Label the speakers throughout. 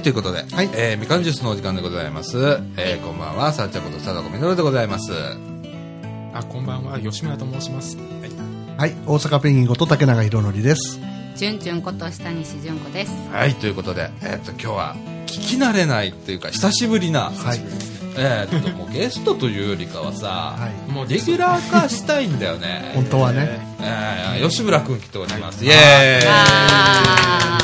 Speaker 1: ということで、
Speaker 2: はい
Speaker 1: えーみかんジュースのお時間でございます。えーこんばんは、さっちゃんことさだこみのるでございます。
Speaker 3: あこんばんは吉村と申します、はい
Speaker 2: はい、大阪ペンギンこと竹永宏典です。
Speaker 4: じゅんじゅんこと下西じゅんこです。
Speaker 1: はい、ということで、えーっと、今日は、聞き慣れないっていうか、久しぶりな、
Speaker 2: はい、
Speaker 1: えーっと、もうゲストというよりかはさ、
Speaker 2: はい
Speaker 1: もうレギュラー化したいんだよね。
Speaker 2: 本当はね、
Speaker 1: えー、吉村君来ております。イエ
Speaker 4: あ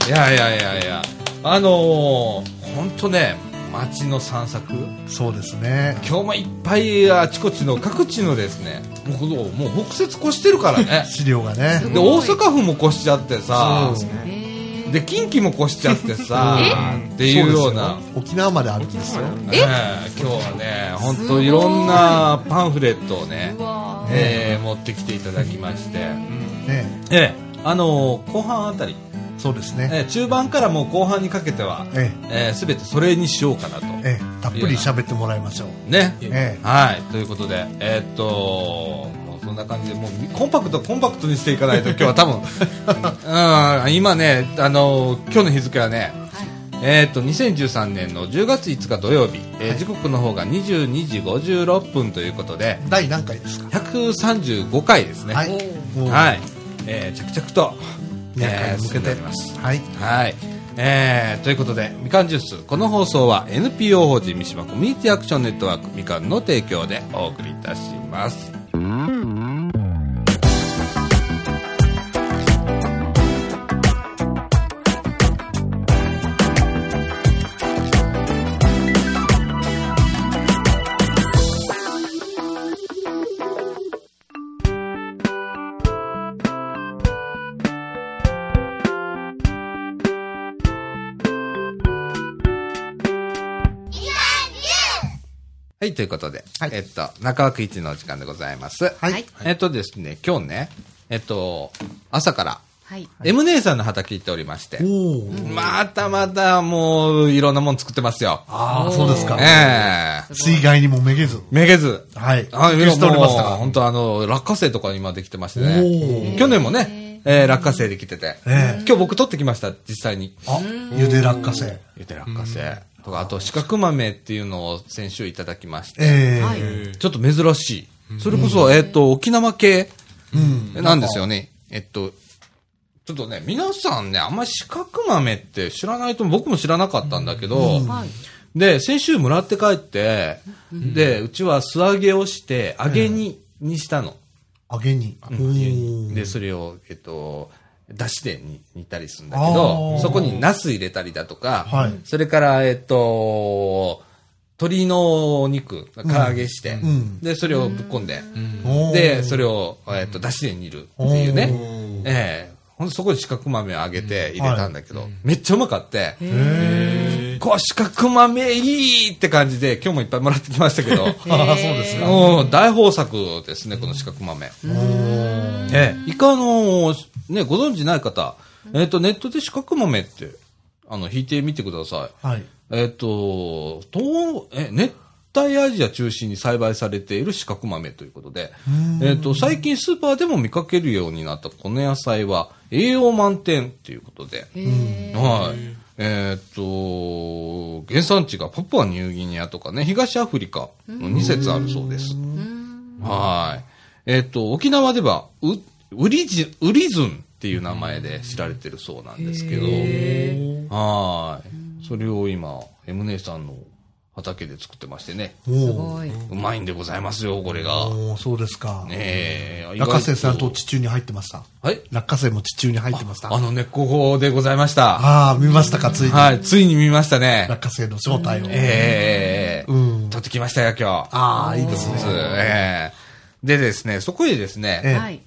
Speaker 1: ーイいやいやいやいや、あのー、ほんとね、街の散策、
Speaker 2: そうですね。。
Speaker 1: 今日もいっぱいあちこちの各地のですね、もうこのもう北雪越してるからね
Speaker 2: 資料がね。
Speaker 1: で、大阪府も越しちゃってさ、
Speaker 2: そう
Speaker 4: ー。え
Speaker 1: で、近畿も越しちゃって さ、っていうような。
Speaker 2: 沖縄まであるんですよ。
Speaker 1: ね今日はね、本当いろんなパンフレットをね
Speaker 4: ー、う、わ
Speaker 1: えー持ってきていただきまして、
Speaker 2: ね、
Speaker 1: ええあのー後半あたり、
Speaker 2: そうですね。
Speaker 1: えー中盤からもう後半にかけては、
Speaker 2: え
Speaker 1: えー、全てそれにしようかなと。
Speaker 2: ええ、たっぷり喋ってもらいましょう。
Speaker 1: ね。
Speaker 2: え
Speaker 1: はい。ということで、えーっと、もうそんな感じで、もうコンパクト、コンパクトにしていか ないと、今日は多分、うん、今ね、あのー今日の日付はね、えーっと、2013年の10月5日土曜日、えー時刻の方が22時56分ということで、
Speaker 2: え、第何回ですか。
Speaker 1: 135回ですね。
Speaker 2: はい
Speaker 1: は。
Speaker 2: もう
Speaker 1: いえー着々と、
Speaker 2: 200
Speaker 1: え
Speaker 2: 回に向け
Speaker 1: ー進んでおり
Speaker 2: て
Speaker 1: ます。
Speaker 2: はい。
Speaker 1: はい。えーということで、みかんジュース、この放送は NPO 法人三島コミュニティアクションネットワークみかんの提供でお送りいたします。はい、ということで、
Speaker 2: はい
Speaker 1: えっと、中枠一のお時間でございます。はい
Speaker 2: はい。
Speaker 1: えっとですね、今日ね、えっと、朝から、
Speaker 4: はい。
Speaker 1: M 姉さんの畑行っておりまして、
Speaker 2: おお。
Speaker 1: またまたもう、いろんなもん作ってますよ。
Speaker 2: ああ、そうですか。
Speaker 1: ええ
Speaker 2: 水害にもめげず。
Speaker 1: めげず。
Speaker 2: はい。
Speaker 1: あ、
Speaker 2: 決しておりました
Speaker 1: もう
Speaker 2: が。
Speaker 1: 本当あの、落花生とか今できてまして
Speaker 2: お
Speaker 1: ね。去年もね、えー落花生できてて。
Speaker 2: ええ
Speaker 1: 今日僕取ってきました、実際に。
Speaker 2: あ、ゆで落花生。
Speaker 1: ゆで落花生。とか、あと、四角豆っていうのを先週いただきまして。
Speaker 2: え
Speaker 4: はい
Speaker 2: え。
Speaker 1: ちょっと珍しい。それこそ、えっと、沖縄系なんですよね。えっと、ちょっとね、皆さんね、あんまり四角豆って知らないと、僕も知らなかったんだけど、
Speaker 4: はい。
Speaker 1: で、先週もらって帰って、で、うちは素揚げをして、揚げに、にしたの。
Speaker 2: 揚げに。おー
Speaker 1: で、それを、えっと、だしで煮煮たりするんだけ
Speaker 2: あ
Speaker 1: ど、
Speaker 2: ー
Speaker 1: そこにナス入れたりだとか、
Speaker 2: はい
Speaker 1: それから、えっと、鶏のお肉、唐揚げして、
Speaker 2: ん
Speaker 1: で、それをぶっこんで、
Speaker 2: おー
Speaker 1: で、それを、えっと、だしで煮るっていう
Speaker 2: お
Speaker 1: ね。ええほんとそこに四角豆を揚げて入れたんだけど、めっちゃうまかって、こう四角豆いいって感じで、今日もいっぱいもらってきましたけど、
Speaker 2: ああ、そうですか。
Speaker 1: うん、大豊作ですね、この四角豆。ええ、イカの、ね、ご存知ない方、えっ、と、ネットで四角豆って、あの、引いてみてください。
Speaker 2: はい。
Speaker 1: えっ、と、東、え、熱帯アジア中心に栽培されている四角豆ということで、えっ、と、最近スーパーでも見かけるようになったこの野菜は栄養満点ということで、はい。えーっと、原産地がパプアニューギニアとかね、東アフリカの2節あるそうです。はい。えーっと、沖縄では、う、ウリジ、ウリズンっていう名前で知られてるそうなんですけど、はい。それを今、M 姉さんの畑で作ってましてね、
Speaker 2: お
Speaker 4: す
Speaker 2: お。
Speaker 4: ごい。
Speaker 1: うまいんでございますよ、これが。
Speaker 2: おーそうですか。
Speaker 1: ええ
Speaker 2: 落花生さんと
Speaker 1: 意外
Speaker 2: 地中に入ってました。
Speaker 1: はい。
Speaker 2: 落花生も地中に入ってました。
Speaker 1: あのね、ここでございました。
Speaker 2: ああ、見ましたか、ついに。
Speaker 1: はい、ついに見ました ね。
Speaker 2: 落花生の正体を。
Speaker 1: ええ
Speaker 2: うん
Speaker 1: 取ってきましたよ、今日。
Speaker 2: ああ、いいですね。
Speaker 1: ええでですね、そこでですね、
Speaker 2: ええ
Speaker 4: はい。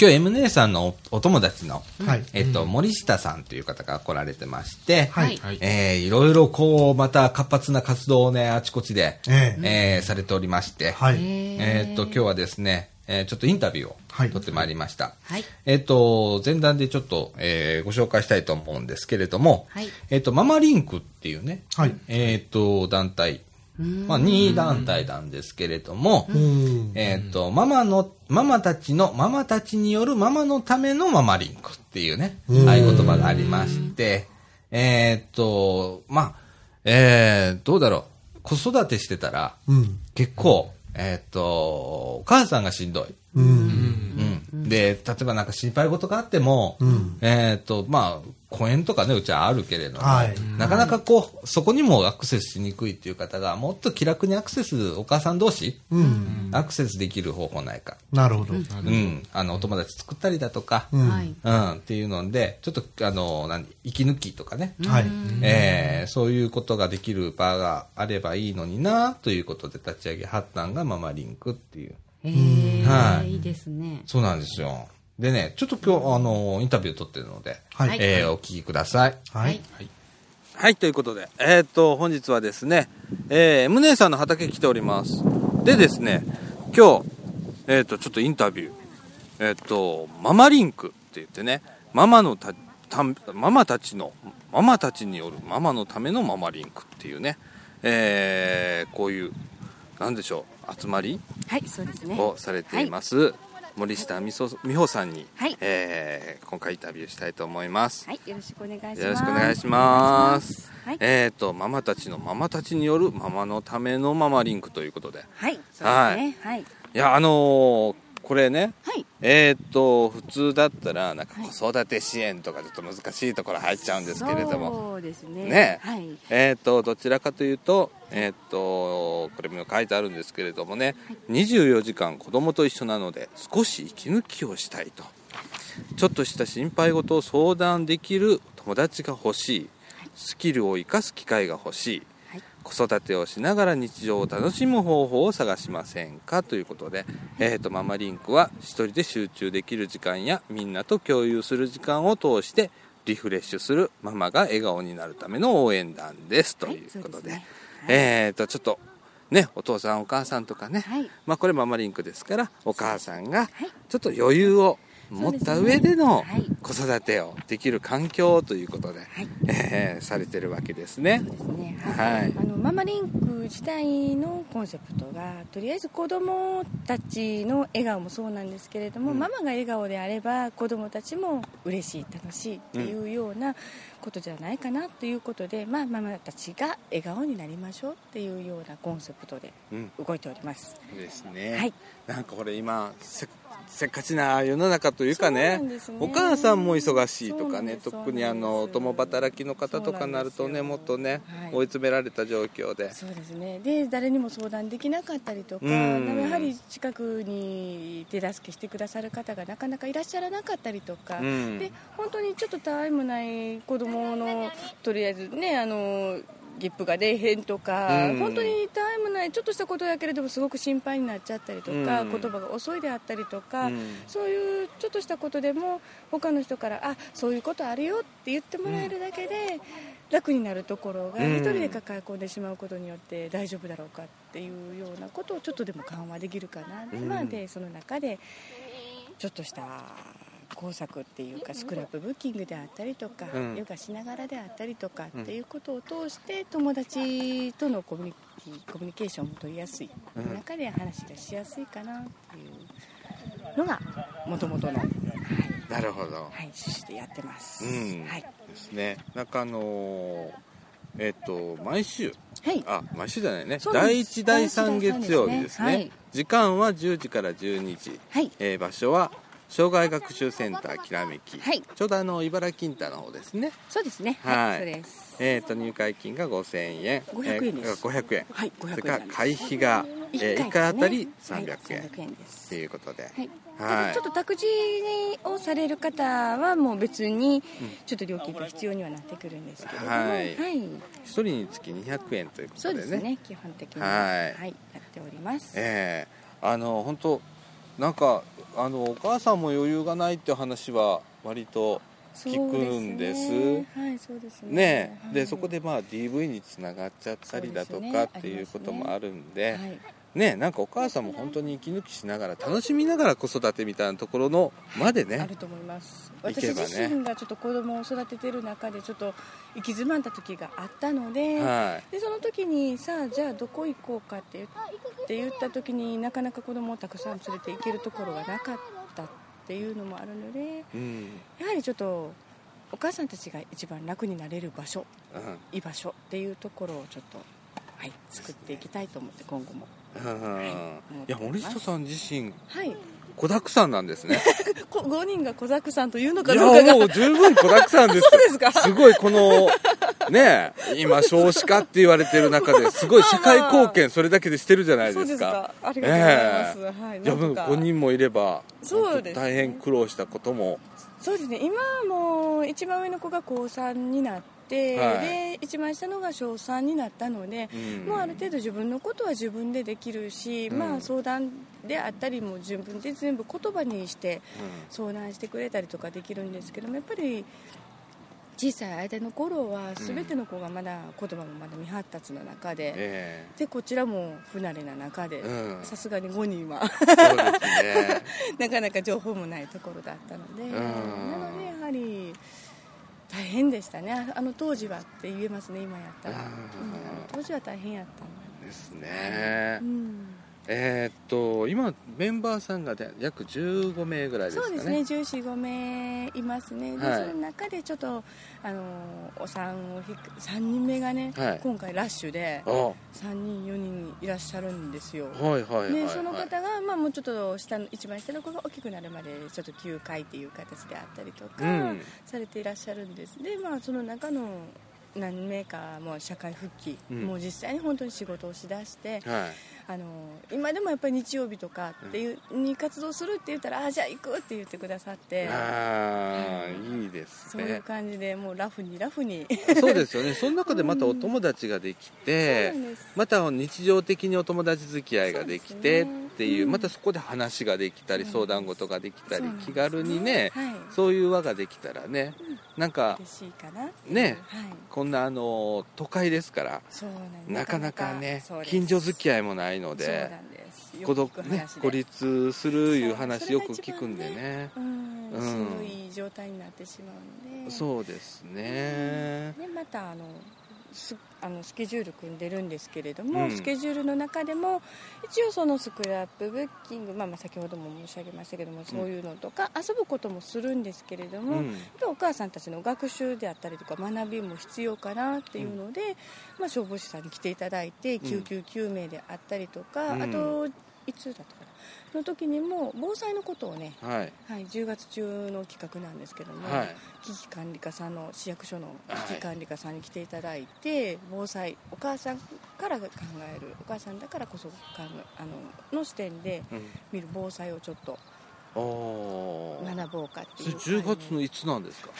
Speaker 1: 今日 M 姉さんのおお友達の、
Speaker 2: はい
Speaker 1: えっと、森下さんという方が来られてまして、
Speaker 2: はい
Speaker 4: はい
Speaker 1: ええいろいろこう、また活発な活動をね、あちこちで、
Speaker 2: ええ
Speaker 1: ええされておりまして、
Speaker 2: は
Speaker 4: え
Speaker 2: い。
Speaker 1: えーっと、今日はですね、えーちょっとインタビューを
Speaker 2: はい
Speaker 1: 取ってまいりました。
Speaker 4: はい
Speaker 1: えーっと、前段でちょっと、えーご紹介したいと思うんですけれども、
Speaker 4: はい
Speaker 1: えーっと、ママリンクっていうね、
Speaker 2: はい
Speaker 1: えーっと、団体、まあ、2団体なんですけれども、
Speaker 2: うん。
Speaker 1: えーっと、ママの、ママたちの、ママたちによるママのためのママリンクっていうね、合言葉がありまして、えーっと、まあ、えー、どうだろう。子育てしてたら、
Speaker 2: うん。
Speaker 1: 結構、えーっと、お母さんがしんどい。
Speaker 2: うん。
Speaker 1: うん、で、例えばなんか心配事があっても、
Speaker 2: うん
Speaker 1: えっ、と、まあ、公園とかね、うちはあるけれども、
Speaker 2: はい
Speaker 1: なかなかこう、そこにもアクセスしにくいっていう方が、もっと気楽にアクセス、お母さん同士、
Speaker 2: うん。
Speaker 1: アクセスできる方法ないか。
Speaker 2: なるほど。
Speaker 1: うん、あの、お友達作ったりだとか、う、
Speaker 2: うんん。
Speaker 4: は
Speaker 2: はい。
Speaker 4: い。
Speaker 1: っていうので、ちょっと、あの、何、息抜きとかね、
Speaker 2: は。
Speaker 1: えーそういうことができる場があればいいのにな、ということで立ち上げ、発端がママリンクっていう。
Speaker 4: えー
Speaker 1: はい
Speaker 4: いいですね。
Speaker 1: そうなんですよ。でね、ちょっと今日、あの、インタビュー撮ってるので、
Speaker 4: はい
Speaker 1: えーお聞きください。
Speaker 2: はい。
Speaker 1: はい、ということで、えっ、と、本日はですね、えー、ムネさんの畑来ております。でですね、今日、えっ、と、ちょっとインタビュー、えっ、と、ママリンクって言ってね、ママのた、たんママたちの、ママたちによるママのためのママリンクっていうね、えーこういう、なんでしょう、集まり
Speaker 5: はい、そうですね。
Speaker 1: をされています、森下美そ美穂さんに、
Speaker 5: はい
Speaker 1: えー今回インタビューしたいと思います、
Speaker 5: はい、よろしくお願いします。
Speaker 1: よろしくお願いします
Speaker 5: はい、
Speaker 1: えっ、とママたちのママたちによるママのためのママリンクということで
Speaker 5: はい、そうですね。はい、
Speaker 1: いやあのーこれね
Speaker 5: はい、
Speaker 1: えっ、と普通だったらなんか子育て支援とかちょっと難しいところ入っちゃうんですけれども
Speaker 5: そうですね。
Speaker 1: ね
Speaker 5: はい、
Speaker 1: えっ、とどちらかというとえっ、とこれも書いてあるんですけれどもね、24時間子供と一緒なので少し息抜きをしたいとちょっとした心配事を相談できる友達が欲しいスキルを生かす機会が欲しい
Speaker 5: はい、
Speaker 1: 子育てをしながら日常を楽しむ方法を探しませんかということで、えー、とママリンクは一人で集中できる時間やみんなと共有する時間を通してリフレッシュするママが笑顔になるための応援団ですと
Speaker 5: はい
Speaker 1: いうことで,、
Speaker 5: そうですね
Speaker 1: えー、とちょっとねお父さんお母さんとかね、
Speaker 5: はい
Speaker 1: まあ、これママリンクですからお母さんが
Speaker 5: はい
Speaker 1: ちょっと余裕を持った上での
Speaker 5: そうですねはい
Speaker 1: 子育てをできる環境ということで、
Speaker 5: はい
Speaker 1: えーされてるわけですね。
Speaker 5: そうですね。
Speaker 1: はい
Speaker 5: あのママリンク自体のコンセプトがとりあえず子供たちの笑顔もそうなんですけれども、ママが笑顔であれば子供たちも嬉しい楽しいっていうようなことじゃないかなということで、まあママたちが笑顔になりましょうっていうようなコンセプトで
Speaker 1: うん
Speaker 5: 動いております。
Speaker 1: ですね、
Speaker 5: はい
Speaker 1: なんかこれ今せせっかちな世の中というかね
Speaker 5: そうなんですね
Speaker 1: お母さんも忙しいとかね
Speaker 5: そうなんです
Speaker 1: 特にあの
Speaker 5: そうなん
Speaker 1: 共
Speaker 5: です
Speaker 1: 働きの方とかになるとね
Speaker 5: そうなん
Speaker 1: も
Speaker 5: です
Speaker 1: っ
Speaker 5: よ
Speaker 1: とね、
Speaker 5: はい
Speaker 1: 追い詰められた状況で
Speaker 5: そうですねで誰にも相談できなかったりとか、
Speaker 1: うん
Speaker 5: やはり近くに手助けしてくださる方がなかなかいらっしゃらなかったりとか、
Speaker 1: うん
Speaker 5: で本当にちょっとたわいもない子供のとりあえずねあのゲップが出えへんとか、
Speaker 1: うん
Speaker 5: 本当にたわいもないちょっとしたことやけれどもすごく心配になっちゃったりとか、
Speaker 1: うん
Speaker 5: 言葉が遅いであったりとか、
Speaker 1: うん
Speaker 5: そういうちょっとしたことでも他の人からあそういうことあるよって言ってもらえるだけで、楽になるところが
Speaker 1: うん
Speaker 5: 一人で抱え込んでしまうことによって大丈夫だろうかっていうようなことをちょっとでも緩和できるかな、
Speaker 1: うん
Speaker 5: まあ、でその中でちょっとした工作っていうかスクラップブッキングであったりとか、
Speaker 1: うん
Speaker 5: ヨガしながらであったりとかっていうことを通して友達とのコミュニティコミュニケーションも取りやすい、
Speaker 1: うん
Speaker 5: 中で話がしやすいかなっていうのがもともとの、はい
Speaker 1: なるほど、
Speaker 5: はい、趣旨でやってます。
Speaker 1: うん
Speaker 5: はい
Speaker 1: ですねなんかあのーえっ、と毎週
Speaker 5: はい
Speaker 1: あ毎週じゃないね
Speaker 5: そうなん
Speaker 1: 第
Speaker 5: です
Speaker 1: 1第3
Speaker 5: 第一第三
Speaker 1: 月曜日で
Speaker 5: ですす
Speaker 1: ね
Speaker 5: ねはい
Speaker 1: 時間は10時から12時、
Speaker 5: はい
Speaker 1: えー場所は障害学習センターきらめき、
Speaker 5: はい
Speaker 1: ちょうどあの茨城インターの方ですね
Speaker 5: そうですね。
Speaker 1: はい
Speaker 5: そうです。
Speaker 1: えー、と入会金が5000円
Speaker 5: 500円です
Speaker 1: えー500円
Speaker 5: はい、500円
Speaker 1: そ
Speaker 5: な
Speaker 1: れ
Speaker 5: んです。
Speaker 1: から会費が、えー1回あたり300円
Speaker 5: はい
Speaker 1: っ
Speaker 5: 300円です。
Speaker 1: ていうことで、
Speaker 5: はい。
Speaker 1: はい
Speaker 5: ちょっと託児をされる方はもう別にちょっと料金が必要にはなってくるんですけれども、
Speaker 1: はい
Speaker 5: はい、
Speaker 1: 1人につき200円というこ
Speaker 5: そ
Speaker 1: と
Speaker 5: う
Speaker 1: で
Speaker 5: で
Speaker 1: ね
Speaker 5: すね。基本的には
Speaker 1: はい
Speaker 5: はい、やっております。
Speaker 1: えーあの本当なんかあのお母さんも余裕がないって話は割と聞くんです
Speaker 5: そうねはい、そうですね。
Speaker 1: ねえ
Speaker 5: は
Speaker 1: で
Speaker 5: い
Speaker 1: そこでまあ DV につながっちゃったりだと
Speaker 5: そうです
Speaker 1: か
Speaker 5: ね
Speaker 1: っていうこともあるんで、
Speaker 5: はい、
Speaker 1: ねなんかお母さんも本当に息抜きしながら楽しみながら子育てみたいなところのまで
Speaker 5: あ
Speaker 1: ね
Speaker 5: ると思います
Speaker 1: いけ
Speaker 5: 私
Speaker 1: ばね
Speaker 5: 自身がちょっと子供を育ててる中でちょっと行き詰まった時があったので、
Speaker 1: は
Speaker 5: でその時にさあじゃあどこ行こうかって言って言った時になかなか子供をたくさん連れて行けるところがなかったっていうのもあるので
Speaker 1: い、うん、
Speaker 5: やはりちょっとお母さんたちが一番楽になれる場所
Speaker 1: うん
Speaker 5: 居場所っていうところをちょっと、はい、作っていきたいと思って今後も
Speaker 1: うんいや森下さん自身
Speaker 5: はい
Speaker 1: 子だくさんなんですね
Speaker 5: こ5人が小作さんというのか
Speaker 1: い
Speaker 5: どうか
Speaker 1: やも
Speaker 5: が
Speaker 1: う十分子だくさんです
Speaker 5: そうですか
Speaker 1: すごいこのねえ今少子化って言われてる中ですごい社会貢献それだけでしてるじゃない
Speaker 5: そ
Speaker 1: で
Speaker 5: うですす
Speaker 1: か
Speaker 5: かありがとうございます、
Speaker 1: ええ
Speaker 5: はい
Speaker 1: いやもう
Speaker 5: か
Speaker 1: 5人もいれば
Speaker 5: そうですね
Speaker 1: 大変苦労したことも
Speaker 5: そうですね今はもう一番上の子が高3になっ
Speaker 1: は
Speaker 5: て、
Speaker 1: い
Speaker 5: で一番下のが小3になったので、
Speaker 1: うん
Speaker 5: もうある程度自分のことは自分でできるし、
Speaker 1: うん
Speaker 5: まあ、相談であったりも自分で全部言葉にして相談してくれたりとかできるんですけどもやっぱり小さい間の頃は全ての子がまだ言葉もまだ未発達の中で、
Speaker 1: え
Speaker 5: でこちらも不慣れな中で
Speaker 1: うん
Speaker 5: さすがに5人は
Speaker 1: えそうですね
Speaker 5: なかなか情報もないところだったので
Speaker 1: ん
Speaker 5: なのでやはり大変でしたねああの当時はって言えますね今やったら、
Speaker 1: うん
Speaker 5: うんあの当時は大変やったの
Speaker 1: ですね
Speaker 5: うん
Speaker 1: えーっと今メンバーさんがね約15名ぐらいです
Speaker 5: そ
Speaker 1: か
Speaker 5: う
Speaker 1: ね
Speaker 5: ですね1415名いますねで、
Speaker 1: はい
Speaker 5: その中でちょっとあのお産を引く3人目がね、
Speaker 1: はい
Speaker 5: 今回ラッシュで
Speaker 1: あ
Speaker 5: 3人4人いらっしゃるんですよ
Speaker 1: はいはいはい、はい
Speaker 5: でその方が、まあ、もうちょっと下の一番下の子が大きくなるまでちょっと休会っていう形であったりとか
Speaker 1: うん
Speaker 5: されていらっしゃるんです、で、まあ、その中の何名かも社会復帰、
Speaker 1: うん
Speaker 5: もう実際に本当に仕事をしだして
Speaker 1: はい
Speaker 5: あの今でもやっぱり日曜日とかっていう、に活動するって言ったらあーじゃあ行くって言ってくださって
Speaker 1: ああいいです
Speaker 5: そういう
Speaker 1: ね
Speaker 5: 感じでもうラフにラフに
Speaker 1: そうですよねその中でまたお友達ができて、
Speaker 5: そうなんです
Speaker 1: また日常的にお友達付き合いができてっていう
Speaker 5: そうですねうん
Speaker 1: またそこで話ができたり
Speaker 5: そう
Speaker 1: 相
Speaker 5: なんです
Speaker 1: 談事ができたり、
Speaker 5: そうなんです
Speaker 1: 気軽にね、
Speaker 5: はい
Speaker 1: そういう輪ができたらね、なんか
Speaker 5: 嬉しいかなっていう
Speaker 1: ね
Speaker 5: はい、
Speaker 1: こんなあの都会ですから
Speaker 5: そうなんです
Speaker 1: なかなかね
Speaker 5: そうです
Speaker 1: 近所付き合いもないの
Speaker 5: そう
Speaker 1: で
Speaker 5: なんです
Speaker 1: 孤
Speaker 5: よく
Speaker 1: 独
Speaker 5: 聞く
Speaker 1: ね
Speaker 5: 話で
Speaker 1: 孤立するいう話
Speaker 5: そう
Speaker 1: よく聞くんでね
Speaker 5: うん
Speaker 1: うん
Speaker 5: しんどい状態になってしまうんで
Speaker 1: そうですね
Speaker 5: でまたあのすあのスケジュール組んでるんですけれども、
Speaker 1: うん
Speaker 5: スケジュールの中でも一応そのスクラップブッキング、まあ、まあ先ほども申し上げましたけどもそういうのとか遊ぶこともするんですけれども、
Speaker 1: うん
Speaker 5: お母さんたちの学習であったりとか学びも必要かなっていうので、まあ、消防士さんに来ていただいて
Speaker 1: ん
Speaker 5: 救急救命であったりとか、
Speaker 1: うん
Speaker 5: あといつだったかなの時にも防災のことをね、
Speaker 1: はい
Speaker 5: はい、10月中の企画なんですけども、
Speaker 1: はい
Speaker 5: 危機管理課さんの市役所の危機管理課さんに来ていただいて、防災お母さんから考えるお母さんだからこそ考えあのの視点で
Speaker 1: うん
Speaker 5: 見る防災をちょっと
Speaker 1: おー
Speaker 5: 学ぼうかって
Speaker 1: そ
Speaker 5: い
Speaker 1: れ
Speaker 5: う
Speaker 1: 10月のいつなんですか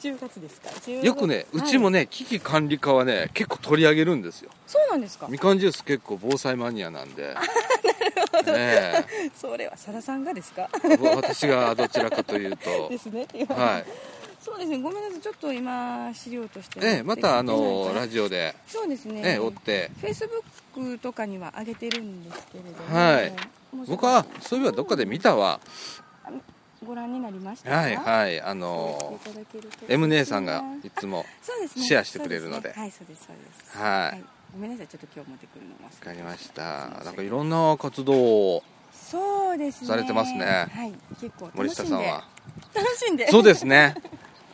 Speaker 5: 10月ですか10
Speaker 1: よくねうちも
Speaker 5: ね、
Speaker 1: ね危機管理課はね結構取り上げるんですよ
Speaker 5: はいそうなんですか
Speaker 1: みかんジュース結構防災マニアなんでね
Speaker 5: それはさださんがですか
Speaker 1: えぼ私がどちらかというと
Speaker 5: ですね今
Speaker 1: はい
Speaker 5: そうですねごめんなさいちょっと今資料として
Speaker 1: ええまたあ
Speaker 5: 持ってきてない
Speaker 1: の
Speaker 5: から
Speaker 1: ラジオで
Speaker 5: そうですね
Speaker 1: ね追って
Speaker 5: フェイスブックとかには上げてるんですけれども、
Speaker 1: はい
Speaker 5: もし
Speaker 1: 僕はそういえばどっかで見たわ
Speaker 5: ご覧になりましたか
Speaker 1: はい
Speaker 5: い
Speaker 1: はいあの M 姉さんがいつも
Speaker 5: そうですね
Speaker 1: シェアしてくれるので
Speaker 5: そうすねはいそうですそうです
Speaker 1: はい
Speaker 5: ごめんなさいちょっと今日持ってくるのもわ
Speaker 1: 分かりましたなんかいろんな活動を
Speaker 5: そうですね
Speaker 1: されてますね
Speaker 5: はい結構楽しんで
Speaker 1: 森下さんは
Speaker 5: 楽しんで
Speaker 1: そうですね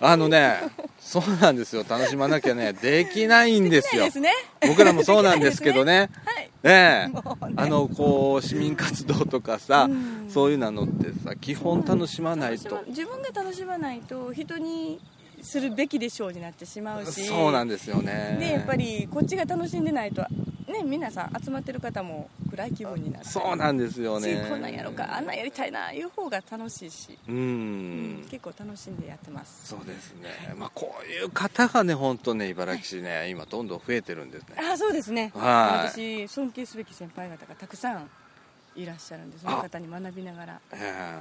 Speaker 1: あのねそうなんですよ楽しまなきゃねできないんです
Speaker 5: そう
Speaker 1: よ
Speaker 5: ですね
Speaker 1: 僕らもそうなんですけどね
Speaker 5: はい
Speaker 1: ねえ
Speaker 5: もうね
Speaker 1: あのこう市民活動とかさ、
Speaker 5: うん
Speaker 1: そういうののってさ基本楽しまないと、
Speaker 5: 自分が楽しまないと人にするべきでしょうになってしまうし
Speaker 1: そうなんですよね
Speaker 5: でやっぱりこっちが楽しんでないとね皆さん集まってる方も暗い気分になって
Speaker 1: そうなんですよね
Speaker 5: こんなんやろうかあんなんやりたいないう方が楽しいし、
Speaker 1: うん、
Speaker 5: 結構楽しんでやってます
Speaker 1: そうですね、まあ、こういう方がね本当ね茨城市ね今どんどん増えてるんですね
Speaker 5: あそうですね
Speaker 1: はい
Speaker 5: 私尊敬すべき先輩方がたくさんいらっしゃるんでその方に学びながら
Speaker 1: ええ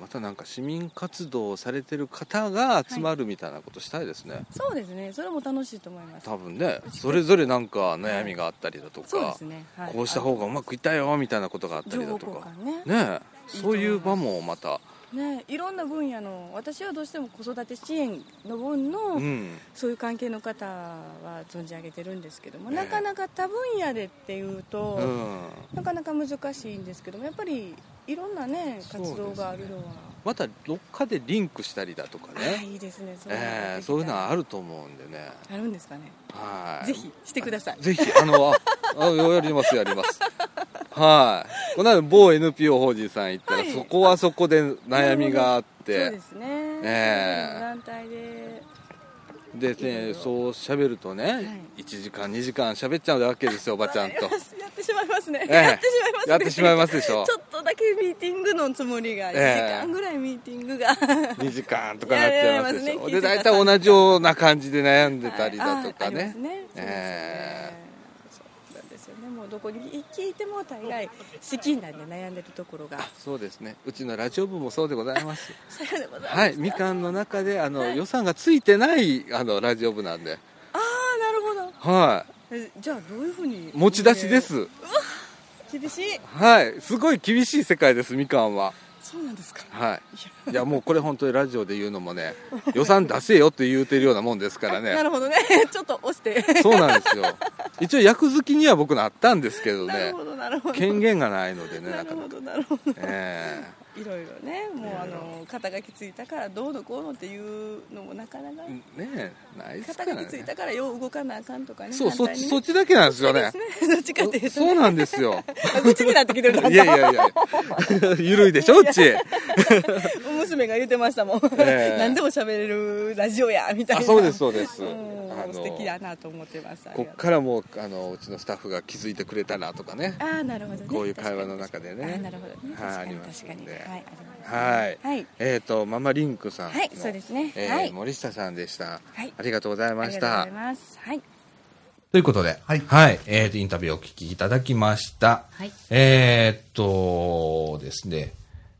Speaker 1: またなんか市民活動をされてる方が集まるみたいなことしたいですね、
Speaker 5: そうですねそれも楽しいと思います
Speaker 1: 多分ねそれぞれなんか悩みがあったりだとか、
Speaker 5: そうですね、はい、
Speaker 1: こうした方がうまくいったよみたいなことがあったりだと
Speaker 5: 情報
Speaker 1: か
Speaker 5: 交換ね
Speaker 1: ねえそういう場もまた
Speaker 5: ね、いろんな分野の私はどうしても子育て支援の分の、
Speaker 1: うん
Speaker 5: そういう関係の方は存じ上げてるんですけども、
Speaker 1: ね
Speaker 5: なかなか多分野でっていうと、
Speaker 1: うん
Speaker 5: なかなか難しいんですけどもやっぱりいろんなね
Speaker 6: そうですね
Speaker 5: 活動があるのは、
Speaker 6: またどっかでリンクしたりだとか
Speaker 5: あ
Speaker 6: ね、
Speaker 5: いいですねそういうのが
Speaker 6: え
Speaker 5: で
Speaker 6: ー
Speaker 5: きた
Speaker 6: そういうのはあると思うんでね、
Speaker 5: あるんですかね
Speaker 6: はい、
Speaker 5: ぜひしてください
Speaker 6: ぜひ、あの、ああやります、やります。はい。この間、某 NPO 法人さん行ったら、
Speaker 5: はい
Speaker 6: そこはそこで悩みがあっ
Speaker 5: そう
Speaker 6: て
Speaker 5: で、すね
Speaker 6: ええ
Speaker 5: 団体で
Speaker 6: でね、そう喋るとね、1時間、2時間喋っちゃうわけですよ、おばちゃんと
Speaker 5: わかりま。す やってしまいますね、
Speaker 6: ええ
Speaker 5: やってしまいますね
Speaker 6: やってしまいますでしょ
Speaker 5: ちょっとだけミーティングのつもりが、
Speaker 6: ええ
Speaker 5: 一時間ぐらいミーティングが
Speaker 6: 2時間とかなっちゃいますでしょ。で、
Speaker 5: いやいやいやいや
Speaker 6: 大体同じような感じで悩んでたりだとか
Speaker 5: はいあありま
Speaker 6: ね
Speaker 5: す。ねそうですよね、
Speaker 6: え
Speaker 5: そうなんですよねもうどこに聞いても大概資金難で悩んでるところが
Speaker 6: そうですね。うちのラジオ部もそうでございます。
Speaker 5: さようでございます、
Speaker 6: はい。みかんの中で、あの、予算がついてない、あの、ラジオ部なんで。
Speaker 5: ああなるほど
Speaker 6: は
Speaker 5: えじゃあどういうふうに
Speaker 6: い。持ち出しです。
Speaker 5: 厳しい
Speaker 6: はい、すごい厳しい世界です、みかんは。
Speaker 5: そうなんですか
Speaker 6: はい。いや、もうこれ本当にラジオで言うのも ね、予算出せよって言うてるようなもんですから
Speaker 5: な
Speaker 6: ね。
Speaker 5: るほどね ちょっと押して、
Speaker 6: そうなんですよ。一応役付きには僕なったんですけど
Speaker 5: なる
Speaker 6: ね
Speaker 5: ほ、どなるほど
Speaker 6: 権限がないのでね、
Speaker 5: な
Speaker 6: なか
Speaker 5: る
Speaker 6: な
Speaker 5: ほ
Speaker 6: か。
Speaker 5: どなるほど
Speaker 6: え
Speaker 5: いろいろねもうあの肩書きついたからどうのこうのっていうのもなかなか
Speaker 6: えねえ、ないですか
Speaker 5: 肩
Speaker 6: ら
Speaker 5: 書きつい
Speaker 6: ね。
Speaker 5: たからよう動かなあかんとかね
Speaker 6: そう、そっ
Speaker 5: 反対
Speaker 6: ち、
Speaker 5: に
Speaker 6: そっちだけなんですよね。
Speaker 5: ねどっちかっていうと
Speaker 6: そうなんです よ。
Speaker 5: 愚痴になってきてるだん
Speaker 6: いや
Speaker 5: だ
Speaker 6: い
Speaker 5: ん
Speaker 6: やい や、ゆるいでしょ、うち。
Speaker 5: 娘が言ってましたもん、
Speaker 6: ええ
Speaker 5: 何でも喋れるラジオやみたい
Speaker 6: あ、
Speaker 5: な
Speaker 6: そうです、そうです。
Speaker 5: うん
Speaker 6: あの
Speaker 5: 素敵だなと思ってますあり
Speaker 6: こ
Speaker 5: が
Speaker 6: っ
Speaker 5: とう
Speaker 6: からもうあのうちのスタッフが気づいてくれたらとかね
Speaker 5: あーなるほどね
Speaker 6: こういう会話の中でね
Speaker 5: 確かにあーなるほど
Speaker 6: は
Speaker 5: ね
Speaker 6: い
Speaker 5: 確か
Speaker 6: あり
Speaker 5: に
Speaker 6: ます
Speaker 5: 確か
Speaker 6: ん
Speaker 5: に
Speaker 6: で
Speaker 5: はいあります
Speaker 6: はい、
Speaker 5: はい
Speaker 6: えっ、とママリンクさんの
Speaker 5: はいそうですね
Speaker 6: えー
Speaker 5: はい
Speaker 6: 森下さんでした、
Speaker 5: はい
Speaker 6: ありがとうござい
Speaker 5: あ
Speaker 6: ま
Speaker 5: り
Speaker 6: し
Speaker 5: がとうご
Speaker 6: た
Speaker 5: ざいますはい
Speaker 1: ということで、
Speaker 2: はい
Speaker 1: えーと、インタビューをお聞きいただきました。
Speaker 4: はい
Speaker 1: えーっとですね、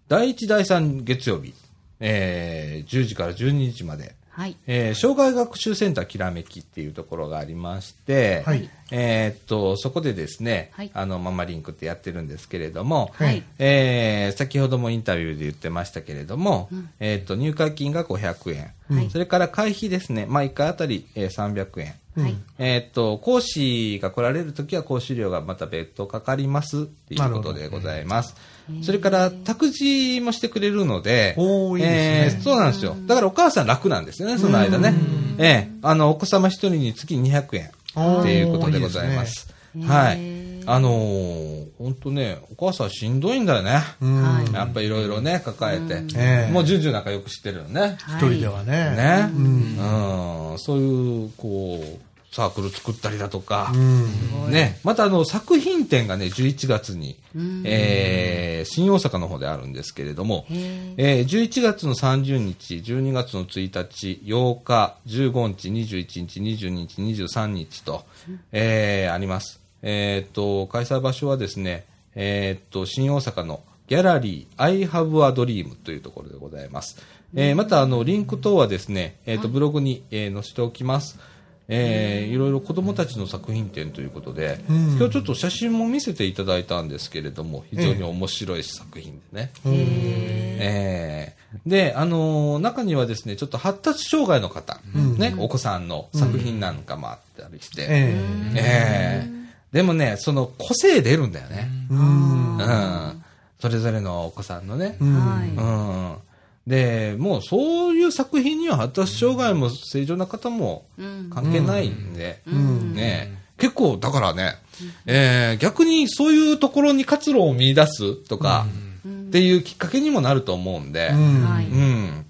Speaker 1: 第1、第3月曜日、えー10時から12時まで、
Speaker 4: はい。
Speaker 1: えー障害学習センターきらめきっていうところがありまして、
Speaker 2: はい
Speaker 1: えーっと、そこでですね、
Speaker 4: はい
Speaker 1: あの、ママリンクってやってるんですけれども、
Speaker 4: はい
Speaker 1: えー先ほどもインタビューで言ってましたけれども、えーっと、入会金が500円、
Speaker 4: はい
Speaker 1: それから会費ですね、毎回あたり、えー300円、
Speaker 4: はい。
Speaker 1: えーっと、講師が来られるときは講師料がまた別途かかりますっていうことでございます。それから、託児もしてくれるので、
Speaker 2: おーいいですね
Speaker 1: えーそうなんですよ。だからお母さん楽なんですよね、その間ね。ええあの、お子様一人に月200円
Speaker 2: おー
Speaker 1: っていうことでございます。
Speaker 4: いいですね
Speaker 1: は
Speaker 4: へ
Speaker 1: い
Speaker 4: ー。
Speaker 1: あのー、ほんとね、お母さんしんどいんだよね。
Speaker 2: うん
Speaker 4: はい
Speaker 1: やっぱいろいろね、抱えて。
Speaker 2: ええ
Speaker 1: もうジュンジュンなんかよく知ってるよね。
Speaker 4: 一
Speaker 2: 一人ではね。
Speaker 1: ね、う
Speaker 2: うん
Speaker 1: んそういうこうサークル作ったりだとか、
Speaker 2: うん。
Speaker 1: ね、またあの作品展がね11月に、えー新大阪の方であるんですけれども、えー11月の30日12月の1日8日15日21日22日23日と、えーあります、えー、と開催場所はですね、えー、と新大阪のギャラリー I have a dream というところでございます。えーまた、あの、リンク等はですね、えっ、と、ブログに、えー載せておきます。えーいろいろ子供たちの作品展ということで、今日ちょっと写真も見せていただいたんですけれども、非常に面白い作品でね。えーで、あのー中にはですね、ちょっと発達障害の方、ね、お子さんの作品なんかもあったりして、
Speaker 2: ええ
Speaker 1: ええでもね、その個性出るんだよね。うん。それぞれのお子さんのね。
Speaker 4: は
Speaker 1: うん。
Speaker 4: い。
Speaker 1: で、もうそういう作品には発達障害も正常な方も
Speaker 4: うん。
Speaker 1: 関係ないんで、
Speaker 4: ん
Speaker 1: ね結構だからね、えー逆にそういうところに活路を見出すとか、っていうきっかけにもなると思うんで、
Speaker 4: は
Speaker 1: う
Speaker 4: い。
Speaker 1: ん。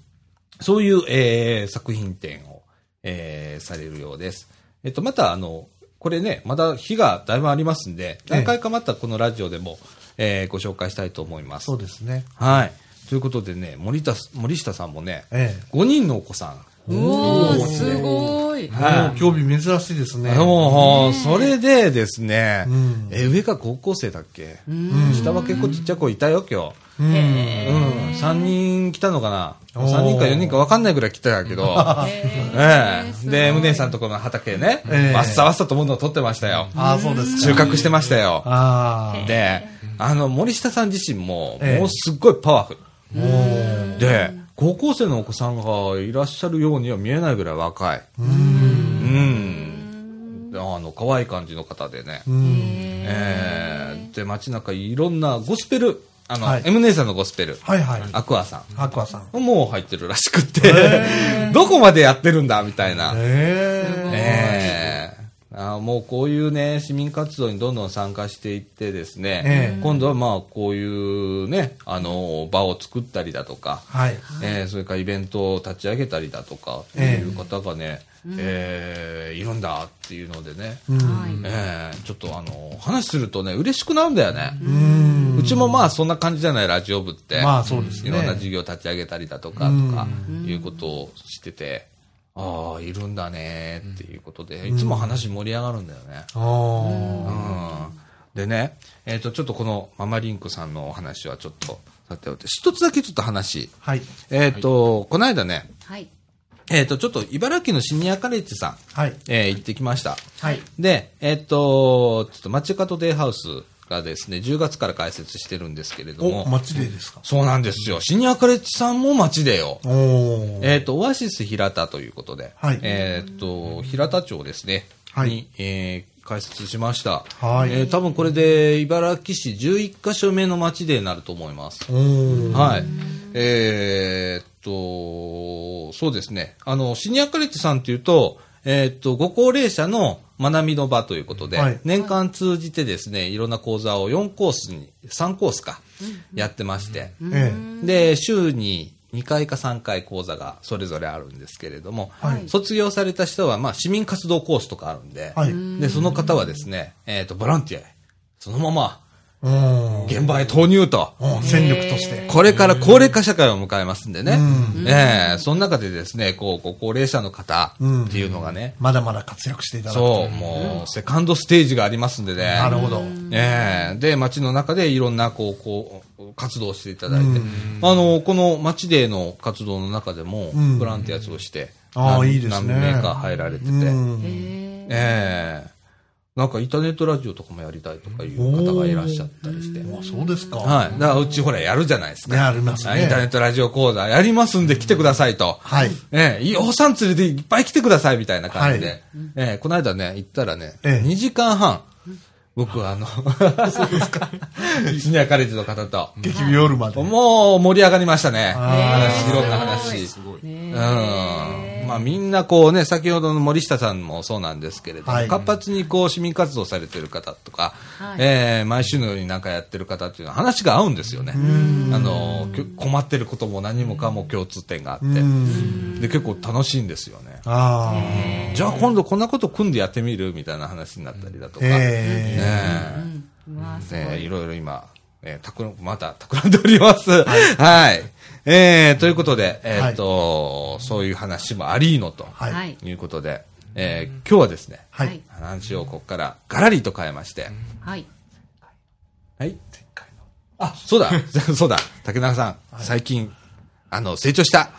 Speaker 1: そういう、えー作品展を、えーされるようです。えっと、また、あの、これね、まだ日がだいぶありますんで、何回かまたこのラジオでも、えーご紹介したいと思います。
Speaker 2: そうですね。
Speaker 1: はい。ということでね、森田す、森下さんもね、
Speaker 2: え
Speaker 1: 5人のお子さん。
Speaker 4: おー、すごい
Speaker 2: え。。もう興味珍しいですね。
Speaker 1: もう、それでですね、
Speaker 2: ん
Speaker 1: え、上が高校生だっけ、下は結構ちっちゃい子いたよ、今日。
Speaker 2: うん。
Speaker 1: うん、3人来たのかな
Speaker 2: おー
Speaker 1: ?3 人か4人か分かんないぐらい来た けど、ええで、ムネさんとこの畑ね、
Speaker 2: ええ
Speaker 1: わっさわっさとものを取ってましたよ。
Speaker 2: ああ、そうです
Speaker 1: 収
Speaker 2: か。
Speaker 1: 穫してましたよ。
Speaker 2: ああ。
Speaker 1: で、あの、森下さん自身も、
Speaker 2: ええ
Speaker 1: もうすっごいパワフル。
Speaker 2: おー
Speaker 1: で、高校生のお子さんがいらっしゃるようには見えないぐらい若い。うん。あの、可愛い感じの方でね。
Speaker 2: うん。
Speaker 1: ええで、街中いろんなゴスペルあの、
Speaker 2: はい
Speaker 1: M 姉さんのゴスペル、
Speaker 2: はいはい。
Speaker 1: アクアさん。
Speaker 2: アクアさん。
Speaker 1: もう入ってるらしくって、 どこまでやってるんだみたいな。
Speaker 2: え
Speaker 1: ええあーもうこういうね、市民活動にどんどん参加していってですね、
Speaker 2: ええ
Speaker 1: 今度はまあこういうね、あの、場を作ったりだとか、
Speaker 2: ー。はい。
Speaker 1: えーそれからイベントを立ち上げたりだとかって
Speaker 2: ええ
Speaker 1: いう方がね、えーいるんだっていうのでね、
Speaker 4: はい。
Speaker 1: えーちょっとあの話するとね嬉しくなるんだよね、う
Speaker 2: うん。
Speaker 1: ちもまあそんな感じじゃないラジオ部って、
Speaker 2: まあそうですね
Speaker 1: いろんな事業立ち上げたりだとかとかいうことをしてて、ああいるんだねっていうことでいつも話盛り上がるんだよね、う
Speaker 2: あー
Speaker 1: んでね、えー、とちょっとこのママリンクさんのお話はちょっとさておいて一つだけちょっと話
Speaker 2: はい。
Speaker 1: えっ、と、この間ね、
Speaker 4: はい。
Speaker 1: えっ、と、ちょっと茨城のシニアカレッジさん、
Speaker 2: はい。
Speaker 1: えー行ってきました。
Speaker 2: はい。
Speaker 1: で、えっ、と、ちょっと街角デイハウスがですね、10月から開設してるんですけれど
Speaker 2: お、
Speaker 1: も、
Speaker 2: マッチデーですか
Speaker 1: そうなんですよ。シニアカレッジさんも街でよ。
Speaker 2: おー。
Speaker 1: えっ、と、オアシス平田ということで、
Speaker 2: はい
Speaker 1: えっ、と、平田町ですね、
Speaker 2: はい
Speaker 1: に、えー開設しました。
Speaker 2: はい
Speaker 1: えー多分これで茨城市11カ所目の街でになると思います。
Speaker 2: おー。
Speaker 1: はい。えーっと、そうですね。あの、シニアカレッジさんっていうと、えーっと、ご高齢者の学びの場ということで、
Speaker 2: はい
Speaker 1: 年間通じてですね、いろんな講座を4コースに、3コースか、やってまして、
Speaker 2: え
Speaker 1: で、週に2回か3回講座がそれぞれあるんですけれども、
Speaker 2: はい
Speaker 1: 卒業された人は、まあ、市民活動コースとかあるんで、
Speaker 2: はい
Speaker 1: で、その方はですね、えーっと、ボランティアへ、そのまま
Speaker 2: え。うん。
Speaker 1: 現場へ投入と、
Speaker 2: うん戦力として。
Speaker 1: これから高齢化社会を迎えますんでね。ええその中でですね、こう、ご高齢者の方っていうのがね、
Speaker 2: まだまだ活躍していただくと。
Speaker 1: そう、もう、セカンドステージがありますんでね。
Speaker 2: なるほど。
Speaker 1: ええで、街の中でいろんな、こう、こう、活動をしていただいて、あの、この街での活動の中でも
Speaker 2: ん、
Speaker 1: ボランティアをして、
Speaker 2: ああ
Speaker 1: 何
Speaker 2: いいですね
Speaker 1: 何名か入られてて、
Speaker 2: うん。
Speaker 4: え
Speaker 1: ええなんかインターネットラジオとかもやりたいとかいう方がいらっしゃったりして。
Speaker 2: あそうですか。
Speaker 1: はい。だからうちほらやるじゃないですか。
Speaker 2: ね、あります
Speaker 1: はいインターネ
Speaker 2: ね。
Speaker 1: ットラジオ講座やりますんで来てくださいと。
Speaker 2: はい。
Speaker 1: ええ、いいおさん連れていっぱい来てくださいみたいな感じで。
Speaker 2: はい
Speaker 1: ええ、この間ね、行ったらね、
Speaker 2: ええ
Speaker 1: 2時間半、僕はあ の、 シニアカレッジの方と、
Speaker 2: 激務夜まで。
Speaker 1: もう盛り上がりましたね。
Speaker 2: あ
Speaker 1: 話、いろんな話。うん。まあみんなこうね、先ほどの森下さんもそうなんですけれども、
Speaker 2: はい
Speaker 1: 活発にこう市民活動されてる方とか、
Speaker 4: はい
Speaker 1: えー毎週のようになんかやってる方っていうのは話が合うんですよね。あの、きょ困ってることも何もかも共通点があって、
Speaker 2: うん。
Speaker 1: で結構楽しいんですよね。
Speaker 2: ああ。
Speaker 1: じゃあ今度こんなこと組んでやってみるみたいな話になったりだとか、
Speaker 2: ええ。
Speaker 1: ねえ
Speaker 4: うわすご
Speaker 1: ね、
Speaker 4: い。
Speaker 1: いろいろ今、えー、たくらまた企んでおります。はい。えー、ということで、えーっと、そういう話もありーのと、
Speaker 2: はい。
Speaker 4: はい
Speaker 1: い、うことで、えー、今日はですね、
Speaker 2: はい。
Speaker 4: はい
Speaker 1: 話をここからガラリと変えまして、
Speaker 4: はい。
Speaker 1: はい。あ、そうだ、 そうだ、竹中さん、最近、あの、成長した。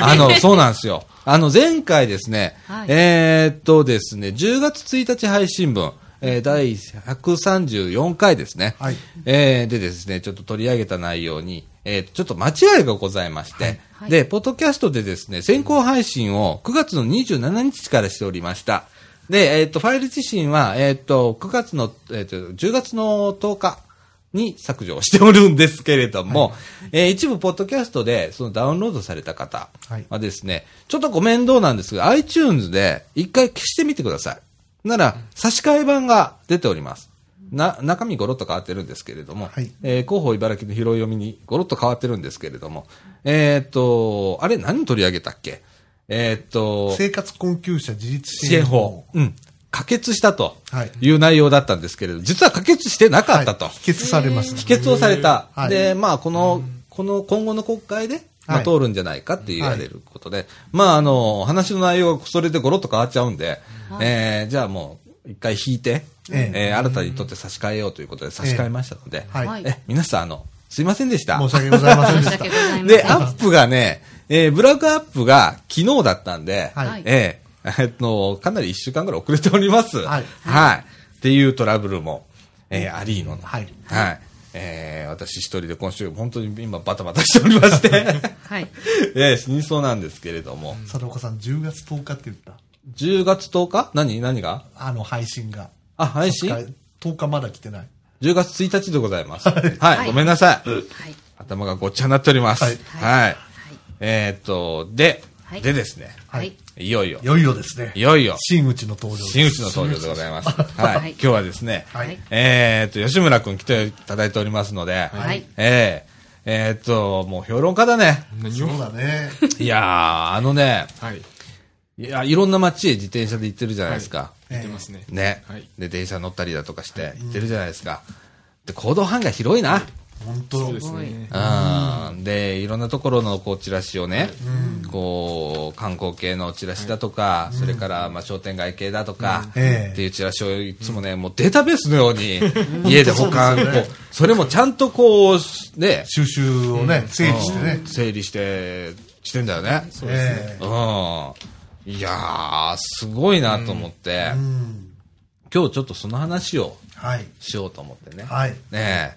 Speaker 1: あの、そうなんですよ。あの、前回ですね、
Speaker 4: はい
Speaker 1: えーっとですね、10月1日配信分、えー第134回ですね。
Speaker 2: はい
Speaker 1: えーでですね、ちょっと取り上げた内容に、えーちょっと間違いがございまして、
Speaker 4: はい
Speaker 1: で、ポッドキャストでですね、先行配信を9月の27日からしておりました。で、えーっと、ファイル自身は、えーっと、9月の、えーっと、10月の10日、に削除をしておるんですけれども、えー一部ポッドキャストでそのダウンロードされた方はですね、ちょっとご面倒なんですが、iTunes で一回消してみてください。なら、差し替え版が出ております。な、中身ゴロッと変わってるんですけれども、
Speaker 2: はい
Speaker 1: えー広報茨城の拾い読みにゴロッと変わってるんですけれども、えーっと、あれ何取り上げたっけえーっと、
Speaker 2: 生活困窮者自立
Speaker 1: 支援法。。うん。可決したと
Speaker 2: はい
Speaker 1: いう内容だったんですけれど、実は可決してなかったと。
Speaker 2: はい否決されます。
Speaker 1: 否決をされた。
Speaker 2: はい
Speaker 1: で、まあ、この、この今後の国会で、まあ、
Speaker 2: はい
Speaker 1: 通るんじゃないかって言われることで、まあ、あの、話の内容がそれでゴロッと変わっちゃうんで、えーじゃあもう、一回引いて、
Speaker 2: ええ
Speaker 1: えー新たにとって差し替えようということで差し替えましたので、
Speaker 2: はい。
Speaker 4: はい
Speaker 1: え、皆さん、あの、すいませんでした。
Speaker 2: 申し訳ございませんで
Speaker 4: 申し
Speaker 2: した
Speaker 4: 訳。ございません。
Speaker 1: で、アップがね、えーブラックアップが昨日だったんで、
Speaker 2: はい
Speaker 1: えーえっと、かなり1週間ぐらい遅れております。
Speaker 2: はい
Speaker 1: はいっていうトラブルも、えーありーのの。
Speaker 2: はい
Speaker 1: はい。えー私一人で今週、本当に今バタバタしておりま して、
Speaker 4: はい。
Speaker 1: えー死にそうなんですけれども、
Speaker 2: 佐岡さん、10月10日って言った。
Speaker 1: 10月10日何何が
Speaker 2: あの、配信が。
Speaker 1: あ、配信
Speaker 2: 10日まだ来てない。
Speaker 1: 10月1日でございます。はい、ごめんなさい。
Speaker 4: はい。
Speaker 1: 頭がごっちゃになっております。は
Speaker 2: はいい。
Speaker 1: えーっと、で、
Speaker 4: はい
Speaker 1: でですね、
Speaker 4: はい。
Speaker 1: いよいよ
Speaker 2: い、よいよですね。
Speaker 1: いよいよ、
Speaker 2: 真打ちの登場です。
Speaker 1: 真打ちの登場でござい ます。 はい、
Speaker 4: はい
Speaker 1: 今日はですね、
Speaker 2: はい
Speaker 4: はい
Speaker 1: えーっと、吉村くん来ていただいておりますので、
Speaker 4: はい
Speaker 1: えーえーっと、もう評論家だね。
Speaker 3: 何を
Speaker 2: そうだね。
Speaker 1: いやー、あのね、
Speaker 3: はい。
Speaker 1: いや、いろんな街へ自転車で行ってるじゃないですか。
Speaker 3: 出てますね。
Speaker 1: ね、
Speaker 3: はい
Speaker 1: で電車乗ったりだとかして行ってるじゃないですか、で行動範囲が広いな、
Speaker 2: 本
Speaker 3: そう
Speaker 2: 当
Speaker 3: ですね。
Speaker 1: うん、でいろんなところのこうチラシをね、こう観光系のチラシだとか、それからまあ商店街系だとか、
Speaker 2: ええ
Speaker 1: っていうチラシをいつもね、もうデータベースのように家で保管
Speaker 2: 本当そうですよね
Speaker 1: こうそれもちゃんとこうね
Speaker 2: 収集をね、整理してね。
Speaker 1: 整理してしてんだよね
Speaker 2: ええ
Speaker 1: うんいやーすごいなと思って、
Speaker 2: うん。
Speaker 1: 今日ちょっとその話を
Speaker 2: はい。
Speaker 1: しようと思ってね。
Speaker 2: はい。
Speaker 1: ねえ。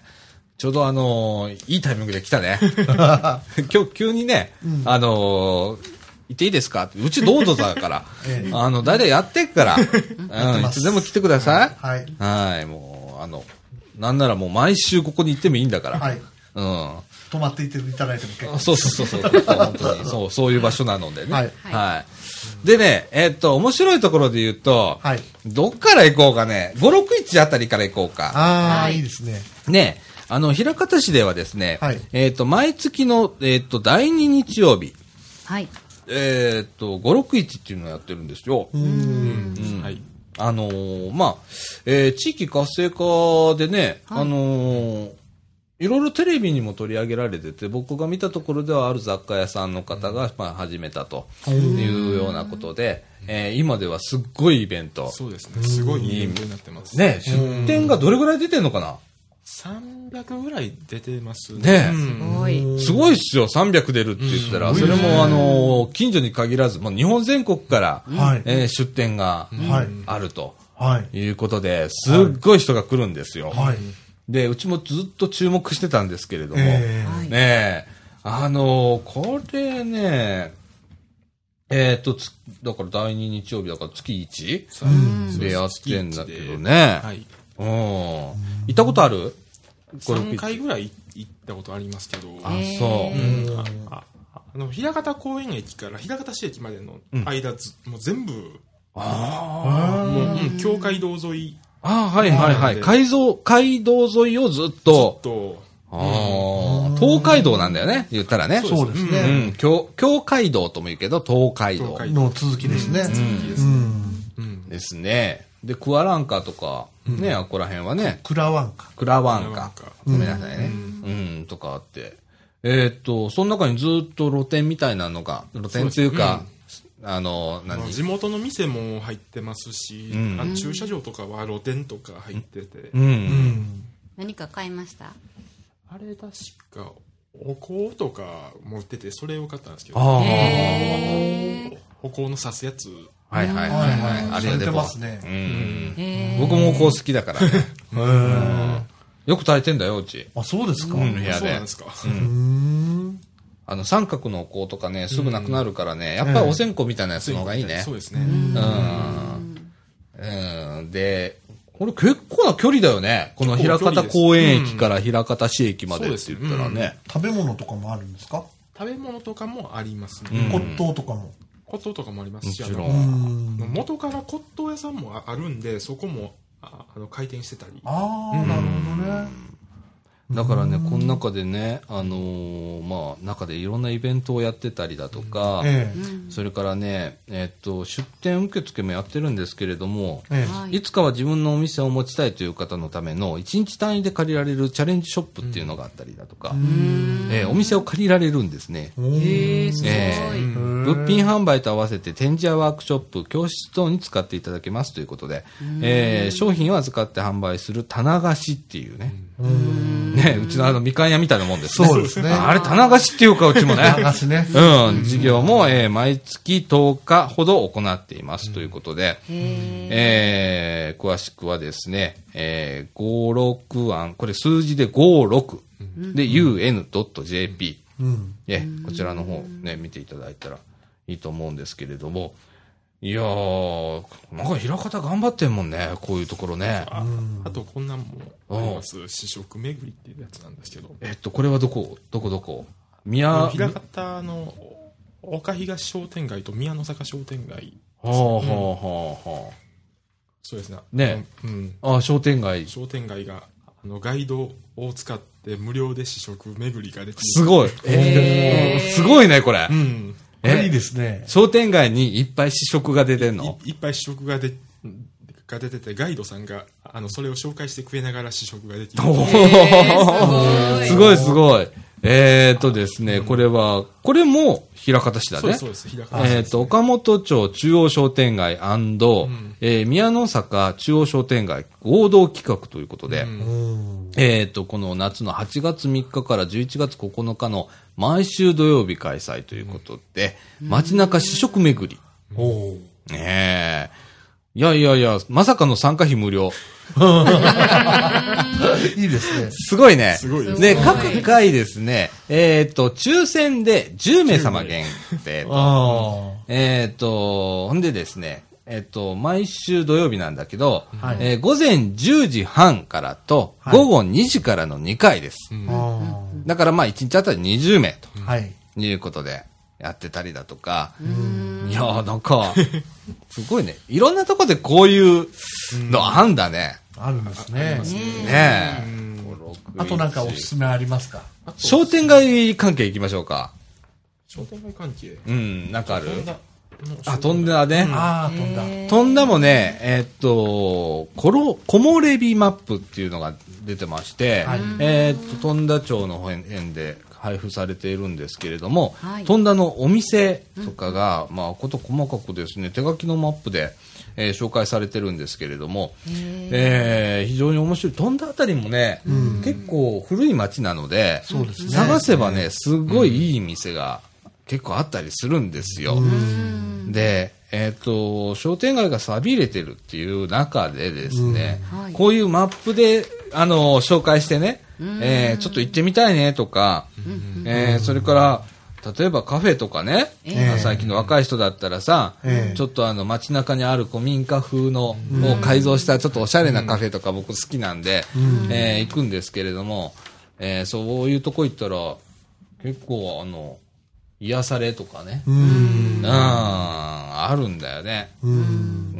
Speaker 1: ちょうどあのーいいタイミングで来た ね。今日急にね、あのー行っていいですかってうちどうぞだから。
Speaker 2: ええ
Speaker 1: あの、大体やってっ から。うん、い
Speaker 2: ます
Speaker 1: つでも来てください。
Speaker 2: はい
Speaker 1: はい、もう、あの、なんならもう毎週ここに行ってもいいんだから。
Speaker 2: はい
Speaker 1: うん。
Speaker 2: 泊まっていていただいても結構です。
Speaker 1: そうそうそうそう、本当 に。そう、そういう場所なのでね。は
Speaker 2: はいい。
Speaker 1: でね、えっと、面白いところで言うと、
Speaker 2: はい
Speaker 1: どっから行こうかね、561あたりから行こうか。
Speaker 2: あ
Speaker 4: は
Speaker 2: あ、
Speaker 4: い
Speaker 2: いいですね。
Speaker 1: ね、あの、枚方市ではですね、
Speaker 2: はい
Speaker 1: えっと、毎月の、えっと、第2日曜日、
Speaker 4: はい。
Speaker 1: えっと、561っていうのをやってるんですよ。
Speaker 3: うんはい。
Speaker 1: あのーまあ、えー地域活性化でね、
Speaker 4: はい
Speaker 1: あのーいろいろテレビにも取り上げられてて、僕が見たところではある雑貨屋さんの方が、まあ、始めたというようなことで、えー今ではすっごいイベント。
Speaker 3: そうですね。すごいいいイベントになってます。。
Speaker 1: ね、出店がどれぐらい出てんのかな
Speaker 3: 300ぐらい出てます
Speaker 1: ね
Speaker 3: うん
Speaker 4: すごい。
Speaker 1: すごいっすよ、300出るって言ったら、それも、あのー近所に限らず、もう日本全国から、
Speaker 2: はい
Speaker 1: えー出店が
Speaker 2: はい。
Speaker 1: あると
Speaker 2: はい。
Speaker 1: いうことで、すっごい人が来るんですよ。
Speaker 2: はい。
Speaker 1: で、うちもずっと注目してたんですけれども、
Speaker 2: え
Speaker 4: はい
Speaker 1: ねえ、あのこれね、えっ、と、つだから第2日曜日だから月 1?
Speaker 3: そうです
Speaker 1: でやってんだけどね
Speaker 3: はい。
Speaker 1: うん。行ったことあるゴルフ
Speaker 3: 3回ぐらい行ったことありますけど。
Speaker 1: あ、そ
Speaker 4: え
Speaker 1: う。
Speaker 3: うんあああの、平方公園駅から平方市駅までの間ず、もう全部、もう、うん、境界道沿い
Speaker 1: あはいはいはい。街道、街道沿いをずっと、
Speaker 3: と、
Speaker 1: あー東海道なんだよね、言ったらね。
Speaker 2: えそうです
Speaker 1: う
Speaker 2: ね。
Speaker 1: ん、京、京街道とも言うけど、東海道
Speaker 3: 東海
Speaker 2: の続きですね。
Speaker 3: 駅で
Speaker 2: う
Speaker 3: すね。
Speaker 2: ん。
Speaker 3: うん。
Speaker 1: ですね。で、クアランカとか、ね、あここら辺はね、
Speaker 2: クラワンカ。
Speaker 1: クラワン
Speaker 3: クラワン
Speaker 1: カ
Speaker 3: カ。
Speaker 1: ごめんなさいね。うん、とかあって。えーっと、その中にずっと露店みたいなのが、露店っていうか、あの、
Speaker 3: まあ
Speaker 1: 何
Speaker 3: 地元の店も入ってますし、
Speaker 1: うん
Speaker 3: あ駐車場とかは露店とか入ってて、
Speaker 1: う。
Speaker 2: うんん。
Speaker 4: 何か買いました
Speaker 3: あれ確か、お香とか持ってて、それを買ったんですけど、
Speaker 1: あ
Speaker 4: へー
Speaker 3: お香の刺すやつ、
Speaker 1: あ、はいはい
Speaker 2: は
Speaker 1: はいいは。
Speaker 2: はいい。
Speaker 1: あれ
Speaker 2: さ
Speaker 1: や
Speaker 2: れ
Speaker 1: で
Speaker 2: て
Speaker 1: も
Speaker 2: ますね。
Speaker 1: うん。
Speaker 4: へ
Speaker 1: 僕もこう好きだからね。
Speaker 2: へー
Speaker 1: よく炊いてんだよ、うち。
Speaker 2: あ、そうですか。
Speaker 1: う、
Speaker 2: うんん。
Speaker 1: 部
Speaker 3: あ
Speaker 1: 屋
Speaker 3: そうな
Speaker 1: で
Speaker 3: んで。すか。
Speaker 1: あの、三角のお香とかね、すぐなくなるからね、やっぱりお線香みたいなやつの方がいいね。
Speaker 3: そうですね。
Speaker 1: うんうんで、これ結構な距離だよね。この
Speaker 3: 結
Speaker 1: 平
Speaker 3: 構距離
Speaker 1: 方
Speaker 3: です
Speaker 1: 公園駅から平方市駅までって言ったら
Speaker 3: そうです
Speaker 1: ね。
Speaker 2: 食べ物とかもあるんですか
Speaker 3: 食べ物とかもありますね。
Speaker 2: 骨董とかも。
Speaker 3: 骨董とかもありますし、
Speaker 1: もちろん
Speaker 3: あの
Speaker 2: うん。
Speaker 3: 元から骨董屋さんもああるんで、そこもああの回転してたり。
Speaker 2: ああ、なるほどね。
Speaker 1: だからね、この中でね、あのーまあ、中でいろんなイベントをやってたりだとか、
Speaker 2: ええ。
Speaker 1: それからね、えっと、出店受付もやってるんですけれども、
Speaker 2: え
Speaker 4: はい
Speaker 1: つかは自分のお店を持ちたいという方のための1日単位で借りられるチャレンジショップっていうのがあったりだとか、えーお店を借りられるんですね。
Speaker 4: え。へーすご
Speaker 1: え
Speaker 4: い。
Speaker 1: 物品販売と合わせて展示やワークショップ、教室等に使っていただけますということで、えー商品を扱って販売する棚貸しっていうね。ね、うちのあの、みかん屋みたいなもんですね。
Speaker 2: そうですね
Speaker 1: あれ、棚貸しっていうか、うち もね。
Speaker 2: え。流しね。
Speaker 1: うん、事業も、えー毎月10日ほど行っていますということで、えー詳しくはですね、えー、56案、これ数字で56で、un.jp、えこちらの方ね、見ていただいたらいいと思うんですけれども、いやー、なんか平方頑張ってんもんね、こういうところね。
Speaker 3: ああとこんなんもあります試食巡りっていうやつなんですけど
Speaker 1: えっと、これはどこどこどこ
Speaker 3: あ
Speaker 1: 宮
Speaker 3: の、平方の岡東商店街と宮の坂商店街
Speaker 1: はあはあはあは
Speaker 3: そうですね
Speaker 1: ね
Speaker 3: あのうん
Speaker 1: あ。あ、商店街。
Speaker 3: 商店街があのガイドを使って無料で試食巡りができる
Speaker 1: すごい。えーすごいね、これ
Speaker 3: う。ん
Speaker 2: いい
Speaker 1: え
Speaker 2: ですね。
Speaker 1: 商店街にいっぱい試食が出てんの
Speaker 3: いいっぱい試食がでが出ててガイドさんがあのそれを紹介してくれながら試食ができる
Speaker 1: おお
Speaker 4: ー
Speaker 1: す
Speaker 4: す
Speaker 1: ごいすごい。えーっとですね、これは、これも平方市だ
Speaker 3: そう
Speaker 1: ね
Speaker 3: です。そうです平方
Speaker 1: えーっと、岡本町中央商店街、えー宮の坂中央商店街合同企画ということで、
Speaker 2: うん。
Speaker 1: えー、と、この夏の8月3日から11月9日の毎週土曜日開催ということで、街中試食巡り。
Speaker 2: おう
Speaker 1: ねえ。いやいやいや、まさかの参加費無料。
Speaker 2: いいですね。
Speaker 1: すごいね。
Speaker 3: すごいです
Speaker 1: ね、
Speaker 4: すごい
Speaker 1: 各回ですね、えー、と、抽選で10名様限定と。
Speaker 2: あ
Speaker 1: えー、と、ほんでですね、えっ、と、毎週土曜日なんだけど、
Speaker 2: はい
Speaker 1: えー午前10時半からと、
Speaker 2: はい
Speaker 1: 午後2時からの2回です。
Speaker 2: あ。あ
Speaker 1: だからまあ1日あたり20名と。
Speaker 2: あ。はい。
Speaker 1: いうことでやってたりだとか、いやーなんか、すごいね。いろんなとこでこういうのあんだね。
Speaker 2: あるんですね。
Speaker 1: ねえ。
Speaker 2: あとなんかおすすめありますか
Speaker 1: 商店街関係行きましょうか。
Speaker 3: 商店街関係
Speaker 1: うん、なんかある
Speaker 3: こんなの
Speaker 1: あ、飛んだね。
Speaker 2: ああ、飛んだ。
Speaker 1: 飛んだもね、えっと、コロ、木漏れ日マップっていうのが出てまして、
Speaker 2: はい
Speaker 1: えっと、飛んだ町の辺で配布されているんですけれども、
Speaker 4: はい
Speaker 1: 飛んだのお店とかが、まあ、こと細かくですね、手書きのマップで、えー紹介されてるんですけれども、えー非常に面白い。飛んだあたりもね、結構古い町なので、
Speaker 2: うですね
Speaker 1: 探せばね、すごいいい店が結構あったりするんですよ。で、えっ、と、商店街が錆びれてるっていう中でですね、
Speaker 4: うんはい
Speaker 1: こういうマップで、あの、紹介してね、えーちょっと行ってみたいねとか、えーそれから、例えばカフェとかね、
Speaker 2: ええ
Speaker 1: 最近の若い人だったらさ、
Speaker 2: ええ
Speaker 1: ちょっとあの街中にある古民家風のを改造したちょっとおしゃれなカフェとか僕好きなんで、えー行くんですけれども、えーそういうとこ行ったら、結構あの、癒されとかね、
Speaker 2: うん。
Speaker 1: うん、あるんだよね。
Speaker 2: うん。
Speaker 1: う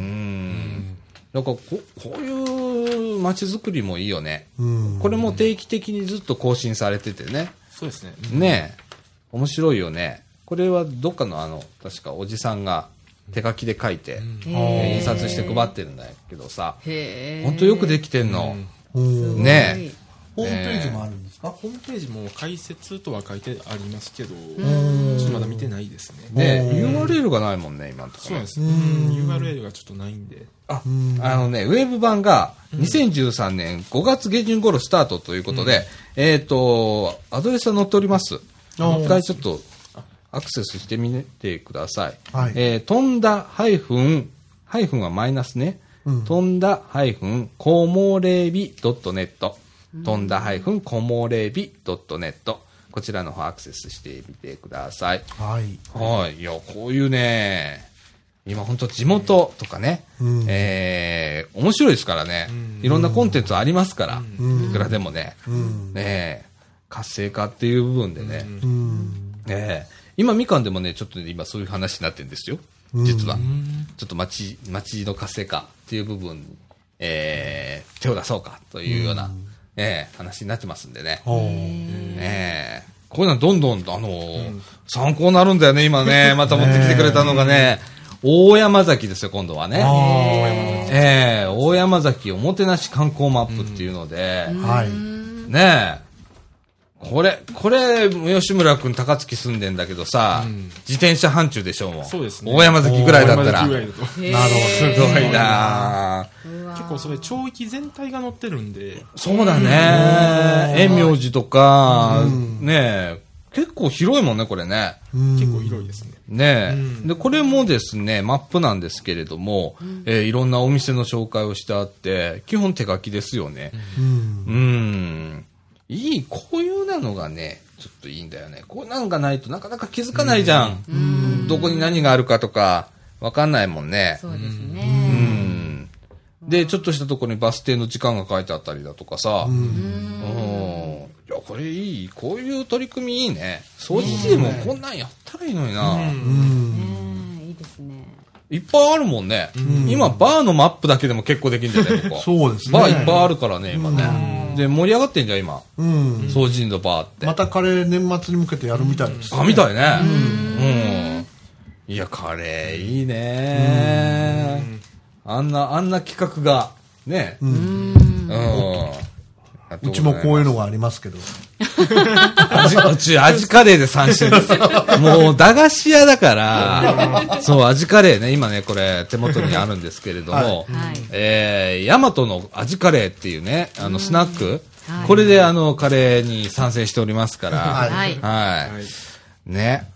Speaker 1: ん。なんかこ、こういう街づくりもいいよね。
Speaker 2: うん。
Speaker 1: これも定期的にずっと更新されててね。
Speaker 3: そうですね
Speaker 1: ねえ。面白いよね。これはどっかのあの、確かおじさんが手書きで書いて、印刷して配ってるんだけどさ、
Speaker 4: へー
Speaker 1: ほんとよくできてんの。
Speaker 2: うん
Speaker 1: ね
Speaker 2: ホームページもあるんですか
Speaker 3: ホームページも解説とは書いてありますけど、ちょっとまだ見てないです
Speaker 1: え。
Speaker 3: ね。
Speaker 1: ねえ、
Speaker 2: う
Speaker 1: URL がないもんね、今のとこ
Speaker 3: そう
Speaker 1: ろ
Speaker 3: なん
Speaker 1: ね
Speaker 3: で。す。URL がちょっとないんで。
Speaker 1: ああのね、ウェブ版が2013年5月下旬頃スタートということで、えっ、と、アドレスは載っております。一回ちょっとアクセスしてみてください。
Speaker 2: はい
Speaker 1: えー飛んだハイフン、ハイフンはマイナスね。飛んだハイフン、こもれび .net。飛んだハイフン、こもれび .net。こちらの方アクセスしてみてください。
Speaker 2: はい。
Speaker 1: はい。いや、こういうね、今本当地元とかね、
Speaker 2: ん
Speaker 1: えー面白いですからね、いろんなコンテンツありますから、いくらでもね、
Speaker 2: ん
Speaker 1: ねえ活性化っていう部分でね、
Speaker 2: うん。
Speaker 1: ええ今みかんでもね、ちょっとね今そういう話になってるんですよ、実は。ちょっと町、町の活性化っていう部分に、えー手を出そうかというような、ええ話になってますんでね。
Speaker 2: おう
Speaker 1: ねえ。こういうのはどんどん、あのー参考になるんだよね、今ね。また持ってきてくれたのがね、大山崎ですよ、今度はね。
Speaker 2: あ
Speaker 1: ええ大山崎おもてなし観光マップっていうので、
Speaker 2: あ。はい。
Speaker 1: ねえ。これ、これ、吉村くん高槻住んでんだけどさ、自転車範疇でしょうもん。
Speaker 3: そうですね
Speaker 1: 大山崎ぐらいだったら。す
Speaker 3: 大山
Speaker 1: ご
Speaker 3: 崎ぐらいだと
Speaker 4: へー
Speaker 2: なるほど。
Speaker 1: いなあ
Speaker 3: 結構それ、町域全体が載ってるんで、
Speaker 1: そうだね。遠明寺とか、ねえ、結構広いもんね、これね。
Speaker 3: 結構広いですね。
Speaker 1: ねえ、
Speaker 3: うん
Speaker 1: で、これもですね、マップなんですけれども、えーいろんなお店の紹介をしてあって、基本手書きですよね。
Speaker 2: うん。
Speaker 1: うん、いい、こういうなのがね、ちょっといいんだよね。こういうなのがないとなかなか気づかないじゃん。どこに何があるかとか、わかんないもんね。
Speaker 4: そうです
Speaker 1: う
Speaker 4: ね。
Speaker 1: ん。で、ちょっとしたとこにバス停の時間が書いてあったりだとかさ。うん。いや、これいい。こういう取り組みいいね。掃除機でもこんなんやったらいいのにな。
Speaker 4: ねえいいですね。
Speaker 1: いっぱいあるもんね。今、バーのマップだけでも結構できんじゃないここ
Speaker 2: そうですね
Speaker 1: バーいっぱいあるからね、今ね。で、盛り上がってんじゃん、今。
Speaker 2: うん。
Speaker 1: 掃除のバーって。
Speaker 2: またカレー年末に向けてやるみたいです。
Speaker 1: あ、みたいね。うん。いや、カレーいいね。あんな、あんな企画が、ね。うん。
Speaker 2: うちもこういう
Speaker 1: の。
Speaker 2: のがありますけど。
Speaker 1: 味うち、味カレーで三振です。もう、駄菓子屋だから、そう、味カレーね、今ね、これ、手元にあるんですけれども、
Speaker 4: はい
Speaker 1: えー、ヤマトの味カレーっていうね、あの、スナック、
Speaker 4: はい
Speaker 1: これで、あの、カレーに参戦しておりますから、
Speaker 2: はい
Speaker 4: はい。
Speaker 1: はい。ね。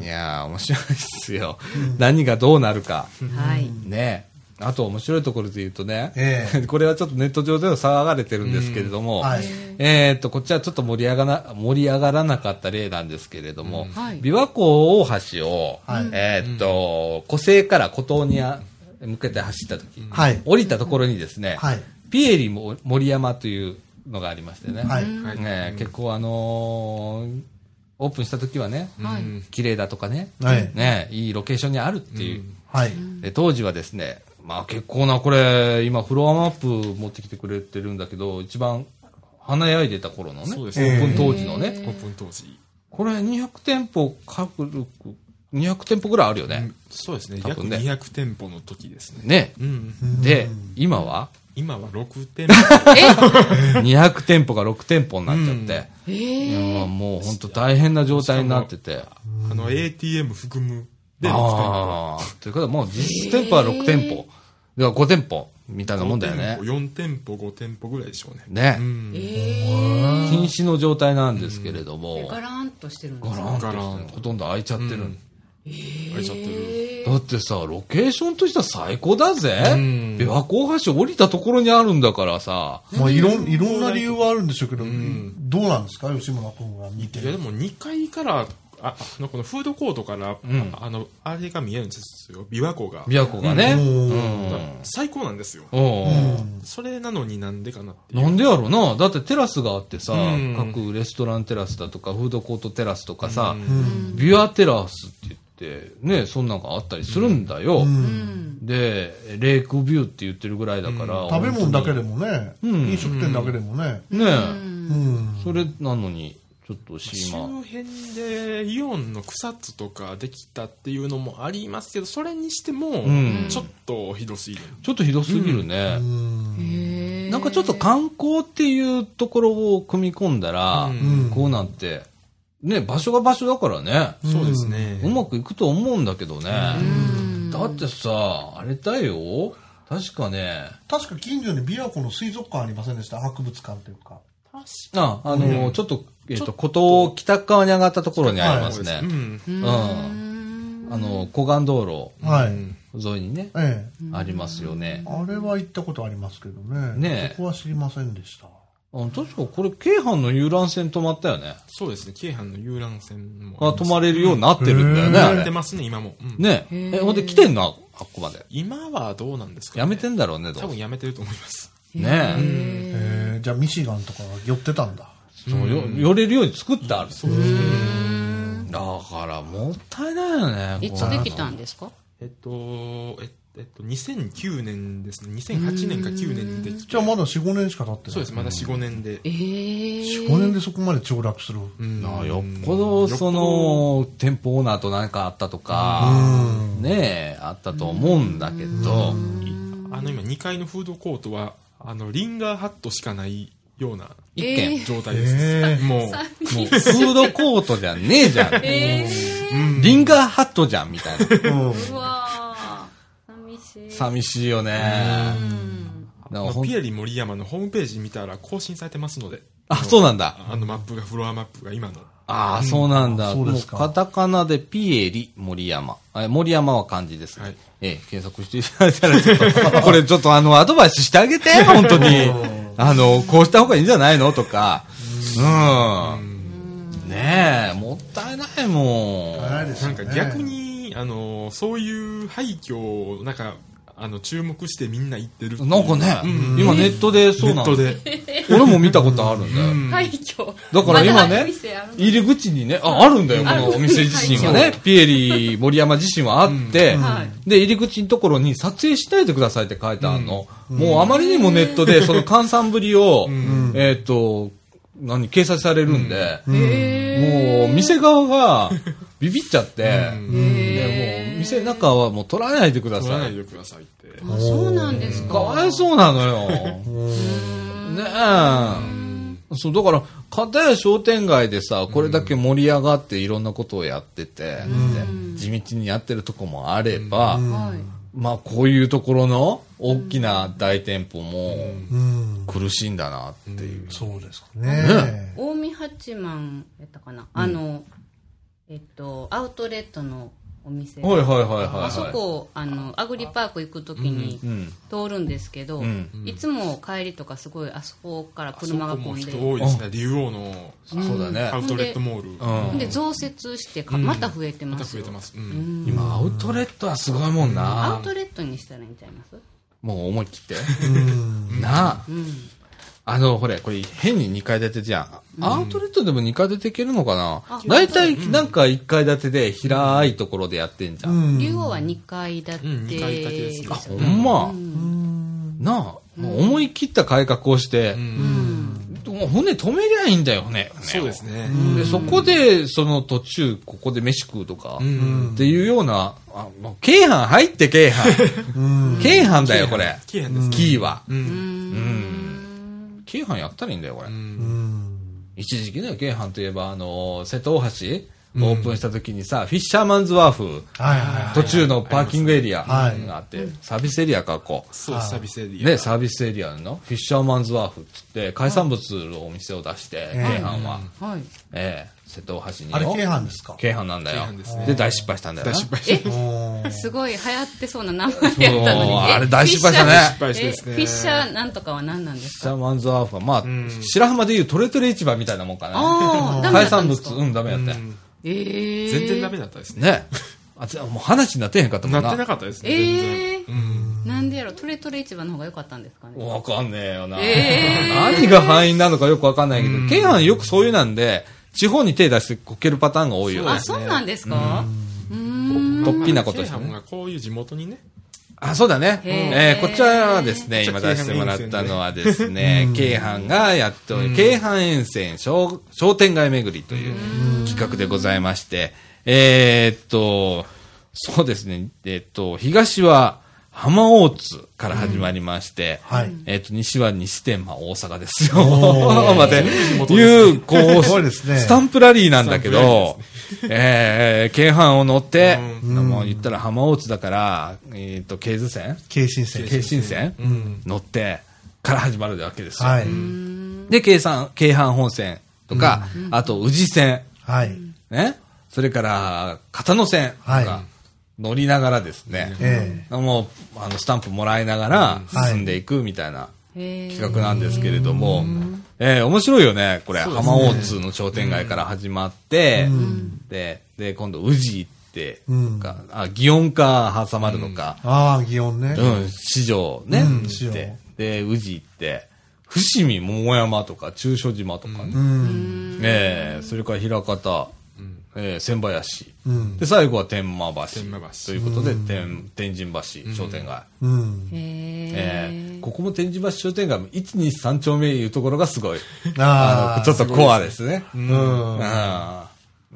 Speaker 1: いやー、面白いっすよ。何がどうなるか。
Speaker 4: はい。
Speaker 1: ね。あと面白いところで言うとね、
Speaker 2: ええ
Speaker 1: これはちょっとネット上では騒がれてるんですけれども、
Speaker 2: うんはい
Speaker 1: えーっと、こっちはちょっと盛り上がな、盛り上がらなかった例なんですけれども、
Speaker 4: はい
Speaker 1: 琵琶湖大橋を、
Speaker 2: はい
Speaker 1: えーっと、湖西から湖東にあ向けて走った時、
Speaker 2: はい
Speaker 1: 降りたところにですね、
Speaker 2: はい
Speaker 1: ピエリも森山というのがありましてね、
Speaker 2: はい。
Speaker 3: はい
Speaker 1: ね、結構あのーオープンした時はね、
Speaker 4: はい。
Speaker 1: 綺麗だとかね、
Speaker 2: はい
Speaker 1: ね、いいロケーションにあるっていう。
Speaker 2: はい。
Speaker 1: で当時はですね、まあ結構な、これ、今フロアマップ持ってきてくれてるんだけど、一番華やいでた頃のね、
Speaker 3: そう
Speaker 1: オ
Speaker 3: で
Speaker 1: ー
Speaker 3: すね
Speaker 1: プン当時の
Speaker 3: オ
Speaker 1: ね、
Speaker 3: ープン当時。
Speaker 1: これ200店舗各力、200店舗ぐらいあるよね。
Speaker 3: そうですね。
Speaker 1: 多
Speaker 3: 約
Speaker 1: 分ね
Speaker 3: 200店舗の時ですね。
Speaker 1: ね。
Speaker 3: うん。
Speaker 1: で、今は
Speaker 3: 今は6店舗。
Speaker 1: 200店舗が6店舗になっちゃって、いやもう本当大変な状態になってて。
Speaker 3: あの、ATM 含むで6店舗。
Speaker 1: ああー。ということはもう実質店舗は6店舗。では5店舗みたいなもんだよね。
Speaker 3: 4店舗、5店舗ぐらいでしょうね。
Speaker 1: ね
Speaker 3: う。ん。
Speaker 1: 禁止の状態なんですけれども。
Speaker 4: ガランとしてるんで
Speaker 1: ガ
Speaker 4: す
Speaker 1: ランと
Speaker 3: ガラン
Speaker 1: ほとんど開いちゃってる。
Speaker 3: うん開いちゃってる。
Speaker 1: だってさ、ロケーションとしては最高だぜ。
Speaker 3: ん
Speaker 1: 琵琶湖大橋降りたところにあるんだからさ。
Speaker 2: まあ、いろん、いろんな理由はあるんでしょうけど、どうなんですか吉村君は見て
Speaker 3: いや、で。も2階から、ああの、このフードコートから、あの、あれが見えるんですよ。琵琶湖が。
Speaker 1: 琵琶湖がね。
Speaker 3: 最高なんですよ。
Speaker 1: うん。
Speaker 3: それなのになんでかなっていう。
Speaker 1: なんでやろなだってテラスがあってさ、
Speaker 3: うん
Speaker 1: 各レストランテラスだとか、フードコートテラスとかさ、ビュアテラスって言って、ね、そんなんがあったりするんだよ。で、レイクビューって言ってるぐらいだから。
Speaker 2: 食べ物だけで
Speaker 1: 本
Speaker 2: もね、
Speaker 1: ん
Speaker 2: 飲食店だけでもね、
Speaker 1: 当にね、
Speaker 2: うん。
Speaker 1: それなのに、ちょっとシ
Speaker 3: 周
Speaker 1: ーマ
Speaker 3: 辺でイオンの草津とかできたっていうのもありますけどそれにしても
Speaker 1: ん
Speaker 3: ちょっとひどすぎる、
Speaker 1: ちょっとひどすぎるね。
Speaker 4: へえ
Speaker 1: なんかちょっと観光っていうところを組み込んだら、
Speaker 3: うん
Speaker 1: こうなんて、ね、場所が場所だからね、
Speaker 3: そうですね、
Speaker 1: うまくいくと思うんだけどね。だってさ、あれだよ確かね、
Speaker 2: 確か近所に琵琶湖の水族館ありませんでした博物館というか。
Speaker 3: 確
Speaker 1: あ、あの、ちょっと、えっ、と、古島北側に上がったところにありますね。
Speaker 3: うん
Speaker 1: うん。あの、湖岸道
Speaker 2: はい。
Speaker 1: 路沿いにね、
Speaker 2: ええ。
Speaker 1: ありますよね。
Speaker 2: あれは行ったことありますけどね。
Speaker 1: ねえ
Speaker 2: そこは知りませんでした。
Speaker 1: あ確かこれ、京阪の遊覧船止まったよね。
Speaker 3: そうですね京阪の遊覧船も
Speaker 1: が止まれるようになってるんだよね、あ
Speaker 3: やっ
Speaker 1: れ
Speaker 3: て。ますね今も、うん
Speaker 1: ねえ。ほんで来てんのああっこまで。
Speaker 3: 今はどうなんですか、ね、
Speaker 1: やめてんだろうね、ど
Speaker 3: 多
Speaker 1: う
Speaker 3: 分
Speaker 1: せ
Speaker 3: やめてると思います
Speaker 1: ねえ。
Speaker 2: ええ、じゃあミシガンとかが寄ってたんだ。
Speaker 1: そうよ、寄れるように作ってある。そうですだから、もったいないよね。
Speaker 4: いつ
Speaker 1: これ
Speaker 4: できたんですか
Speaker 3: えっとええっと2009年ですね2008年か9年にでき
Speaker 2: じゃあまだ4、5年しか経ってない。
Speaker 3: そうですまだ45年で、
Speaker 4: ええ
Speaker 2: 4、5年でそこまで凋落する。
Speaker 1: なあよっぽど、その、店舗オーナーと何かあったとか、ねえ、あったと思うんだけど、
Speaker 3: あの今2階のフードコートはあのリンガーハットしかないような
Speaker 1: 一軒、
Speaker 3: 状態です、
Speaker 2: え
Speaker 3: も
Speaker 1: も
Speaker 3: う
Speaker 1: うフードコートじゃねえじゃん。リンガーハットじゃん、みたいな。
Speaker 4: うわー寂しい。
Speaker 1: 寂しいよね。だから
Speaker 3: まあ
Speaker 1: ほん
Speaker 3: ピエリ森山のホームページ見たら更新されてますので。
Speaker 1: あ、そうなんだ。
Speaker 3: あのマップが、フロアマップが今の。
Speaker 1: ああ、そうなんだ。
Speaker 2: そう
Speaker 1: も
Speaker 2: で
Speaker 1: う
Speaker 2: すか
Speaker 1: カタカナでピエリ、森山。え森山は漢字ですね。
Speaker 3: はい
Speaker 1: ええ、検索していただいたら、ちょっと、 これちょっとあの、アドバイスしてあげて、本当に。あの、こうした方がいいんじゃないのとか。うん。ねえ、もったいないもん。
Speaker 2: 早いです
Speaker 3: な
Speaker 2: よ
Speaker 3: ん
Speaker 2: ね
Speaker 3: か逆。に、に、あの、そういう廃墟を、なんか、あの、注目してみんな行ってるっていう
Speaker 1: なんかね、
Speaker 3: うん
Speaker 1: 今ネットでそう
Speaker 3: ネ
Speaker 1: な
Speaker 3: ッ
Speaker 1: の
Speaker 3: ト。で。
Speaker 1: 俺も見たことあるんだよ。
Speaker 4: 廃墟。
Speaker 1: だから今ね、入
Speaker 4: い
Speaker 1: り口にね、あ、あるんだよ、こ
Speaker 4: ある
Speaker 1: のお店自身は
Speaker 4: は
Speaker 1: ね。ピエリ森山自身はあって、
Speaker 4: はい
Speaker 1: で、入り口のところに撮影しないでくださいって書いてあるの。もうあまりにもネットで、その換算ぶりを、
Speaker 3: ん
Speaker 1: えっ、と、何、掲載されるんで、
Speaker 4: へ
Speaker 1: もう店側がビビっちゃって、
Speaker 3: うん
Speaker 1: でもう店の中はもう撮らないでくだ
Speaker 3: 取ら
Speaker 1: さ
Speaker 3: ない
Speaker 1: い。
Speaker 3: でくださいって。
Speaker 4: あ、そうなんですか。
Speaker 1: かわいそうなのよ。ねえ。そう、だから、片や商店街でさ、これだけ盛り上がっていろんなことをやってて、で地道にやってるとこもあれば、
Speaker 4: はい。
Speaker 1: まあこういうところの大きな大店舗も
Speaker 2: うん。
Speaker 1: 苦しいんだなっていう。
Speaker 2: そうですかね。
Speaker 4: 近江八幡やったかな、あのえっとアウトレットのお店、
Speaker 1: はいはいはいはいはい。
Speaker 4: あそこあのアグリパーク行く時
Speaker 1: う
Speaker 4: に
Speaker 1: ん。
Speaker 4: 通るんですけど、
Speaker 1: うん
Speaker 4: いつも帰りとかすごいあそこから
Speaker 3: あそ
Speaker 4: 車
Speaker 3: こ
Speaker 4: が
Speaker 3: も
Speaker 4: 混んで
Speaker 3: 人多いですね。竜王の
Speaker 1: そうだね
Speaker 3: ア。ウトレットモール。
Speaker 1: うん
Speaker 4: で増設してかまた増えて
Speaker 3: ま
Speaker 4: ま
Speaker 3: た
Speaker 4: す
Speaker 3: 増
Speaker 4: よ、
Speaker 3: えてます。う。
Speaker 4: うんん
Speaker 1: 今アウトレットはすごいもんな
Speaker 4: アウ。トレットにしたらいいんちゃいます
Speaker 1: もう思い切って。
Speaker 2: うん。
Speaker 1: なあ。
Speaker 4: うん
Speaker 1: あの、ほれ、これ変に2階建てじゃん。アウトレットでも2階建ていけるのかな
Speaker 4: あ
Speaker 1: 大体、なんか1階建てで平いところでやってんじゃん。
Speaker 4: 竜王は2階建て、
Speaker 3: うん二階建てですね
Speaker 4: で
Speaker 1: あ、
Speaker 4: す
Speaker 1: ほ
Speaker 4: よ
Speaker 1: んま。
Speaker 4: うん
Speaker 1: なあ、もう思い切った改革をして
Speaker 3: う、
Speaker 4: うんん
Speaker 1: もう骨止めりゃいいんだよね。骨を
Speaker 3: そうですね。
Speaker 1: で、そこで、その途中、ここで飯食うとか、
Speaker 3: ん
Speaker 1: っていうような、あもう京阪入って京阪。京阪だよ、これ。
Speaker 3: 綺麗ですね。
Speaker 1: キーは。
Speaker 3: うん。
Speaker 1: うん。京阪やったらいいんだよ、これ。
Speaker 3: うん
Speaker 1: 一時期ね、京阪といえば、あの、瀬戸大橋、オープンした時にさ、フィッシャーマンズワーフ、
Speaker 2: はいはいはい。
Speaker 1: 途中のパーキングエリア
Speaker 2: はい
Speaker 1: があって、サービスエリアか、こう。
Speaker 3: そう、久々で。
Speaker 1: ね、サービスエリアのフィッシャーマンズワーフっつって、海産物のお店を出して、京阪は、
Speaker 4: はい
Speaker 1: ええ、瀬戸大橋に
Speaker 2: あれ、京
Speaker 1: よ。
Speaker 2: 阪ですか
Speaker 1: 京阪なんだよ
Speaker 3: 京阪ですね。
Speaker 1: で、大失敗したんだよな。
Speaker 3: 大失敗し
Speaker 4: え
Speaker 2: おー
Speaker 4: すごい流行ってそうな名前やったの
Speaker 1: そう
Speaker 4: に。え
Speaker 1: あれ大失敗したね
Speaker 3: 失敗してですね
Speaker 4: えフィッシャーなんとかは何なんです
Speaker 1: フィッシャ
Speaker 4: か
Speaker 1: ーマンズワーフは、まあ、白浜でいうトレトレ市場みたいなもんか
Speaker 4: あ
Speaker 1: な。
Speaker 4: ーダメだ
Speaker 1: 海
Speaker 4: った
Speaker 1: 産
Speaker 4: んで
Speaker 1: 物
Speaker 4: すか、
Speaker 1: うん、ダメやった
Speaker 3: た
Speaker 1: よ。
Speaker 4: えー、
Speaker 3: 全然ダメだったですね。
Speaker 1: ね。あ、じゃあもう話になってへんかったもん
Speaker 3: なってなかったですね。全然
Speaker 4: えーなんでやろトレトレ市場の方が良かったんですかね
Speaker 1: わかんねえよな。
Speaker 4: え
Speaker 1: 何が範囲なのかよくわかんないけど、京阪よくそういうなんで、地方に手出してこけるパターンが多いよ
Speaker 4: あ
Speaker 1: ね。
Speaker 4: そうなんですかうーん
Speaker 1: 突飛なこと
Speaker 3: まあ
Speaker 1: して
Speaker 3: 京阪
Speaker 1: ね。
Speaker 3: がこういう地元にね、
Speaker 1: あ、そうだね。
Speaker 4: へ
Speaker 1: え
Speaker 4: ー
Speaker 1: ーこちらはですね、
Speaker 3: こ
Speaker 1: 今
Speaker 3: っちは
Speaker 1: 出してもらったのはですね、京阪がやっており、京阪沿線商商店街巡りという企画でございまして、えーっと、そうですね、えーっと、東は浜大津から始まりまして、
Speaker 2: はい。
Speaker 1: えっ、と、西は西天満大阪ですよ。 まで、いう、こう、
Speaker 2: すごいですね
Speaker 1: スタンプラリーなんだけ
Speaker 3: スタ
Speaker 1: ど、えー、京阪を乗って、もう言ったら浜大津だから、えっ、と、京津線
Speaker 2: 京神線。
Speaker 1: 京新線、乗って、から始まるわけですよ。
Speaker 2: はい。
Speaker 1: で、京山、京阪本線とか、あと、宇治線、
Speaker 2: はい。
Speaker 1: ね、それから、片野線と
Speaker 2: はい
Speaker 1: か、乗りながらですね、
Speaker 2: え
Speaker 1: もう、あの、スタンプもらいながら、
Speaker 2: うん
Speaker 1: 進んでいくみたいな。
Speaker 4: へー
Speaker 1: 企画なんですけれども、えー面白いよね、これ。浜大津の商店街から始まって、で、で、今度、宇治行って、
Speaker 2: うん
Speaker 1: かあ、祇園か挟まるのか
Speaker 2: え、ああ、祇園ね。
Speaker 1: うん、市場ね、
Speaker 2: うん
Speaker 1: 行っ
Speaker 2: 市
Speaker 1: て
Speaker 2: 場、
Speaker 1: で、宇治行って、伏見桃山とか、中所島とかね、
Speaker 2: うん。
Speaker 1: えーそれから平方、えー千林、
Speaker 2: うん
Speaker 1: で、最後は天満橋。
Speaker 3: 天満橋
Speaker 1: ということで、天、天神橋商店街。
Speaker 2: うん。
Speaker 1: え
Speaker 4: へ
Speaker 1: ーここも天神橋商店街も123丁目いうところがすごい。あの、
Speaker 2: ああ
Speaker 1: ちょっとコアですね。
Speaker 2: うん
Speaker 1: うん。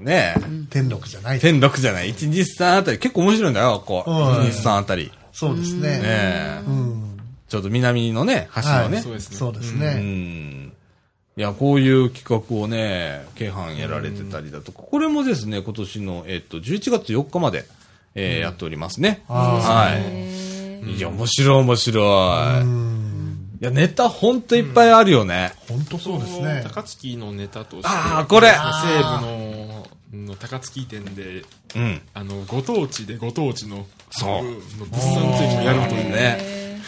Speaker 1: ねえ。
Speaker 2: 天禄じゃない。
Speaker 1: 天禄じゃない。123あたり結構面白いんだよ、ここ。
Speaker 2: はい
Speaker 1: 123あたり。
Speaker 2: そうです
Speaker 1: ね
Speaker 2: ね。
Speaker 1: え。
Speaker 2: うん。
Speaker 1: ちょっと南のね、橋の
Speaker 2: は
Speaker 1: ね
Speaker 2: い。
Speaker 3: そうですね
Speaker 2: そうです
Speaker 1: う
Speaker 2: ね。
Speaker 1: ん。いや、こういう企画をね、京阪やられてたりだとか、これもですね、今年の、えっと、11月4日まで、えーやっておりますね。はい。いや、面白い面白い。いや、ネタほんといっぱいあるよね。
Speaker 2: 本当そうです
Speaker 3: こ
Speaker 2: ね
Speaker 3: の。高槻のネタとして、
Speaker 1: ああ、これ。
Speaker 3: 西部のの高槻店で、
Speaker 1: うん。
Speaker 3: あの、ご当地でご当地の、
Speaker 1: そう
Speaker 3: の物産展をやるというね。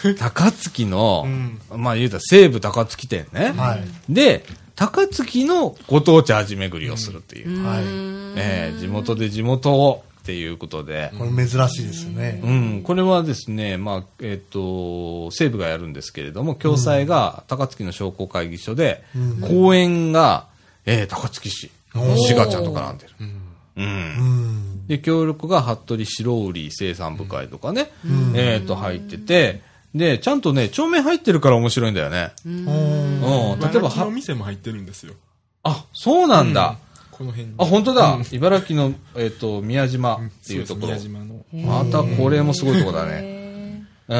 Speaker 1: ね。 高槻の、まあ言うたら西部高槻店ね。
Speaker 2: は
Speaker 1: で、高槻のご当地味巡りをするっていう。
Speaker 2: はい。
Speaker 1: えー地元で地元をっていうことで、
Speaker 2: これ珍しいですよね。
Speaker 1: うん、これはですね、まあ、えっ、と、西部がやるんですけれども、共済が高槻の商工会議所で、公園が、えー高槻市、滋賀ちゃんと絡んでる。うん
Speaker 2: うん。
Speaker 1: で、協力が服部白織生産部会とかね、えっ、と、入ってて、で、ちゃんとね、町名入ってるから面白いんだよね。うん、
Speaker 3: 例
Speaker 1: 例
Speaker 3: え
Speaker 1: えば
Speaker 3: ば、の
Speaker 1: は、
Speaker 3: 店も入ってるんですよ。
Speaker 1: あ、そうなんだ。
Speaker 3: この辺に。
Speaker 1: あ、本当だ。茨城の、えっ、と、宮島っていうところ。
Speaker 3: そうです宮島の。
Speaker 1: またこれもすごいとこだね。うん。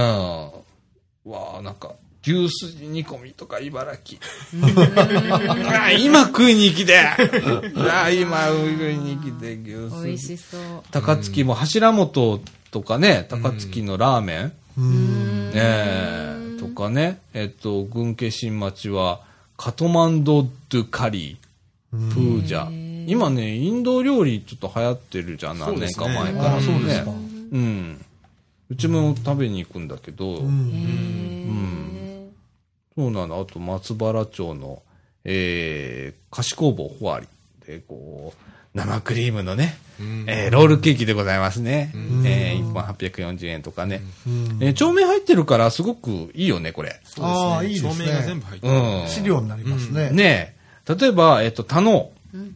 Speaker 1: わあ、なんか、牛すじ煮込みとか茨城。 うわ今食いに来て。うわ今食いに来て、牛
Speaker 4: 美味
Speaker 1: すじ。
Speaker 4: しそう
Speaker 1: 高槻も柱本とかね、高槻のラーメン、ねえとかね、えっと、軍家新町は、カトマンド・ドゥ・カリー、プージャ。今ね、インド料理ちょっと流行ってるじゃん、
Speaker 3: そ
Speaker 1: 何
Speaker 3: うで
Speaker 1: 年
Speaker 3: す
Speaker 1: か
Speaker 3: ね
Speaker 1: 前から、
Speaker 2: ああ、そうですか。
Speaker 1: うん。うちも食べに行くんだけど、
Speaker 4: うん
Speaker 1: そうなの。あと、松原町の、えー、菓子工房ホワリで、こう、生クリームのね、えーロールケーキでございますね。えー、1本840円とかね。えー、帳面入ってるから、すごくいいよね、これ。
Speaker 2: ああ、いいで
Speaker 3: 照
Speaker 2: す
Speaker 3: 明が全
Speaker 2: ね
Speaker 3: 部。入って
Speaker 1: う
Speaker 3: る。
Speaker 1: ん。
Speaker 2: 資料になりますね。
Speaker 1: ねえ。例えば、えっ、と、田野、
Speaker 2: うん。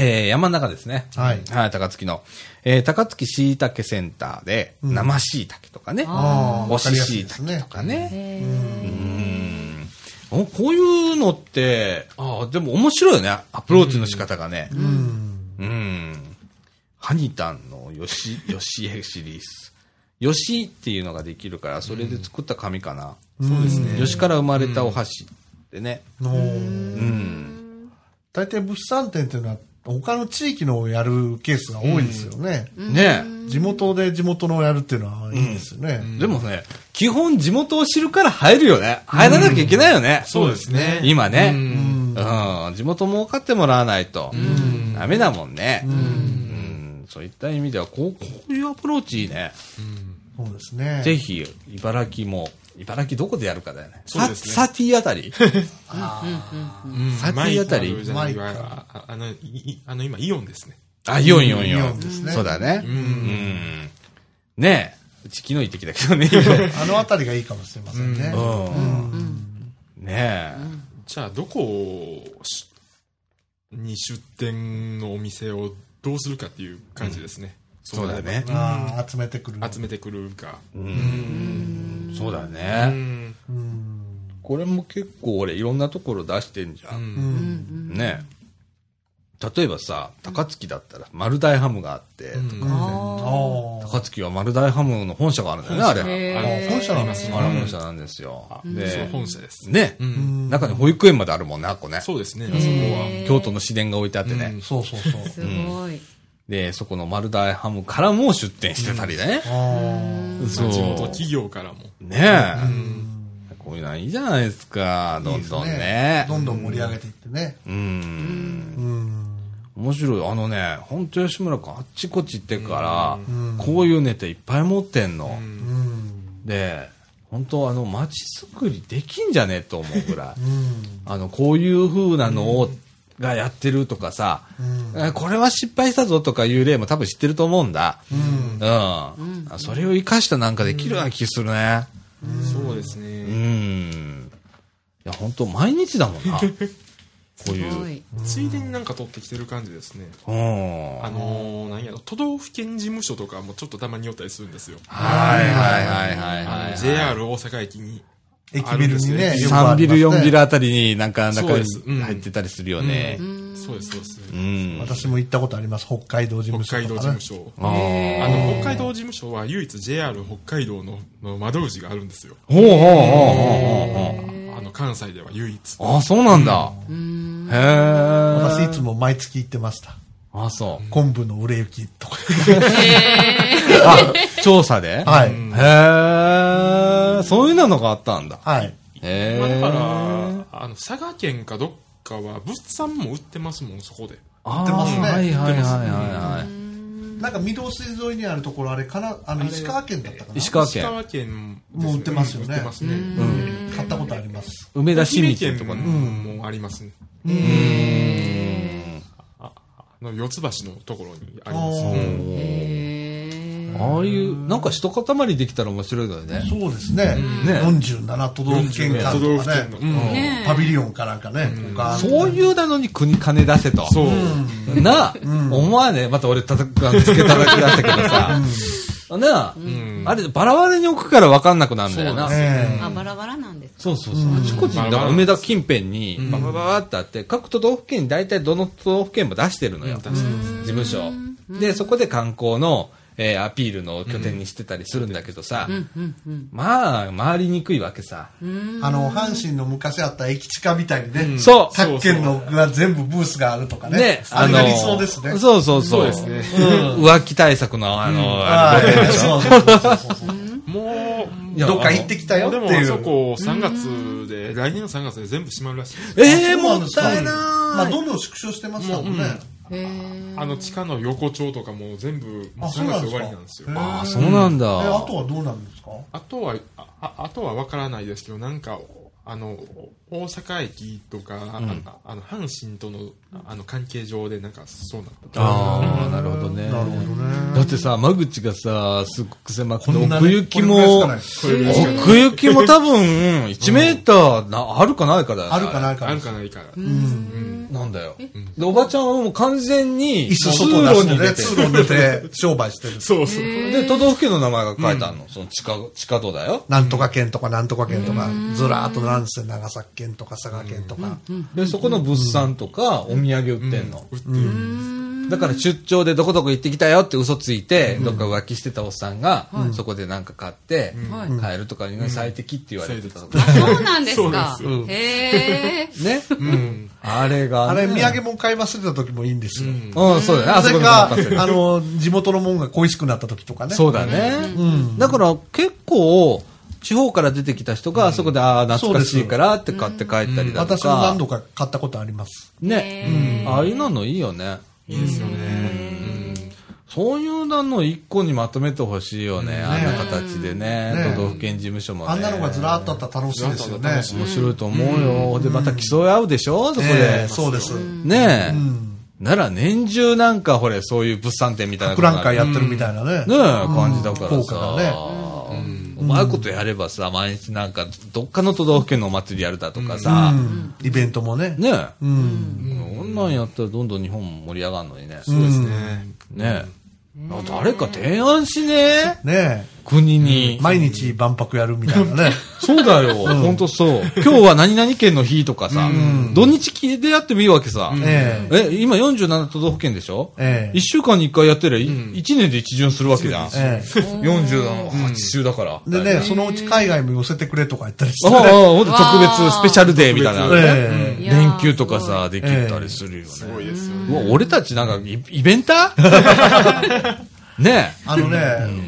Speaker 1: えー、山の中ですね。
Speaker 2: はい
Speaker 1: はい、高槻の。えー、高槻椎茸センターで、生椎茸とかね。
Speaker 2: ああ、
Speaker 1: お
Speaker 2: わか
Speaker 1: し
Speaker 2: りやす
Speaker 1: 椎
Speaker 2: いです
Speaker 1: 茸
Speaker 2: ね
Speaker 1: と。かね。うんおこういうのって、ああ、でも面白いよね。アプローチの仕方がね。
Speaker 2: うん。
Speaker 1: うん。ハニタンのよし、よしえシリーズ。よしっていうのができるから、それで作った紙かな。そうですね。よしから生まれたお箸ってね。
Speaker 2: の
Speaker 1: うん。
Speaker 2: 大体物産展っていうのは、他の地域のをやるケースが多いですよね。
Speaker 1: ね
Speaker 2: 地元で地元のをやるっていうのはいいですよね。
Speaker 1: え。でもね、基本地元を知るから入るよね。入らなきゃいけないよね。
Speaker 3: そうですね。
Speaker 1: 今ね、う
Speaker 2: うん
Speaker 1: ん、地元儲かってもらわないと、ダメだもんね、うんそういった意味ではこう、こういうアプローチいいね。
Speaker 2: そうですね。
Speaker 1: ぜひ、茨城も、茨城どこでやるかだよね。
Speaker 3: そう
Speaker 1: さ
Speaker 3: ですね
Speaker 1: サティあたり
Speaker 3: うん
Speaker 1: サティあたり
Speaker 3: マイクマイクはああの、いいあの、今、イオンですね。
Speaker 1: あ、イオンイオン
Speaker 2: イ
Speaker 1: イオ
Speaker 2: オ
Speaker 1: ン
Speaker 2: ンですね
Speaker 1: そうだね。うん。ねえ、うち昨日行ってきたけどね。 う
Speaker 2: あの辺りがいいかもしれませんね。
Speaker 1: んね
Speaker 3: じゃあ、どこをしに出店のお店をどうするかっていう感じですね。
Speaker 1: そうだね
Speaker 3: なれ
Speaker 2: ああ、集めてくる。
Speaker 3: ば。集めてくるか。
Speaker 1: え、そうだ
Speaker 3: う
Speaker 1: ね。
Speaker 3: ん。
Speaker 1: これも結構俺いろんなところ出してんじゃん
Speaker 2: うん。
Speaker 1: ねえ例えばさ高槻だったら丸大ハムがあって、
Speaker 2: あ
Speaker 4: あ
Speaker 2: あ。
Speaker 1: 高槻は丸大ハムの本社があるんだよねあれ
Speaker 4: へ
Speaker 3: あ
Speaker 4: え
Speaker 3: の、本社なんです
Speaker 1: あれ本社なんですよ、
Speaker 3: そう
Speaker 1: で
Speaker 3: 本社です。
Speaker 1: ね、中に保育園まであるもんなあっこね
Speaker 3: そうですね、あそこ
Speaker 1: 京都の市電が置いてあってね、
Speaker 2: そうそうそう。
Speaker 4: すごい
Speaker 1: でそこの丸大ハムからも出店してたりね、
Speaker 2: あ
Speaker 1: そう
Speaker 3: は。地元企業からも。
Speaker 1: ねえ、こういうのはいいじゃないですか
Speaker 2: あ。
Speaker 1: ど
Speaker 2: いいで
Speaker 1: ん
Speaker 2: す
Speaker 1: どんね
Speaker 2: どんどん盛り上げていってね。
Speaker 1: うん
Speaker 2: うん。
Speaker 1: 面白い。あのね、ほんと吉村君あっちこっち行ってから、こういうネタいっぱい持ってんの。で、本当あの、街づくりできんじゃねえと思うぐらい。あの、こういう風なのを、がやってるとかさ、えこれは失敗したぞとかいう例も多分知ってると思うんだ。うん。あそれを活かしたなんかできるような気するね。
Speaker 3: そうです
Speaker 1: うん。
Speaker 3: ね。
Speaker 1: いや、本当毎日だもん な。こう
Speaker 4: す
Speaker 1: い
Speaker 4: ご
Speaker 1: う。
Speaker 4: い
Speaker 3: ついでになんか取ってきてる感じですね。
Speaker 1: うん。
Speaker 3: あのー、なんやろ、都道府県事務所とかもちょっとたまに寄ったりするんですよ。
Speaker 1: はいはいはいはい
Speaker 3: あ
Speaker 1: は
Speaker 3: の
Speaker 1: い。
Speaker 3: JR 大阪駅に。
Speaker 2: 駅ビルにね、よくあ
Speaker 1: 3ビ
Speaker 2: り
Speaker 1: ル、
Speaker 2: ます
Speaker 1: 4
Speaker 2: ね
Speaker 1: ビルあたりになんか
Speaker 3: そ
Speaker 1: 中
Speaker 3: う
Speaker 1: に
Speaker 3: ですうん
Speaker 1: 入ってたりするよね。
Speaker 3: そうです、そうです。
Speaker 1: うん。
Speaker 2: 私も行ったことあります。北海道事務所
Speaker 3: 北海道
Speaker 2: と
Speaker 3: 事
Speaker 2: かね
Speaker 3: 務。所。
Speaker 1: あー
Speaker 3: あの、北海道事務所は唯一 JR 北海道のの窓口があるんですよ。
Speaker 1: ほうほうほうほうほうほ
Speaker 3: あの、関西では唯一。
Speaker 1: う。あ、そうなんだ。へえ。
Speaker 2: 私いつも毎月行ってました。
Speaker 1: あ、そ
Speaker 2: 昆布の売れ行きとか。
Speaker 1: う。あ、調査で。
Speaker 2: はいい。
Speaker 1: へえ。そういうのがあったんだ。
Speaker 2: はい。
Speaker 1: へ
Speaker 3: まあ、だ
Speaker 1: え。
Speaker 3: から、あの、佐賀県かどっかは物産も売ってますもん、そこで。
Speaker 1: あ
Speaker 2: ってます
Speaker 1: ー
Speaker 2: ね
Speaker 1: はいはいはいはいは
Speaker 2: なんか御堂筋沿いにあるところ、あれ、かな、あの、
Speaker 3: れ
Speaker 2: 石川県だったか
Speaker 1: い。
Speaker 2: な
Speaker 1: 石川
Speaker 3: 石
Speaker 1: 県、
Speaker 3: 川県ですね、
Speaker 2: もう売ってますよね
Speaker 3: 売ってますね。
Speaker 2: 買ったことあります。
Speaker 1: 梅田市
Speaker 3: 愛媛
Speaker 1: 民って
Speaker 3: 県
Speaker 1: と
Speaker 3: と
Speaker 1: こ
Speaker 3: か
Speaker 1: ね。
Speaker 3: もありますね。あの四つ橋のところにあ
Speaker 2: あ
Speaker 3: ります。
Speaker 2: ー
Speaker 1: うん
Speaker 4: へえ
Speaker 1: ああいう、なんか一塊できたら面白いのよね。
Speaker 2: そうですね。
Speaker 1: ね
Speaker 2: 47都道府県間
Speaker 3: 都道
Speaker 2: と
Speaker 3: 府
Speaker 2: かね
Speaker 3: 県の。。うん
Speaker 4: ねえ
Speaker 2: パビリオンかなんかね。とか
Speaker 1: そういうなのに国金出せと。
Speaker 3: そう。
Speaker 1: なあ、思わねえ。また俺叩く、つけ叩き出したけどさ。なあ、あれ、バラバラに置くから分かんなくなるんだよな。
Speaker 2: ええ
Speaker 4: あバラバラなんです
Speaker 1: そうそうそう。あちこちに、だから梅田近辺に、ババババってあって、各都道府県に大体どの都道府県も出してるのよ。
Speaker 3: 出してます
Speaker 1: 事務所。で、そこで観光の、えーアピールの拠点にしてたりするんだけどさ、まあ、回りにくいわけさ。
Speaker 2: あの、阪神の昔あった駅地下みたいにね、
Speaker 1: そう
Speaker 2: 各県のが全部ブースがあるとかね。
Speaker 1: ね、
Speaker 2: あん
Speaker 1: の
Speaker 2: な理想ですね。
Speaker 1: そうそうそう。
Speaker 3: そうです
Speaker 1: うん浮気対策の、あの、あ
Speaker 2: ああ、ええそうそうそうそうそう
Speaker 3: も
Speaker 1: いや
Speaker 2: どっか行ってきたよって
Speaker 3: う、で
Speaker 2: いう。
Speaker 3: もあそこ3月で、来年の3月で全部閉まるらしいです
Speaker 1: のええ
Speaker 2: そうな
Speaker 1: も
Speaker 2: んで
Speaker 1: っ
Speaker 2: すか
Speaker 1: たいな
Speaker 2: まあ、
Speaker 1: ーい。
Speaker 2: どんどん縮小してますもんね。
Speaker 4: へ
Speaker 3: あの地下の横丁とかも全部
Speaker 2: あ、
Speaker 3: もう
Speaker 2: そう
Speaker 3: 3
Speaker 2: なんで
Speaker 3: 月終
Speaker 2: す
Speaker 3: わ
Speaker 2: か
Speaker 3: りなんですよ。。
Speaker 1: あ、そうなんだ。
Speaker 2: え、あとはどうなんですか
Speaker 3: あとは、あああとは分からないですけど、なんか、あの、大阪駅とか、ああの、阪神との、あの、関係上で、なんか、そうなった。
Speaker 1: ああ、なるほどね。なるほどね。だってさ、間口がさ、すっごく狭くて、
Speaker 2: こんなね
Speaker 1: 奥行き
Speaker 2: これぐ
Speaker 1: も、
Speaker 2: らいし
Speaker 3: かない
Speaker 1: 奥行きも多分、1メーターな、あるかないかだよね。
Speaker 2: あるかないか
Speaker 3: あ
Speaker 2: な
Speaker 3: るかないから。
Speaker 1: なんだよ。で、おばちゃんはもう完全に、
Speaker 2: 椅子
Speaker 1: 通
Speaker 2: 外
Speaker 1: 路
Speaker 2: 出して
Speaker 1: に出
Speaker 2: ね、
Speaker 1: て
Speaker 2: 通路に出て商売してる。
Speaker 3: そうそう。
Speaker 1: で、都道府県の名前が書いてあるの。その地下、地下道だよ。
Speaker 2: なんとか県とかなんとか県とか、ずらーっとなんですよ、長崎県とか佐賀県とか。
Speaker 1: で、そこの物産とか、お土産売ってんの。
Speaker 4: ー
Speaker 1: だから出張でどこどこ行ってきたよって嘘ついて、どっか浮気してたおっさんが、そこでなんか買って、
Speaker 4: はい
Speaker 1: 買えるとかに最適って言われてたとか
Speaker 4: あそうなんですか
Speaker 3: そう
Speaker 4: へえ
Speaker 1: ね。 あれが
Speaker 2: あ
Speaker 1: ね。
Speaker 2: れ、土産物買い忘れた時もいいんですよ。
Speaker 1: うん、そうだね。あ
Speaker 2: な
Speaker 1: そ
Speaker 2: ぜ
Speaker 1: こで
Speaker 2: か、
Speaker 1: 任せる
Speaker 2: あの、地元のもんが恋しくなった時とかね。
Speaker 1: そうだね。だから結構、地方から出てきた人が、あそこで、ああ、懐かしいからって買って帰ったりだと
Speaker 2: 私も何
Speaker 1: か
Speaker 2: 度。か買ったことあります。
Speaker 1: ね。うんああいうのいいよね。
Speaker 3: いいですよね。
Speaker 1: そういうの一個にまとめてほしいよね。あんな形でね
Speaker 2: ね。
Speaker 1: 都道府県事務所もね。
Speaker 2: あんなのがずらーっとあったら楽しいですよね。
Speaker 1: 面白いと思うよ。で、また競い合うでしょそこ
Speaker 2: え
Speaker 1: で
Speaker 2: え。そうです。
Speaker 1: ねえ。なら年中なんかほれ、そういう物産展みたいな
Speaker 2: 博覧会やってるみたいなね。
Speaker 1: ねえ、感じだから
Speaker 2: 効
Speaker 1: さ
Speaker 2: 果。がね。
Speaker 1: うんうまいことやればさ、毎日なんか、どっかの都道府県のお祭りやるだとかさ、
Speaker 2: うんイベントもね。
Speaker 1: ねえ、
Speaker 2: うん。
Speaker 1: こんなんやったらどんどん日本も盛り上がるのにね。
Speaker 3: そうですね。
Speaker 1: ねえ。あ誰か提案しねえ
Speaker 2: ね
Speaker 1: 国
Speaker 2: え
Speaker 1: に。
Speaker 2: 毎日万博やるみたいなね。
Speaker 1: そうだよ。ほんとそう。今日は何々県の日とかさ、土日でやってもいいわけさ。
Speaker 2: ええ
Speaker 1: え、今47都道府県でしょ
Speaker 2: ええ
Speaker 1: 一週間に一回やってりゃ、い一年で一巡するわけじゃん。
Speaker 2: え
Speaker 1: 47、8週だから。
Speaker 2: えでね、そのうち海外も寄せてくれとか言ったりし
Speaker 1: あ
Speaker 2: て
Speaker 1: あ、
Speaker 2: ね。
Speaker 1: ほんと特別スペシャルデーみたいな。
Speaker 2: ええ
Speaker 4: いやー
Speaker 1: 連休とかさ、できたりするよね。
Speaker 3: すごいですよ
Speaker 1: うわ俺たちなんかイ、イベンターね
Speaker 2: あのね、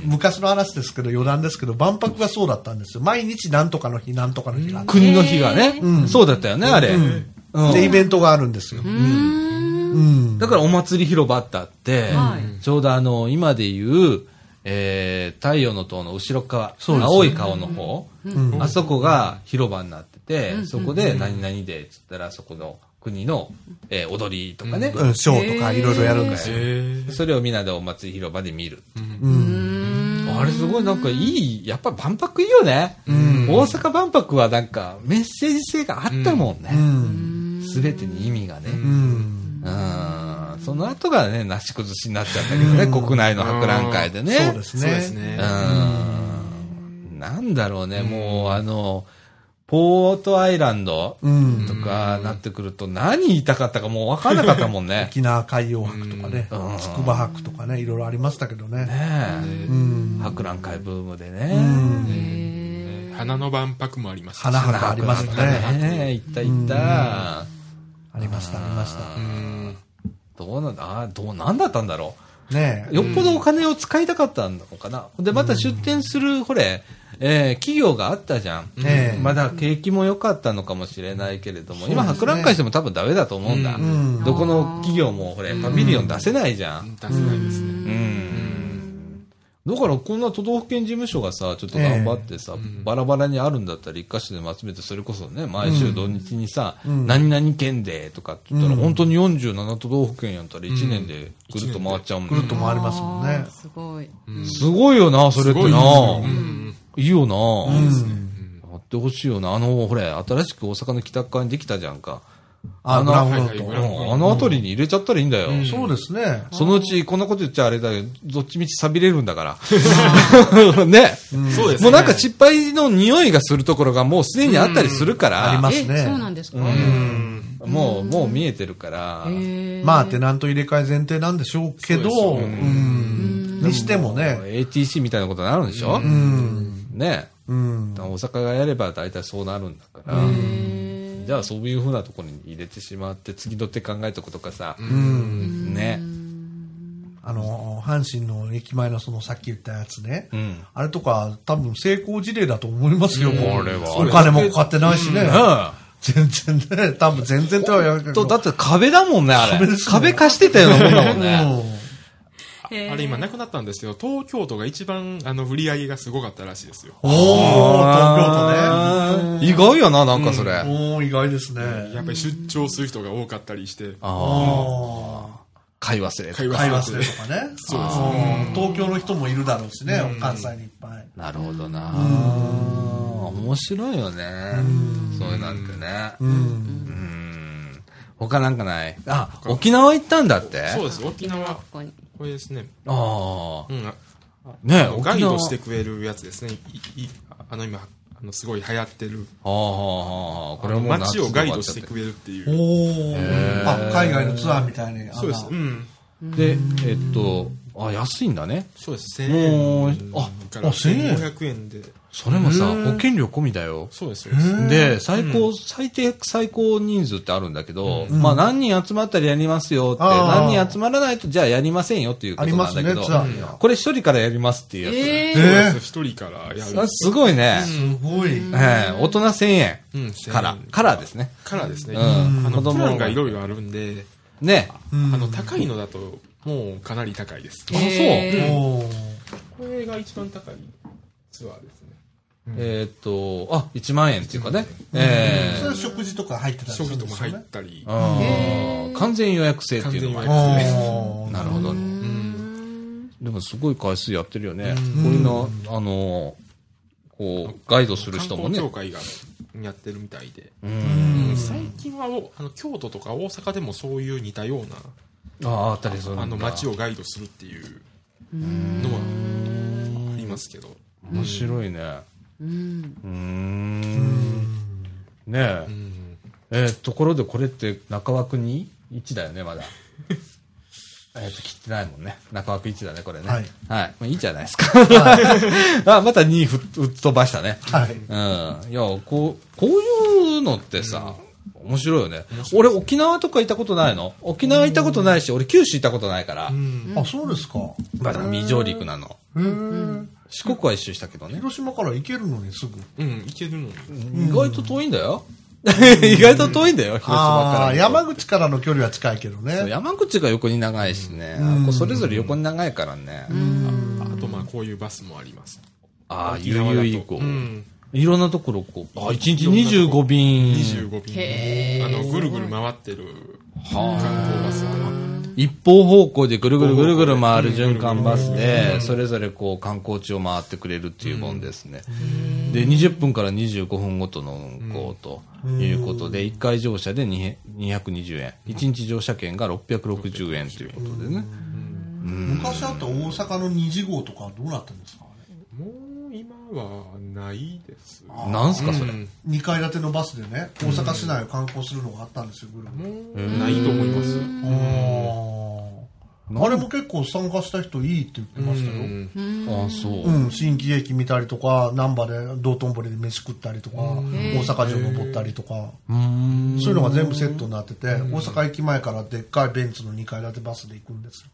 Speaker 2: 昔の話ですけど、余談ですけど、万博がそうだったんですよ。毎日なんとかの日、なんとかの日があっ
Speaker 1: え。国の日がね。そうだったよね、あれ。うん
Speaker 2: て。で、イベントがあるんですよ。うん。
Speaker 1: だからお祭り広場ってあって、ちょうどあの、今で言う、えー太陽の塔の後ろ側、青い顔の方、あそこが広場になってて、そこで何々で、つったらそこの国の、えー踊りとかね、
Speaker 2: うんショーとかいろいろやるんですよ。
Speaker 3: え
Speaker 1: それをみんなでお祭り広場で見る。あれすごいなんかいい、やっぱ万博いいよね。大阪万博はなんかメッセージ性があったもんね。すべてに意味がね。うんその後がね、なし崩しになっちゃったけどね、国内の博覧会でね。
Speaker 2: そうです
Speaker 3: ーそうです
Speaker 2: ね。
Speaker 3: ね。
Speaker 1: うんなんだろうね、もうあの、ポートアイランド
Speaker 2: うん。
Speaker 1: とかなってくると何言いたかったかもうわかんなかったもんね。
Speaker 2: 沖縄海洋博とかね、筑波博とかね、いろいろありましたけどね。
Speaker 1: ねえ
Speaker 2: うん。
Speaker 1: 博覧会ブームでね。
Speaker 3: 花の万博もありましたし。
Speaker 2: 花博ありましたね。
Speaker 1: ね行った行った。
Speaker 2: ありました、ありました。
Speaker 3: うん
Speaker 1: どうなんだ、あーどう、なんだったんだろ
Speaker 2: ね
Speaker 1: う。よっぽどお金を使いたかったのかな。で、また出店する、ほれ、えー企業があったじゃん。
Speaker 2: え。ねえ。
Speaker 1: まだ景気も良かったのかもしれないけれども、今博覧会しても多分ダメだと思うんだ。
Speaker 2: ん
Speaker 1: どこの企業も、ほれ、パビリオン出せないじゃん。
Speaker 3: 出せないです
Speaker 1: う
Speaker 3: ね。
Speaker 1: ん。だからこんな都道府県事務所がさ、ちょっと頑張ってさ、バラバラにあるんだったら一箇所でも集めて、それこそね、毎週土日にさ、何々県でとかって言ったら、本当に47都道府県やったら1年でぐるっと回っちゃうもん
Speaker 2: ぐ
Speaker 1: ね
Speaker 2: るっと回りますもんね
Speaker 4: あー。すごい。
Speaker 1: すごいよな、それって
Speaker 3: すごいで
Speaker 1: な
Speaker 3: すようん。
Speaker 1: いいよな。
Speaker 3: うん
Speaker 1: やってほしいよな。あの、ほれ、新しく大阪の北側にできたじゃんか。
Speaker 2: あ、
Speaker 1: の
Speaker 2: グラウンド
Speaker 3: はい
Speaker 2: と
Speaker 3: は
Speaker 1: う
Speaker 3: い。
Speaker 1: んあの辺りに入れちゃったらいいんだよ。
Speaker 2: そうですね。
Speaker 1: そのうち、こんなこと言っちゃあれだけど、どっちみち錆びれるんだから。 ね。
Speaker 3: そうですね。
Speaker 1: もうなんか失敗の匂いがするところがもうすでにあったりするか
Speaker 2: あり
Speaker 1: ら、
Speaker 2: ます
Speaker 4: え、そう
Speaker 2: ね。
Speaker 4: なんですか
Speaker 3: うん
Speaker 1: もう、もう見えてるから、
Speaker 4: へー
Speaker 2: まあ、テナント入れ替え前提なんでしょうけど、
Speaker 3: そう
Speaker 2: う
Speaker 3: ですよね
Speaker 2: ん。にしてもね、
Speaker 1: ATC みたいなことになるんでしょ
Speaker 2: うん。
Speaker 1: ね。
Speaker 2: うん。
Speaker 1: 大阪がやれば大体そうなるんだから、じゃあそういうふうなところに入れてしまって、次の手考えとくとかさ、ね。
Speaker 2: あの、阪神の駅前のそのさっき言ったやつね。
Speaker 1: ん
Speaker 2: あれとか多分成功事例だと思いますよ。
Speaker 1: んあれは
Speaker 2: お金もかかってないしね。
Speaker 1: うん
Speaker 2: 全然ね、多分全然手はやるけ
Speaker 1: と、
Speaker 2: ど。
Speaker 1: だって壁だもんね、あれ。
Speaker 2: 壁
Speaker 1: 壁,、
Speaker 2: ですね
Speaker 1: 貸してたようなもんだもんね。
Speaker 2: うん
Speaker 3: あれ今なくなったんですけど、東京都が一番あの売り上げがすごかったらしいですよ。
Speaker 2: おー、東京都ね。
Speaker 1: ね。意外よな、なんかそれ。あ
Speaker 2: おー、意外ですね。
Speaker 3: やっぱり出張する人が多かったりして、
Speaker 1: あー。
Speaker 2: あ
Speaker 1: 買い忘れた
Speaker 3: 買い。忘れ
Speaker 2: 会話するとかね。
Speaker 3: そうです
Speaker 2: うん東京の人もいるだろうしね、関西にいっぱい。
Speaker 1: なるほどな。面白いよね。そういうなんてね。うん他なんかないあ、沖縄行ったんだって。
Speaker 3: そうですす、沖
Speaker 4: あ
Speaker 3: 縄
Speaker 4: こ、こに
Speaker 3: これですね。
Speaker 1: ああ
Speaker 3: う。ん、あ
Speaker 1: ね
Speaker 3: あのガイドしてくれるやつですね。いいあの今、あのすごい流行ってる。
Speaker 1: ああ、ああ、これはもう夏
Speaker 3: 街をガイドし
Speaker 1: 終わっち
Speaker 3: て
Speaker 1: ゃっ
Speaker 3: くれるってい
Speaker 2: お
Speaker 3: う。
Speaker 2: ー。あ、海外のツアーみたいに。あ
Speaker 3: そうです。うん。
Speaker 1: で、えっと、あ、安いんだね。
Speaker 3: そうです。
Speaker 1: もう
Speaker 3: 1000円から
Speaker 2: あ1000円
Speaker 3: 1500円で。
Speaker 1: それもさ、保険料込みだよ。
Speaker 3: そうです。そうです
Speaker 1: で、最高、最低、最高人数ってあるんだけど、まあ何人集まったらやりますよって、
Speaker 2: あー
Speaker 1: 何人集まらないとじゃあやりませんよっていうこ
Speaker 2: あ
Speaker 1: と
Speaker 2: りま
Speaker 1: なんだ
Speaker 2: すね
Speaker 1: け、ど、
Speaker 2: ツアーには。
Speaker 1: これ一人からやりますっていうや
Speaker 4: え
Speaker 2: え
Speaker 4: ー
Speaker 3: そうで
Speaker 2: ー
Speaker 3: す一人からや
Speaker 1: つ。
Speaker 3: る
Speaker 1: あ。すごいね。
Speaker 2: すごい。
Speaker 1: ええ大人1000円
Speaker 3: うん1000円
Speaker 1: から、からですね。
Speaker 3: からですね。
Speaker 1: うん
Speaker 3: あ
Speaker 1: 子
Speaker 3: の、
Speaker 1: 供
Speaker 3: プランがいろいろあるんで、
Speaker 1: ね。
Speaker 3: あの、高いのだと、もうかなり高いです。
Speaker 1: あ、そう。
Speaker 4: へ
Speaker 1: え
Speaker 2: おー
Speaker 3: これが一番高いツアーですね。
Speaker 1: ーっと、あ、1万円っていうかね。え
Speaker 2: それは食事とか入ってたりす
Speaker 3: 食
Speaker 2: る
Speaker 3: 事
Speaker 2: ん
Speaker 3: と
Speaker 2: で
Speaker 3: も
Speaker 2: す
Speaker 3: 入
Speaker 2: よ
Speaker 3: っ
Speaker 2: ね。
Speaker 3: たり
Speaker 1: え。ああ、完全予約制っていうのがある
Speaker 3: 完全予約
Speaker 2: おー
Speaker 1: なるほどね。でもすごい回数やってるよね。こういうの、あの、こう、ガイドする
Speaker 3: 観
Speaker 1: 人も
Speaker 3: 光
Speaker 1: ね。
Speaker 3: 協会がやってるみたいで。
Speaker 1: うん
Speaker 3: うん最近はおあの京都とか大阪でもそういう似たような
Speaker 1: ああ、あったりするんだ
Speaker 3: あの街をガイドするっていうのはありますけど
Speaker 1: 面白いね。
Speaker 4: うん
Speaker 1: うーん。ね
Speaker 3: うん
Speaker 1: え。えーところでこれって中枠に1だよね、まだ。 えっと、切ってないもんね。中枠1だね、これね。
Speaker 2: はい
Speaker 1: はい。まあいいじゃないですか。 あ、また2ふっ吹っ飛ばしたね。
Speaker 2: はい。
Speaker 1: うん。いや、こう、こういうのってさ、面白いよね。俺、沖縄とか行ったことないの沖縄行ったことないし、俺、九州行ったことないから、
Speaker 2: あ、そうですか。
Speaker 1: まだ未上陸なの。
Speaker 2: へー
Speaker 1: 四国は一周したけどね。
Speaker 2: 広島から行けるのにすぐ。
Speaker 3: うん行けるのに
Speaker 1: 意外と遠いんだよ。意外と遠いんだよ、広島から
Speaker 2: ああ
Speaker 1: 見ると。
Speaker 2: ー、山口からの距離は近いけど
Speaker 1: そう
Speaker 2: ね。
Speaker 1: 山口が横に長いしね。こうそれぞれ横に長いからね。
Speaker 3: ああとまあこういうバスもあります
Speaker 1: ああ、
Speaker 3: 沖
Speaker 1: ゆ
Speaker 3: 縄だと
Speaker 1: 々以降
Speaker 3: う。ん
Speaker 1: いろんなところこう。ああ、1日25便。
Speaker 3: 25便あのぐるぐる回ってる観光バスが
Speaker 1: 一方方向でぐるぐるぐるぐる回る循環バスで、それぞれこう観光地を回ってくれるっていうもんですね。で、20分から25分ごとの運行ということで、1回乗車で2 220円、1日乗車券が660円ということでね。
Speaker 2: 昔あった大阪の2次号とかどうなってるんですか
Speaker 3: もう今はないです
Speaker 1: なんすか、それ
Speaker 3: う。ん
Speaker 2: ?2 階建てのバスでね、大阪市内を観光するのがあったんですよ、ぐるぐる。
Speaker 3: もうないと思います
Speaker 2: あーあれも結構参加した人いいって言ってました
Speaker 3: う
Speaker 2: よ。
Speaker 3: ん
Speaker 1: ああ、そう。
Speaker 2: うん、新喜劇見たりとか、難波で道頓堀で飯食ったりとか、大阪城登ったりとか、そういうのが全部セットになってて、大阪駅前からでっかいベンツの2階建てバスで行くんですよ。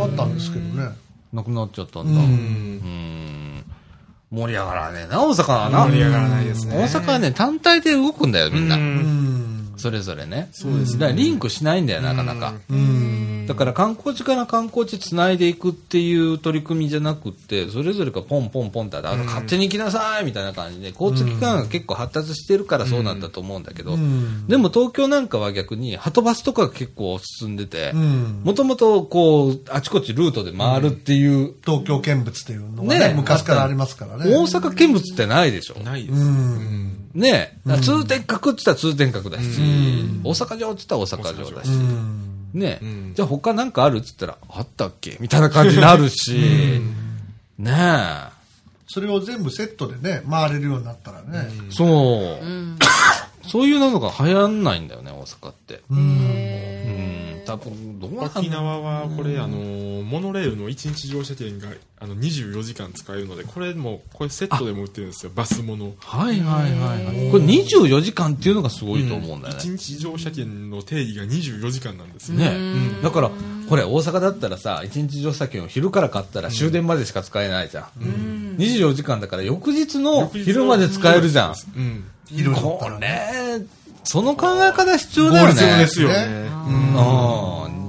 Speaker 2: あったんですけどね。
Speaker 1: なくなっちゃったんだ。うん盛り上がらねえな、大阪はな。盛り上がらないですね。大阪はね、単体で動くんだよ、みんな。
Speaker 2: うん。
Speaker 1: それぞれね。そうですね。だからリンクしないんだよ、なかなか。だからから観光地から観光地つないでいくっていう取り組みじゃなくって、それぞれがポンポンポンって、あの勝手に行きなさいみたいな感じで、交通機関が結構発達してるからそうなんだと思うんだけど、でも東京なんかは逆に、はとバスとかが結構進んでて
Speaker 2: う、ん
Speaker 1: もともとこう、あちこちルートで回るっていう、
Speaker 2: 東京見物っていうのがね
Speaker 1: ね
Speaker 2: 昔からありますからね。
Speaker 1: 大阪見物ってないでしょ。
Speaker 3: ないです。うん
Speaker 1: ねえ、だから通天閣って言ったら通天閣だし、大阪城って言ったら大阪城だし、
Speaker 2: うん
Speaker 1: ねえ、
Speaker 3: うん
Speaker 1: じゃあ他なんかあるって言ったら、あったっけみたいな感じになるし、ねえ、
Speaker 2: それを全部セットでね、回れるようになったらね。
Speaker 1: そう、
Speaker 4: ん
Speaker 1: そういうのが流行んないんだよね、大阪って。う
Speaker 4: へー
Speaker 1: ん、多分、どうなん
Speaker 3: 沖縄はこれあのモノレールの1日乗車券があの24時間使えるのでこれもこれセットでも売ってるんですよバスもの
Speaker 1: はいはいはいはい。これ24時間っていうのがすごいと思うんだよね。
Speaker 3: 1日乗車券の定義が24時間なんですよ
Speaker 1: ね、だからこれ大阪だったらさ一日乗車券を昼から買ったら終電までしか使えないじゃん、24時間だから翌日の昼まで使えるじゃん
Speaker 3: うん
Speaker 2: 昼だっ
Speaker 1: こ
Speaker 2: たらね。
Speaker 1: れその考え方必要だよね
Speaker 3: 必要ですよね
Speaker 1: うん、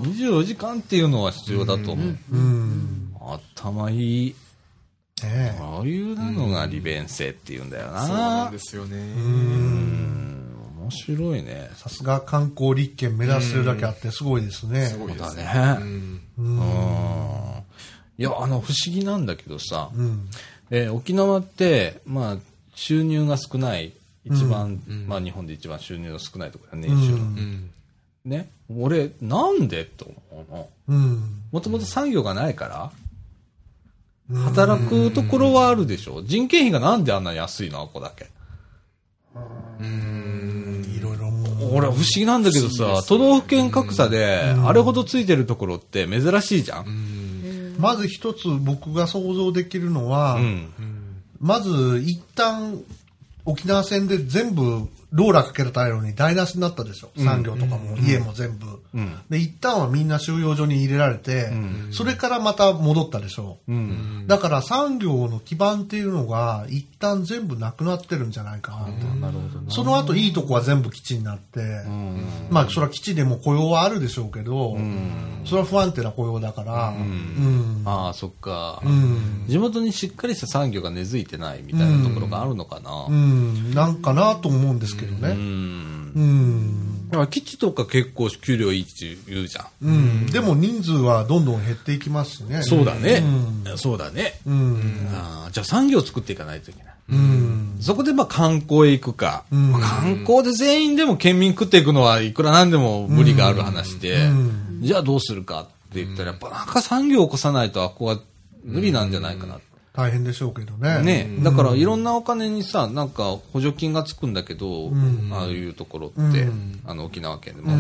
Speaker 1: 24時間っていうのは必要だと思う、
Speaker 2: うん。
Speaker 1: 頭いい
Speaker 2: ねえ
Speaker 1: ああいうのが利便性っていうんだよ
Speaker 3: そうな
Speaker 1: な、
Speaker 3: んですよね、
Speaker 1: 面白いね
Speaker 2: さすが観光立県目指してるだけあってすごいですね。
Speaker 3: すごいで
Speaker 1: だ
Speaker 3: すね
Speaker 1: ね、
Speaker 3: うん
Speaker 1: うんいや、あの、不思議なんだけどさ、
Speaker 2: ん
Speaker 1: えー沖縄って、まあ、収入が少ない、一番、まあ、日本で一番収入の少ないところだね、年収の
Speaker 3: うん
Speaker 1: ね。俺、なんでと思うの
Speaker 2: うん。
Speaker 1: もともと産業がないから、働くところはあるでしょ。人件費がなんであんな安いのあここだけ。
Speaker 2: いろいろもう。
Speaker 1: 俺、不思議なんだけどさ、都道府県格差で、あれほどついてるところって珍しいじゃん。
Speaker 2: まず一つ僕が想像できるのは、
Speaker 1: うん。
Speaker 2: まず一旦沖縄戦で全部ローラかけられたように台無しになったでしょ、産業とかも家も全部、で一旦はみんな収容所に入れられて、それからまた戻ったでしょ、だから産業の基盤っていうのが一旦全部なくなってるんじゃないかなと、その後いいとこは全部基地になって、まあそれは基地でも雇用はあるでしょうけど、それは不安定な雇用だから、うん
Speaker 1: ああ、そっか。
Speaker 2: うん
Speaker 1: 地元にしっかりした産業が根付いてないみたいなところがあるのかな。
Speaker 2: う
Speaker 1: だ
Speaker 2: ん、なんかなと思うんですけどね。うん。
Speaker 1: から基地とか結構給料いいって言うじゃん。
Speaker 2: うん。でも人数はどんどん減っていきますしね。
Speaker 1: そうだね。そうだね、
Speaker 2: うん。
Speaker 1: あーじゃあ産業を作っていかないといけない。
Speaker 2: うん。
Speaker 1: そこでまあ観光へ行くか、まあ観光で全員でも県民食っていくのはいくらなんでも無理がある話で、じゃあどうするかって言ったら、やっぱなんか産業を起こさないとあっこは無理なんじゃないかなって
Speaker 2: 大変でしょうけどね。
Speaker 1: ね、だからいろんなお金にさ、なんか補助金がつくんだけど、ああいうところって、あの沖縄県でも、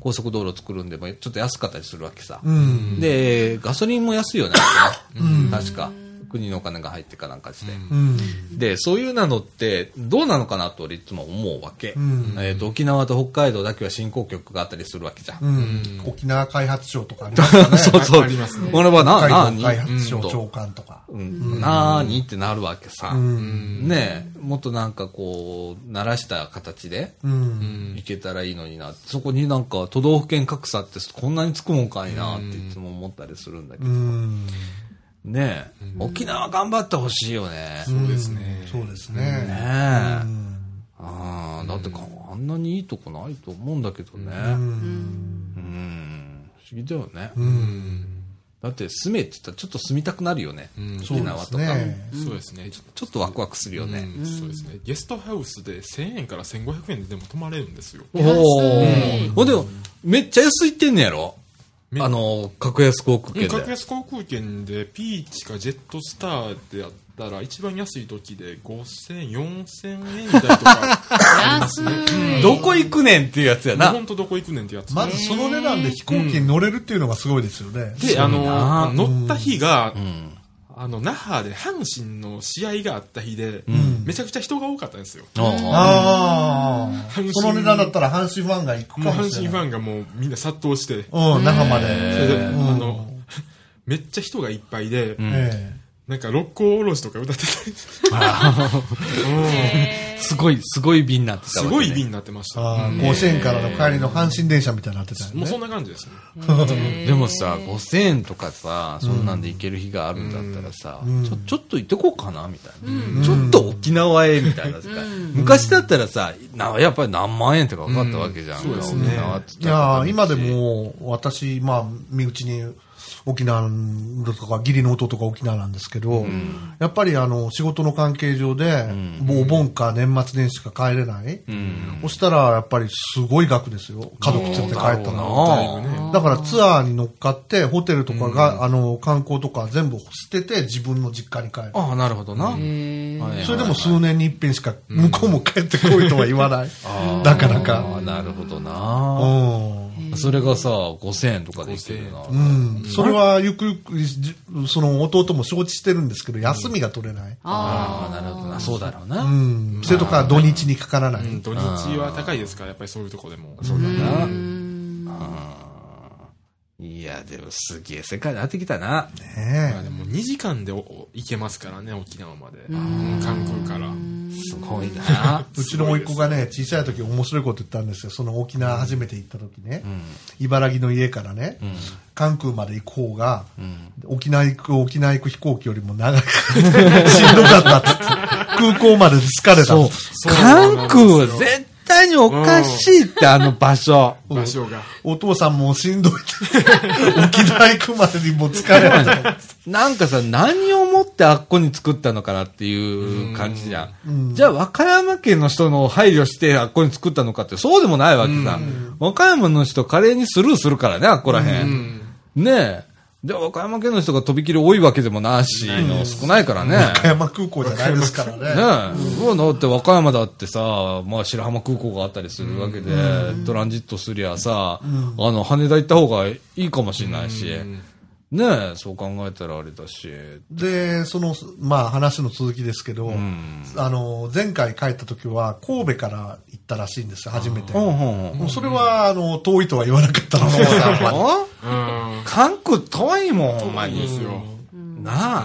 Speaker 1: 高速道路作るんでもちょっと安かったりするわけさ。
Speaker 2: うん。
Speaker 1: で、ガソリンも安いよね、確か。国のお金が入ってかなんかして。
Speaker 2: うん。
Speaker 1: で、そういうなのってどうなのかなと俺いつも思うわけ。
Speaker 2: ん
Speaker 1: えっ、と、沖縄と北海道だけは振興局があったりするわけじゃん。
Speaker 2: うん。沖縄開発省とかありますね。
Speaker 1: そうそう。俺はな、
Speaker 2: 北
Speaker 1: な、
Speaker 2: 海道開
Speaker 1: に
Speaker 2: 発省
Speaker 1: と
Speaker 2: 長官とか。
Speaker 1: うん、なーにってなるわけさ。
Speaker 2: うん。
Speaker 1: ねえ、もっとなんかこう、慣らした形で
Speaker 2: うん。
Speaker 1: いけたらいいのにな。そこになんか都道府県格差ってこんなにつくもんかいなっていつも思ったりするんだけど。
Speaker 2: うん。
Speaker 1: ねえ、沖縄頑張ってほしいよね。
Speaker 2: そうですね。そうです
Speaker 1: ねえ
Speaker 2: ね。。
Speaker 1: ああ、だってかあんなにいいとこないと思うんだけどね。うん。不思議だよね。だって住めって言ったらちょっと住みたくなるよね。
Speaker 2: そう
Speaker 1: 沖
Speaker 2: で
Speaker 1: 縄
Speaker 2: す
Speaker 1: とか。
Speaker 2: ね。
Speaker 3: そうですねちょっ
Speaker 1: ちょっとワクワクするよ
Speaker 3: と
Speaker 1: ね。
Speaker 3: うんそうですねゲストハウスで1000円から1500円ででも泊まれるんですよ
Speaker 1: おお。ほんで、めっちゃ安いってんねやろ
Speaker 3: め
Speaker 1: あの、格安航空券
Speaker 3: 格
Speaker 1: で。
Speaker 3: 安航空券でピーチかジェットスターでやったら一番安い時で50004000円みたいなとか
Speaker 4: 安い。
Speaker 1: どこ行くねんっていうやつや な。
Speaker 3: 本当どこ行くねんってやつ
Speaker 2: まずその値段で飛行機に乗れるっていうのがすごいですよね。
Speaker 3: であ
Speaker 1: な
Speaker 3: の乗った日が、あの那覇で阪神の試合があった日で、めちゃくちゃ人が多かったんですよ
Speaker 1: ああ
Speaker 2: ああ
Speaker 3: 阪。神
Speaker 2: その値段だったら阪神ファンが行くか
Speaker 3: もう
Speaker 2: もしれない。
Speaker 3: 阪神ファンがもうみんな殺到して、
Speaker 2: うん、中まで。
Speaker 3: それであ
Speaker 2: うん
Speaker 3: の、 めっちゃ人がいっぱいで、
Speaker 2: ええ
Speaker 3: なんか六甲おろしとか歌ってたり、
Speaker 1: ああすごい、すごい便なってた
Speaker 3: す
Speaker 1: わけね
Speaker 3: ごい便になってました。
Speaker 2: あー甲子園からの帰りの阪神電車みたいになってたよね。
Speaker 3: もうそんな感じですね。
Speaker 1: でもさ、5000円とかさ、そんなんで行ける日があるんだったらさ、ちょちょっと行ってこうかな、みたいな。ちょっと沖縄へ、みたいなさ。昔だったらさ、なやっぱり何万円とかかかったわけじゃん。そうですね。
Speaker 2: いやー今でも、私、まあ、身内に、沖縄とか、義理の弟が沖縄なんですけど、やっぱりあの、仕事の関係上で、もうお盆か年末年始しか帰れない。そしたら、やっぱりすごい額ですよ。家族連れて帰った
Speaker 1: だ
Speaker 2: の。
Speaker 1: ろうな
Speaker 2: だからツアーに乗っかって、ホテルとかが、あの、観光とか全部捨てて、自分の実家に帰る。
Speaker 1: ああ、なるほどな。はい
Speaker 2: それでも数年に一遍しか、向こうも帰ってこいとは言わない。なかな
Speaker 1: ああ、
Speaker 2: か。
Speaker 1: なるほど
Speaker 2: う
Speaker 1: な。
Speaker 2: ん。
Speaker 1: それがさ、5000円とかで行けるな。
Speaker 2: うん、それはゆくゆくじ、その弟も承知してるんですけど、休みが取れない。
Speaker 1: ああ、なるほどな。そうだろうな。
Speaker 2: うん。それとか土日にかからない。
Speaker 3: うん土日は高いですから、やっぱりそういうとこでも。
Speaker 1: そうだな。あーいや、でもすげえ世界になってきたな。
Speaker 3: ま
Speaker 2: ね
Speaker 3: あでも2時間でおお行けますからね、沖縄まで。関空から。
Speaker 1: すごい な。
Speaker 2: えうちの甥っ子がね、小さい時面白いこと言ったんですよ。その沖縄初めて行った時ね、茨城の家からね、関空まで行こうが、沖縄行く、沖縄行く飛行機よりも長く、 しんどかったって言って空港まで疲れた。
Speaker 1: そう。関空は絶対におかしいって、あの場所。
Speaker 3: 場所が。
Speaker 2: お父さんもしんどいって、沖縄行くまでにもう疲れた。
Speaker 1: なんかさ、何をもってあっこに作ったのかなっていう感じじゃん。じゃあ、和歌山県の人の配慮してあっこに作ったのかって、そうでもないわけさ。和歌山の人、華麗にスルーするからね、あっこらへん。ねえ。で、和歌山県の人がとびきり多いわけでもないし、少ないからね。
Speaker 2: 岡山空港じゃないですからね。
Speaker 1: ねえ、そうだって和歌山だってさ、まあ、白浜空港があったりするわけで、トランジットすりゃさ、あの羽田行った方がいいかもしれないし、ねえそう考えたらあれだし、
Speaker 2: で、その、まあ話の続きですけど、あの、前回帰った時は神戸から行ったらしいんですよ、初めて。
Speaker 1: うんう
Speaker 2: も
Speaker 1: んうん、
Speaker 2: うそれは、あの、遠いとは言わなかったの。 神
Speaker 3: うん。
Speaker 1: 韓国遠いもん、ほんま
Speaker 3: いいで
Speaker 1: に。
Speaker 3: すよ。
Speaker 1: なあ、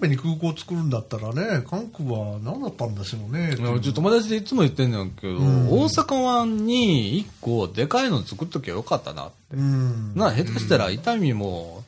Speaker 2: 戸に空港作るんだったらね、韓国は何だったんでしょうね。
Speaker 1: うち友達でいつも言ってんだけど、大阪湾に1個でかいの作っときゃよかったなって。
Speaker 2: うん。
Speaker 1: なあ下手したら伊丹も、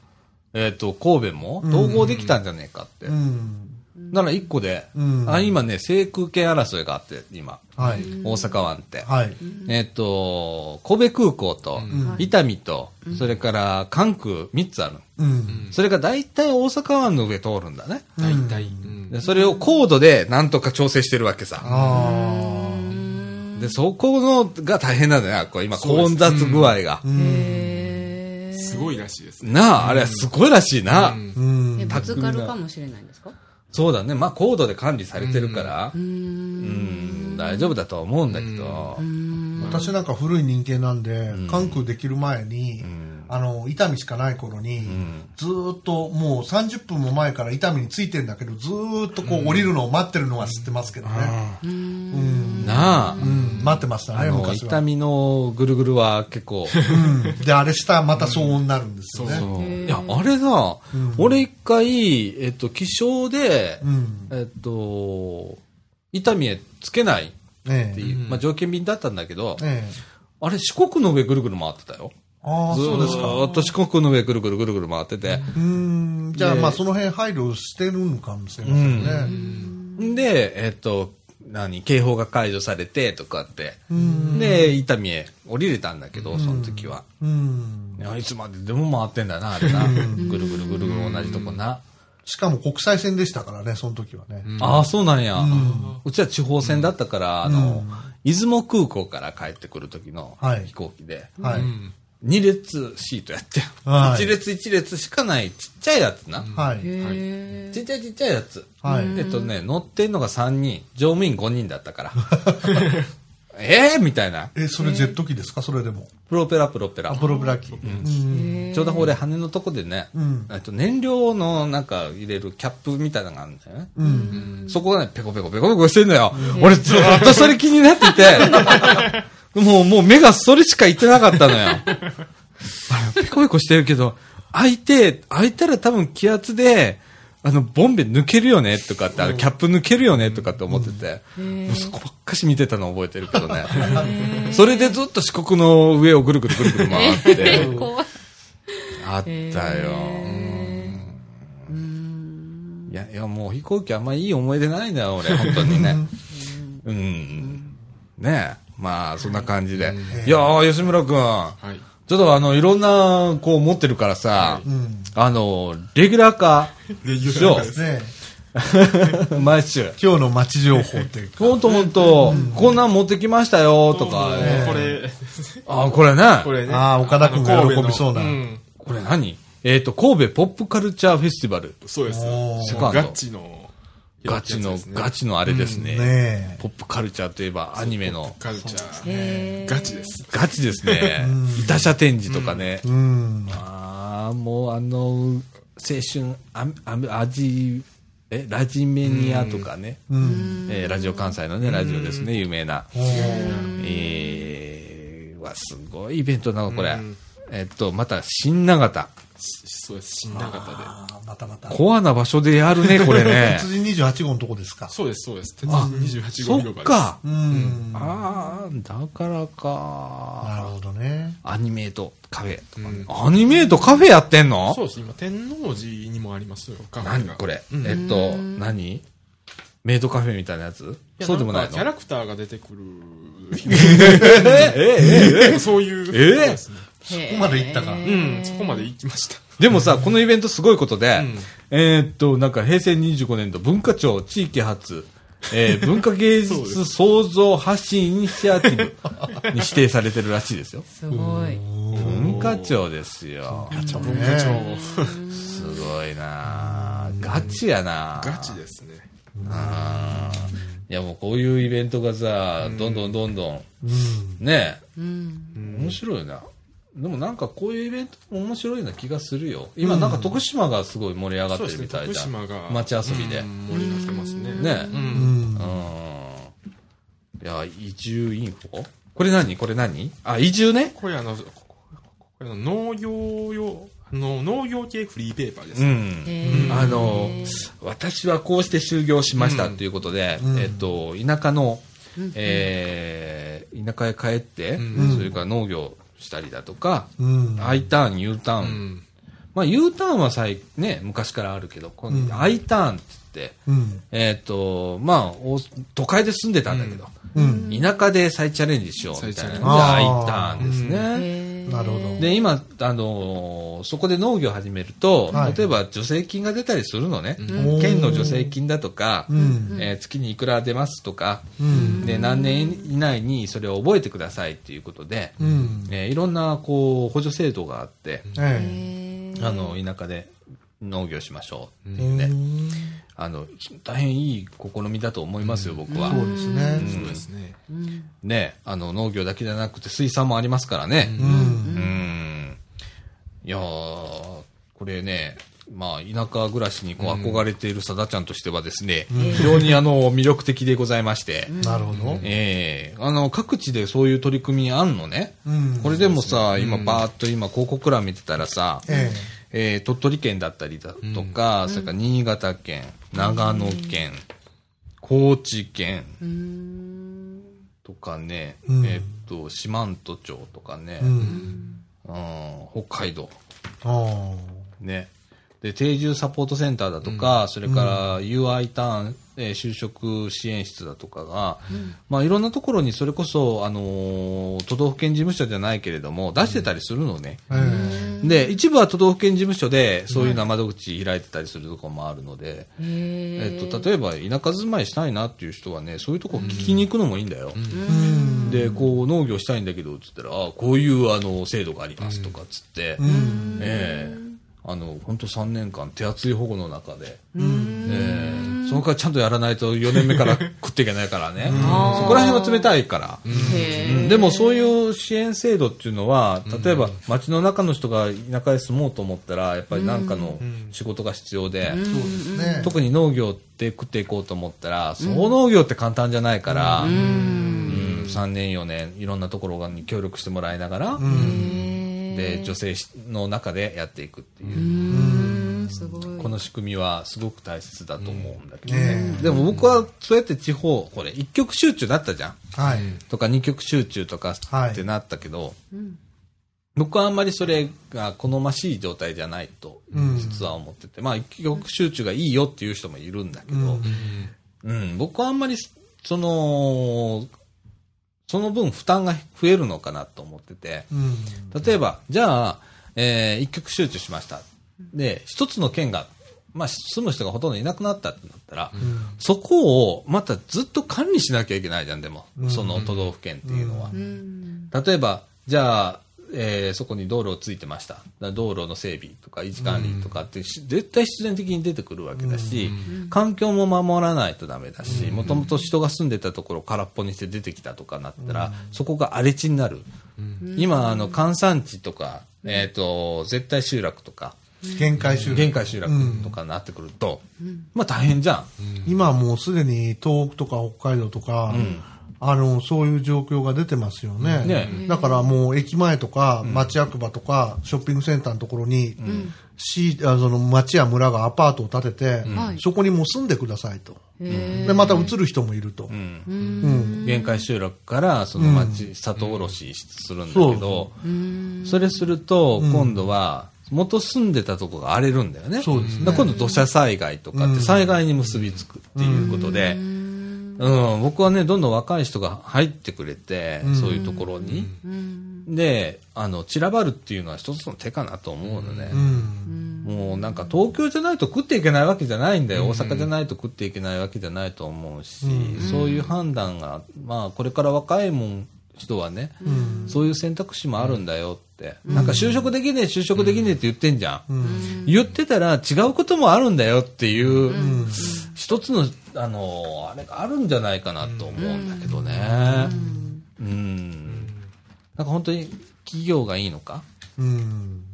Speaker 1: えっ、と、神戸も統合できたんじゃねえかって。
Speaker 2: うん。
Speaker 1: なら1個で、
Speaker 2: うん
Speaker 1: あ今ね、制空権争いがあって、今、
Speaker 2: はい。
Speaker 1: 大阪湾って。
Speaker 2: はい。
Speaker 1: えっ、と、神戸空港と、伊丹と、それから関空3つある。
Speaker 2: うん。
Speaker 1: それが大体大阪湾の上通るんだね。
Speaker 3: 大体。うん
Speaker 1: でそれを高度でなんとか調整してるわけさ。
Speaker 2: あ
Speaker 1: で、そこのが大変なんだよ、これ今、混雑具合が。
Speaker 3: すごいらしいですね。
Speaker 1: なあ、あれはすごいらしいな。
Speaker 2: あ。うん。
Speaker 4: えぶつかるかもしれないんですか
Speaker 1: そうだね。まあ、高度で管理されてるから、うん、大丈夫だとは思うんだけど、
Speaker 2: 私なんか古い人間なんで、関空できる前に、あの、伊丹しかない頃に、ずーっともう30分も前から伊丹についてんだけど、ずーっとこう降りるのを待ってるのは知ってますけどね。うん。
Speaker 1: なあ、
Speaker 2: うん待ってました
Speaker 1: あ
Speaker 2: ね、
Speaker 1: の、
Speaker 2: 昔
Speaker 1: 痛
Speaker 2: は。
Speaker 1: みのぐるぐるは結構。
Speaker 2: うん。で、あれしたらまた騒音になるんですよね。
Speaker 1: そういや、あれさ、俺一回、えっと、気象で、
Speaker 2: うん。
Speaker 1: えっと、痛みへつけない
Speaker 2: え
Speaker 1: って
Speaker 2: え。
Speaker 1: いう、まあ、条件便だったんだけど、
Speaker 2: ええ。
Speaker 1: あれ四国の上ぐるぐる回ってたよ。
Speaker 2: ああ、
Speaker 1: ず
Speaker 2: そうですか。
Speaker 1: ーっと四国の上ぐるぐるぐるぐる回ってて、
Speaker 2: うん。じゃあ、まあ、その辺配慮してるのかもしれませんね。
Speaker 1: で、えっと、何、警報が解除されてとかって、で、伊丹へ降りれたんだけど、その時は。
Speaker 2: うん。
Speaker 1: いやいつまででも回ってんだな、あれな。ぐるぐるぐるぐる同じとこな。
Speaker 2: しかも国際線でしたからね、その時はね。
Speaker 1: ああ、そうなんや。うちは地方線だったから、あの、出雲空港から帰ってくる時の
Speaker 2: はい
Speaker 1: 飛行機で、
Speaker 2: はい。
Speaker 1: 2列シートやって、
Speaker 2: はい
Speaker 1: 1列1列しかないちっちゃいやつな。
Speaker 2: はい。
Speaker 1: ちっちゃいちっちゃいやつ。
Speaker 2: はい
Speaker 1: えっとね、乗ってんのが3人、乗務員5人だった から。ええみたいな。
Speaker 2: え、それジェット機ですかそれでも。
Speaker 1: プロペラプロペラ
Speaker 2: ア。ポロブラキ。うん。
Speaker 1: ちょうど俺羽のとこでね、えっと燃料のなんか入れるキャップみたいなのがあるんだよね。そこがね、ペコペコペコペコしてんのよ。俺ずっとそれ気になって て、もうもう目がそれしか行ってなかったのよ。あれペコペコしてるけど、開いて、開いたら多分気圧で、あの、ボンベ抜けるよねとかって、あの、キャップ抜けるよねとかって思ってて、もうそこばっかし見てたの覚えてるけどね。それでずっと四国の上をぐるぐるぐるぐる回って、
Speaker 4: 怖い。
Speaker 1: あったよ。うんいや、いや、もう飛行機あんまいい思い出ないんだよ、俺、本当にね。うん。ねえ。まあ、そんな感じで。いやー、吉村くん。
Speaker 3: はい。
Speaker 1: ちょっとあの、いろんな、こう持ってるからさ、あの、レギュラー化
Speaker 3: レギ
Speaker 1: し
Speaker 3: ュラ
Speaker 1: よ
Speaker 3: ー化
Speaker 2: ですね。
Speaker 1: う。毎週。
Speaker 2: 今日の街情報っていうか。
Speaker 1: ほんとほんと、こんなん持ってきましたよ、とか。
Speaker 3: これ、
Speaker 1: あ、これね。
Speaker 3: これね。
Speaker 2: ああ、岡田君が喜びそうな。
Speaker 3: ん
Speaker 1: これ何えっ、と、神戸ポップカルチャーフェスティバル。
Speaker 3: そうです。
Speaker 2: おー
Speaker 1: セカンド
Speaker 3: ガチの。
Speaker 1: ガチの、ガ
Speaker 3: チ。
Speaker 1: チのあれですね。
Speaker 2: ね
Speaker 1: ポップカルチャーといえばアニメの
Speaker 3: カルチャー。
Speaker 4: へ
Speaker 3: ガチです。
Speaker 1: ガチですね。いたしゃ展示とかね
Speaker 2: え。。うん。
Speaker 1: ああ、もうあの、青春、ああ味、え、ラジメニアとかね。えーラジオ関西のね、ラジオですね、有名な。えー、わ、すごいイベントだなの、これ。えっと、また、新長田。
Speaker 3: しそうです。新長田で。
Speaker 2: あーまたまた。
Speaker 1: コアな場所でやるね、これ ね。
Speaker 2: 鉄人28号のとこですか。
Speaker 3: そうです、そうです。鉄人28
Speaker 1: そ
Speaker 3: 号広場
Speaker 1: っ
Speaker 3: です。
Speaker 1: か。
Speaker 2: うん。な
Speaker 1: ああ、だからか。
Speaker 2: るほどね。
Speaker 1: アニメートカフェとかね、アニメートカフェやってんの
Speaker 3: そうです。今、天王寺にもありますよ、カフェ
Speaker 1: 何
Speaker 3: が。
Speaker 1: これ、
Speaker 3: うん
Speaker 1: えっと、何メイドカフェみたいなやつ
Speaker 3: や
Speaker 1: そうでもない
Speaker 3: ん
Speaker 1: の
Speaker 3: かキャラクターが出てくる。
Speaker 1: ええええ
Speaker 3: そういう。
Speaker 1: え
Speaker 3: そうですね
Speaker 4: そ
Speaker 2: こまで行ったか
Speaker 3: うん、そこまで行きました。
Speaker 1: でもさ、このイベントすごいことで、
Speaker 3: ん
Speaker 1: えーっと、なんか平成25年度文化庁地域発、え ー文化芸
Speaker 3: そう
Speaker 1: 術創造発信イニシアティブに指定されてるらしい ですよ。
Speaker 4: すごい。
Speaker 1: 文化庁ですよ。
Speaker 3: 文化庁。
Speaker 1: すごいなあガチやなあ
Speaker 3: ガチですね。
Speaker 1: ああ。いやもうこういうイベントがさ、どんどんどんどん、ねえ、面白いな。でもなんかこういうイベントも面白いような気がするよ。今なんか徳島がすごい盛り上がってるみたいじゃん。
Speaker 3: そうですね徳島が
Speaker 1: 街遊びで。ね
Speaker 3: うん盛り上がってますね。
Speaker 1: え。う
Speaker 3: う
Speaker 1: ん
Speaker 3: ん。
Speaker 1: いや、移住インフォこれ何これ何あ、移住ね。
Speaker 3: これあの、ここれあの農業用、あの農業系フリーペーパーです
Speaker 1: う
Speaker 3: ね。
Speaker 1: ん。あの、私はこうして就業しましたということで、えっと、田舎の、えー田舎へ帰って、それから農業したりだとか、
Speaker 2: うん。
Speaker 1: I ターン、U ターン。
Speaker 3: うん。
Speaker 1: まあ U ターンは最、ね、昔からあるけど、今度 I ターンって言って、
Speaker 2: うん。
Speaker 1: えっと、まあ、お都会で住んでたんだけど、
Speaker 2: うん。
Speaker 1: 田舎で再チャレンジしようみたいなのが
Speaker 2: 再
Speaker 1: I
Speaker 2: チャレンジ
Speaker 1: ターンですね。
Speaker 2: なるほど。
Speaker 1: で、今、あのーそこで農業を始めると、
Speaker 2: はい
Speaker 1: 例えば助成金が出たりするのね。
Speaker 2: ん
Speaker 1: 県の助成金だとか、
Speaker 2: ん
Speaker 1: えー月にいくら出ますとか、
Speaker 2: うん。
Speaker 1: で、何年以内にそれを覚えてくださいっていうことで、
Speaker 2: うん。
Speaker 1: えーいろんな、こう、補助制度があって、
Speaker 2: え
Speaker 1: あの、田舎で農業しましょうって
Speaker 2: え。
Speaker 1: いうね、
Speaker 2: うん
Speaker 1: あの、大変いい試みだと思いますよ、僕は。
Speaker 2: そうですね。
Speaker 3: そうですね。
Speaker 1: ね、あの、農業だけじゃなくて水産もありますからね。
Speaker 2: うん。
Speaker 1: うんいやー、これね、まあ、田舎暮らしにこう憧れているさだちゃんとしてはですね、非常にあの、魅力的でございまして、
Speaker 2: なるほど。
Speaker 1: ええあの、各地でそういう取り組みあんのね。
Speaker 2: うん
Speaker 1: これでもさ、今バーっと今広告欄見てたらさ、
Speaker 2: え
Speaker 1: えー鳥取県だったりだとか、それから新潟県、長野県、高知県、とかね、
Speaker 2: ん
Speaker 1: えーっと、四万十町とかね、
Speaker 2: え。うん。
Speaker 1: うん、北海道。
Speaker 2: あ
Speaker 1: ね。で、定住サポートセンターだとか、それから UI ターン、えー就職支援室だとかが、まあいろんなところにそれこそ、あのー都道府県事務所じゃないけれども、出してたりするのね。
Speaker 2: あ。ええ。
Speaker 1: で、一部は都道府県事務所で、そういうような窓口開いてたりするとこもあるので、えっと、例えば田舎住まいしたいなっていう人はね、そういうとこ聞きに行くのもいいんだよ。で、こう農業したいんだけど、つったら、あこういうあの制度がありますとか、つって、ええあの、本当3年間手厚い保護の中で、ええそのからちゃんとやらないと4年目から 食っていけないからね。そこら辺は冷たいから。うんでもそういう支援制度っていうのは、例えば街の中の人が田舎へ住もうと思ったら、やっぱり何かの仕事が必要で、
Speaker 2: そうですね。
Speaker 1: 特に農業って食っていこうと思ったら、総農業って簡単じゃないから、うん3年4年いろんなところに協力してもらいながら、で女性の中でやっていくっていう、
Speaker 4: すごい。
Speaker 1: この仕組みはすごく大切だと思うんだけど、
Speaker 2: ね
Speaker 1: でも僕はそうやって地方これ一極集中だったじゃん
Speaker 2: えはい。
Speaker 1: とか二極集中とか
Speaker 2: はい
Speaker 1: ってなったけど、僕はあんまりそれが好ましい状態じゃないと
Speaker 2: ん
Speaker 1: 実は思ってて、まあ一極集中がいいよっていう人もいるんだけど、うん僕はあんまりそのその分負担が増えるのかなと思ってて、
Speaker 2: うん。
Speaker 1: 例えば、じゃあ、えー一極集中しました。で、一つの県が、まあ、住む人がほとんどいなくなったってなったら、そこをまたずっと管理しなきゃいけないじゃん、でも、その都道府県っていうのは。
Speaker 4: うん。
Speaker 1: 例えば、じゃあ、えーそこに道路をついてました。だから道路の整備とか維持管理とかってし、絶対必然的に出てくるわけだし、環境も守らないとダメだし、もともと人が住んでたところを空っぽにして出てきたとかなったら、そこが荒れ地になる。今、あの、閑散地とか、えっ、と、絶対集落とか、
Speaker 2: 限界集落
Speaker 1: 限界集落とかになってくると、まあ大変じゃん。
Speaker 2: 今もうすでに東北とか北海道とか、あの、そういう状況が出てますよね。
Speaker 1: ね
Speaker 2: だからもう駅前とか町役場とかショッピングセンターのところに、市あその町や村がアパートを建てて、
Speaker 4: はい
Speaker 2: そこにもう住んでくださいと。
Speaker 4: へ
Speaker 2: で、また移る人もいると。うん
Speaker 1: 限界集落からその町、里おろしするんだけど、それすると今度は元住んでたとこが荒れるんだよね。
Speaker 2: そうですね
Speaker 1: だから今度土砂災害とかって災害に結びつくっていうことで、うん、僕はね、どんどん若い人が入ってくれて、そういうところに。で、あの、散らばるっていうのは一つの手かなと思うのね。もうなんか東京じゃないと食っていけないわけじゃないんだよ。大阪じゃないと食っていけないわけじゃないと思うし、そういう判断が、まあこれから若いもん、人はね、そういう選択肢もあるんだよって。なんか就職できねえ、就職できねえって言ってんじゃん。言ってたら違うこともあるんだよっていう、一つの、あの、あれがあるんじゃないかなと思うんだけどね。うん。なんか本当に企業がいいのか
Speaker 2: うん。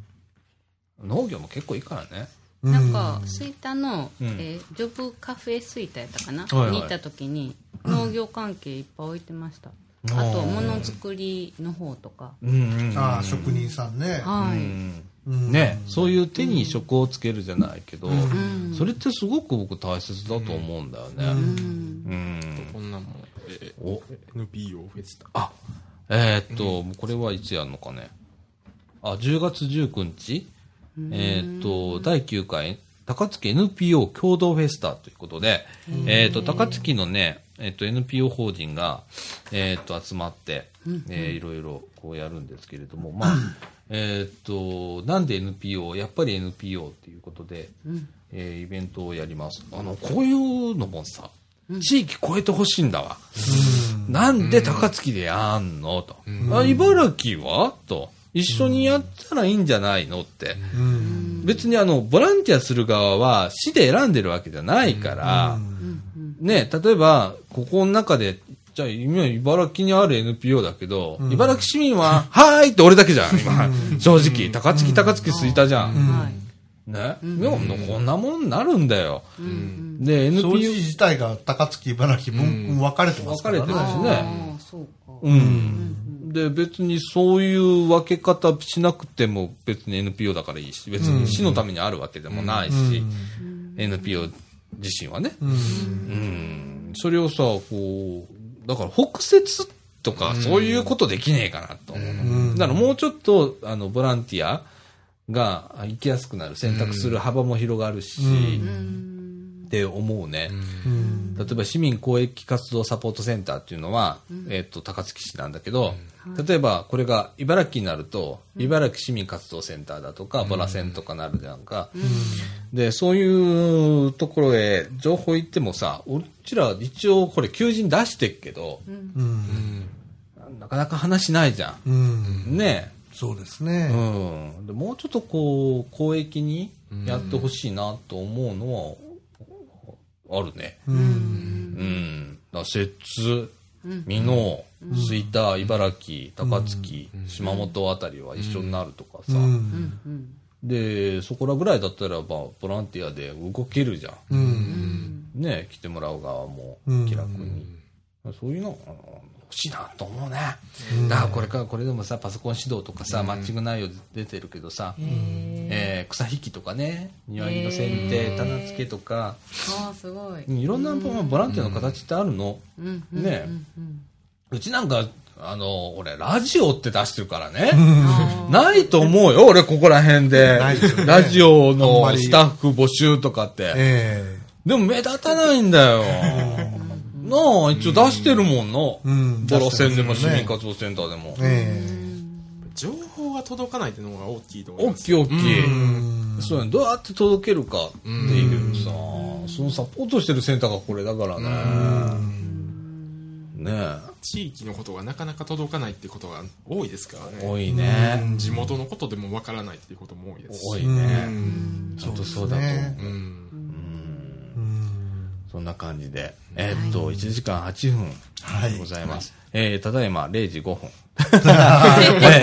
Speaker 1: 農業も結構いいからね。
Speaker 2: うん
Speaker 4: なんか、スイタの、
Speaker 1: ん
Speaker 4: えージョブカフェスイタやったかな、
Speaker 1: はいはい
Speaker 4: に行った時に、農業関係いっぱい置いてました。
Speaker 1: ん
Speaker 4: あと、ものづくりの方とか。
Speaker 1: うんうんうん
Speaker 2: ああ、職人さんね。
Speaker 4: は
Speaker 1: う
Speaker 4: い。
Speaker 1: ん
Speaker 2: うん
Speaker 1: ね、そういう手に職をつけるじゃないけど、それってすごく僕大切だと思うんだよね。うん
Speaker 3: こんなもん、え
Speaker 1: お
Speaker 3: NPO フェスタ。
Speaker 1: あえーっと、これはいつやるのかね。あ、10月19日、えーっと、第9回、高槻 NPO 共同フェスタということで、えーっと、高槻のね、えーっと、NPO 法人が、えーっと、集まって、えーいろいろこうやるんですけれども、まあ、えーっと、なんで NPO? やっぱり NPO っていうことで、えーイベントをやります。あの、こういうのもさ、地域超えてほしいんだわ。なんで高槻でやんのと。あ茨城はと。一緒にやったらいいんじゃないのって。別にあの、ボランティアする側は市で選んでるわけじゃないから、ね、例えば、ここの中で、じゃあ今茨城にある NPO だけど、茨城市民は、はーいって俺だけじゃん、今。正直。高槻、高槻すいたじゃん。
Speaker 4: はい。
Speaker 1: ね。でも、こんなもんなるんだよ。で、
Speaker 2: 掃
Speaker 1: NPO
Speaker 2: 除自体が高槻、茨城、分分かれてますから
Speaker 1: 分かれて
Speaker 2: ね。
Speaker 1: る
Speaker 4: ああ、そうか。
Speaker 1: うん、で別にそういう分け方しなくても別に NPO だからいいし別に市のためにあるわけでもないし、NPO 自身はね、うんそれをさこうだから北節とかそういうことできねえかなと思うの、だからもうちょっとあのボランティアが行きやすくなる選択する幅も広がるし、って思うね。例えば市民公益活動サポートセンターっていうのは、えっと、高槻市なんだけど、例えばこれが茨城になると、茨城市民活動センターだとか、ボラセンとかなるじゃんか。で、そういうところへ情報行ってもさ、うちら一応これ求人出してっけど、なかなか話しないじゃ。
Speaker 2: うんん。
Speaker 1: ね
Speaker 2: そうです
Speaker 1: え。う
Speaker 2: ね。
Speaker 1: ん。でもうちょっとこう、公益にやってほしいなと思うのは、あるね。
Speaker 2: うん。
Speaker 1: うん。だ摂津、美濃、吹田、茨城、高槻、島本あたりは一緒になるとかさ。
Speaker 2: うん。
Speaker 1: で、そこらぐらいだったら、まあ、ボランティアで動けるじゃん。
Speaker 2: うん。
Speaker 1: ね来てもらう側も
Speaker 2: うん
Speaker 1: 気楽に。そういうのあの欲しいなと思うね。だからこれから、これでもさ、パソコン指導とかさ、マッチング内容出てるけどさ、えー草引きとかね庭木の剪定
Speaker 4: へー
Speaker 1: 棚付けとか、
Speaker 4: ああすごい。
Speaker 1: いろんなまあボランティアの形ってあるの、
Speaker 4: うんうん
Speaker 1: ね
Speaker 4: うんうん
Speaker 1: うちなんかあの俺ラジオって出してるからね、
Speaker 4: あー
Speaker 1: ないと思うよ俺ここら辺で
Speaker 2: ないですよね
Speaker 1: ラジオの
Speaker 2: あんまり
Speaker 1: スタッフ募集とかって、
Speaker 2: え
Speaker 1: でも目立たないんだよ。なあ、一応出してるもん
Speaker 2: う
Speaker 1: な。
Speaker 2: ん
Speaker 1: ボラ戦でも
Speaker 2: 出し
Speaker 1: 市
Speaker 2: てますね
Speaker 1: 民活動センターでも
Speaker 2: え。え
Speaker 3: 情報が届かないっていうのが大きいと思い
Speaker 1: おっ
Speaker 3: ます
Speaker 1: きいおっきい。
Speaker 2: えうん
Speaker 1: そういうのどうやって届けるかっていうさ、そのサポートしてるセンターがこれだからね。ね
Speaker 3: 地域のことがなかなか届かないってことが多いですから
Speaker 1: え。
Speaker 3: ね
Speaker 1: 多いね。
Speaker 3: 地元のことでもわからないっていうことも多いですし
Speaker 1: 多いうね。
Speaker 2: ん
Speaker 1: ちょっとそうだと
Speaker 2: そうですね
Speaker 1: 思う。
Speaker 3: うん
Speaker 1: そんな感じで。えーっと、1時間8分
Speaker 2: はい
Speaker 1: ございます。えーただいま0時5分。
Speaker 2: ま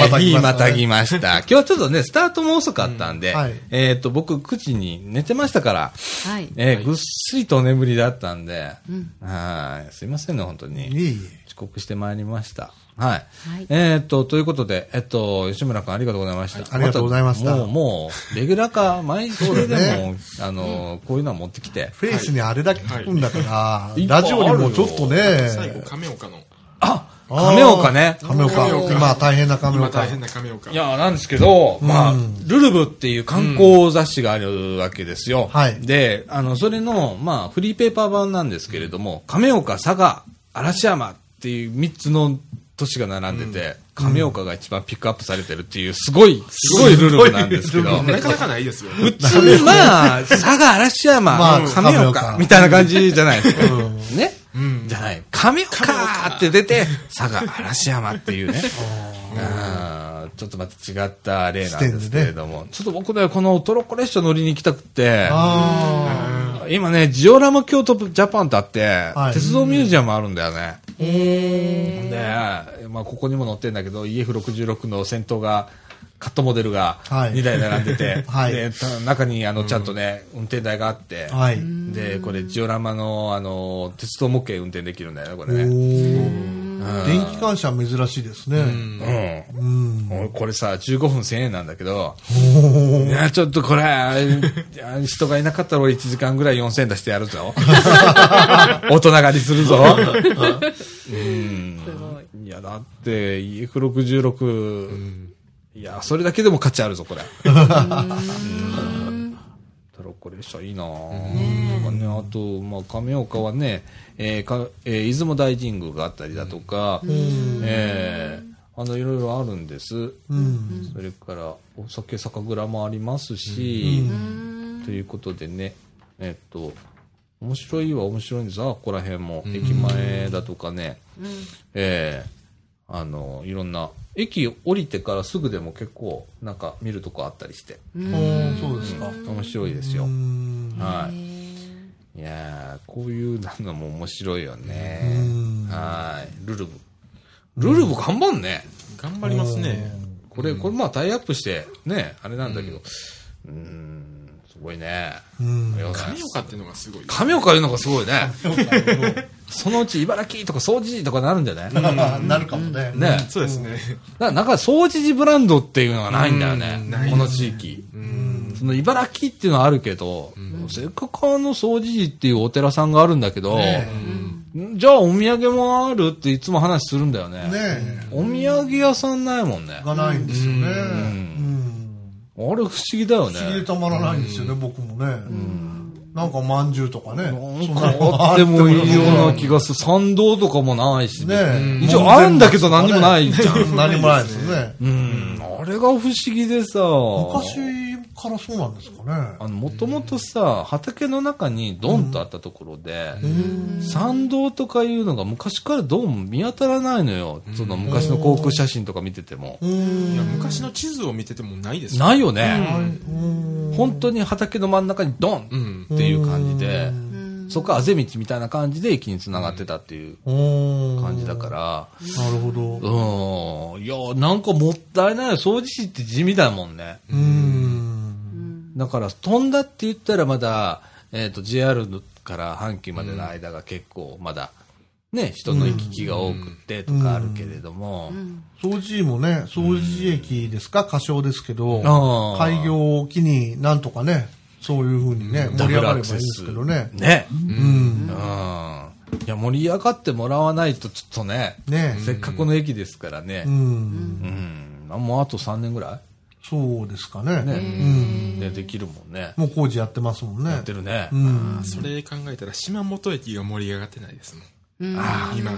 Speaker 2: た
Speaker 1: い
Speaker 2: 来
Speaker 1: い
Speaker 2: ま
Speaker 1: ま
Speaker 2: した
Speaker 1: たぎ
Speaker 2: ね
Speaker 1: ました。今日はちょっとね、スタートも遅かったんで、
Speaker 2: うんはい
Speaker 1: えっ、と、僕9時に寝てましたから、
Speaker 4: はい。
Speaker 1: えーぐっすりとお眠りだったんで、
Speaker 4: うん
Speaker 1: はい。すいませんね、本当に。
Speaker 2: いえい
Speaker 1: 遅刻してまいりました。はい。
Speaker 4: はい
Speaker 1: えっ、と、ということで、えっ、と、吉村君ありがとうございました。
Speaker 2: ありがとうございました
Speaker 1: もう、もう、レギュラー化、毎週でも、
Speaker 2: そうだね
Speaker 1: あの、こういうのは持ってきて。
Speaker 2: フェイスにあれだけ書くんだから、
Speaker 1: い
Speaker 2: ラジオにもちょっと
Speaker 3: 最後
Speaker 2: ね、
Speaker 3: 亀岡の
Speaker 1: あ亀岡ね。
Speaker 2: 亀岡、
Speaker 3: 亀岡
Speaker 2: 今大変な亀
Speaker 3: 今
Speaker 2: 岡
Speaker 3: 大。変な亀岡
Speaker 1: いや、なんですけど、まあ
Speaker 2: うん、
Speaker 1: ルルブっていう観光雑誌があるわけですよ。
Speaker 2: はい
Speaker 1: で、あの、それの、まあ、フリーペーパー版なんですけれども、亀岡、佐賀、嵐山っていう3つの都市が並んでて、亀岡が一番ピックアップされてるっていう、すごい、すごいルルブなんですけど、
Speaker 3: なかなかないで すよ
Speaker 1: 普通、まあ、佐賀、嵐山、
Speaker 2: まあ
Speaker 1: 亀
Speaker 2: 亀
Speaker 1: 岡
Speaker 2: 岡、
Speaker 1: みたいな感じじゃないですか。
Speaker 2: うん
Speaker 1: ね、じゃない。亀岡って出て、佐賀、嵐山っていう ね。あーちょっとまた違った例なんですけれども、ちょっと僕ね、このトロッコ列車乗りに行きたくて、
Speaker 2: あ
Speaker 1: 今ね、ジオラマ京都ジャパンってあって、
Speaker 2: はい
Speaker 1: 鉄道ミュージアムあるんだよね。
Speaker 4: え
Speaker 1: で、まあ、ここにも載ってんだけど、EF66 の先頭が、カットモデルが
Speaker 2: はい
Speaker 1: 2台並んでて、
Speaker 2: はい
Speaker 1: でた中にあのちゃんとね、運転台があって、
Speaker 2: あ、はい。
Speaker 1: で、これ、ジオラマの、あの、鉄道模型運転できるんだよね、こ
Speaker 2: お
Speaker 1: れね。
Speaker 2: ー電気感謝珍しいですね。
Speaker 1: う
Speaker 2: う
Speaker 1: ん。
Speaker 2: ん。
Speaker 1: 俺これさ、15分1000円なんだけど、いや、ちょっとこれ、 あ人がいなかったら俺1時間ぐらい4000円出してやるぞ。 大人狩りするぞ。うん。
Speaker 4: すごい。
Speaker 1: いや、だって、EF66、いや、それだけでも価値あるぞ、これ。トロッコ列車いいなぁ、とかね、あと、まあ、亀岡はね、えーかえー出雲大神宮があったりだとか、えーあの、いろいろあるんです。
Speaker 2: うん。
Speaker 1: それから、お酒酒蔵もありますし、ということでね、えっと、面白いは面白いんですあ、ここら辺も、駅前だとかね、ええあの、いろんな、駅降りてからすぐでも結構、なんか見るとこあったりして、
Speaker 2: おーそうですか。
Speaker 1: 面白いですよ
Speaker 2: う。ん。
Speaker 1: はい。いやーこういうのも面白いよね
Speaker 2: うん。
Speaker 1: はい。ルルブ。ルルブ頑張んね。
Speaker 3: 頑張りますね
Speaker 1: これ、これまあタイアップして、ね、あれなんだけど、うーん、すごいね。
Speaker 2: うん
Speaker 1: ありがとうございます
Speaker 3: 亀岡っていうのがすごい
Speaker 1: 亀岡いうのがすごいね。そのうち茨城とか掃除時とかなるんじゃないね
Speaker 2: なるかもね。
Speaker 1: だか
Speaker 3: そうですね
Speaker 1: らなんか掃除時ブランドっていうのがないんだよね
Speaker 3: うんない。です
Speaker 1: この地域。その茨城っていうのはあるけど、せっかくあの掃除時っていうお寺さんがあるんだけど、んじゃあお土産もあるっていつも話するんだよね。
Speaker 2: ね
Speaker 1: お土産屋さんないもんね。
Speaker 2: え。がないんですよね。うん。
Speaker 1: あれ不思議だよ
Speaker 2: 不思議で
Speaker 1: ね。
Speaker 2: たまらないんですよね、僕もね。なんか饅頭とかね。
Speaker 1: なんかあってもいいような気がする。参道とかもないし。
Speaker 2: ねえ
Speaker 1: 一応あるんだけど何もないじゃん。
Speaker 2: 何もないですよ ね。
Speaker 1: うん。あれが不思議でさ。
Speaker 2: 昔からそうなんですかね。
Speaker 1: あの、もともとさ、畑の中にドンとあったところで、参道とかいうのが昔からどうも見当たらないのよ。その昔の航空写真とか見てても。
Speaker 2: うん。
Speaker 3: いや昔の地図を見ててもないです
Speaker 1: ないよね。
Speaker 2: うん
Speaker 1: 本当に畑の真ん中にド
Speaker 3: う
Speaker 1: ン
Speaker 3: ん
Speaker 1: っていう感じで、
Speaker 4: うん
Speaker 1: そこはあぜ道みたいな感じで駅に繋がってたっていう感
Speaker 2: 感
Speaker 1: じだから、
Speaker 2: なるほど。
Speaker 1: うん。いや、なんかもったいない。掃除機って地味だもんね。
Speaker 2: うん。
Speaker 1: だから、飛んだって言ったらまだ、えっ、と、JR から阪急までの間が結構まだ、ね、人の行き来が多くてとかあるけれども、
Speaker 2: 掃除もね、掃除駅ですか、仮称ですけど
Speaker 1: あ、ー
Speaker 2: 開業を機になんとかね、そういうふうにね、盛り上がればいいですけどね。
Speaker 1: ね。
Speaker 2: うん
Speaker 1: う。ん。いや、盛り上がってもらわないとちょっとね、
Speaker 2: ね
Speaker 1: せっかくの駅ですからね
Speaker 2: う。ん。
Speaker 1: うん。もうあと3年ぐら
Speaker 2: そうですかね。
Speaker 1: いね。
Speaker 2: うん。
Speaker 1: ねできるもんね。
Speaker 2: もう工事やってますもん
Speaker 1: や
Speaker 2: ね
Speaker 1: って。るね
Speaker 2: う。ん。
Speaker 3: それ考えたら島本駅が盛り上がってないですもん。今。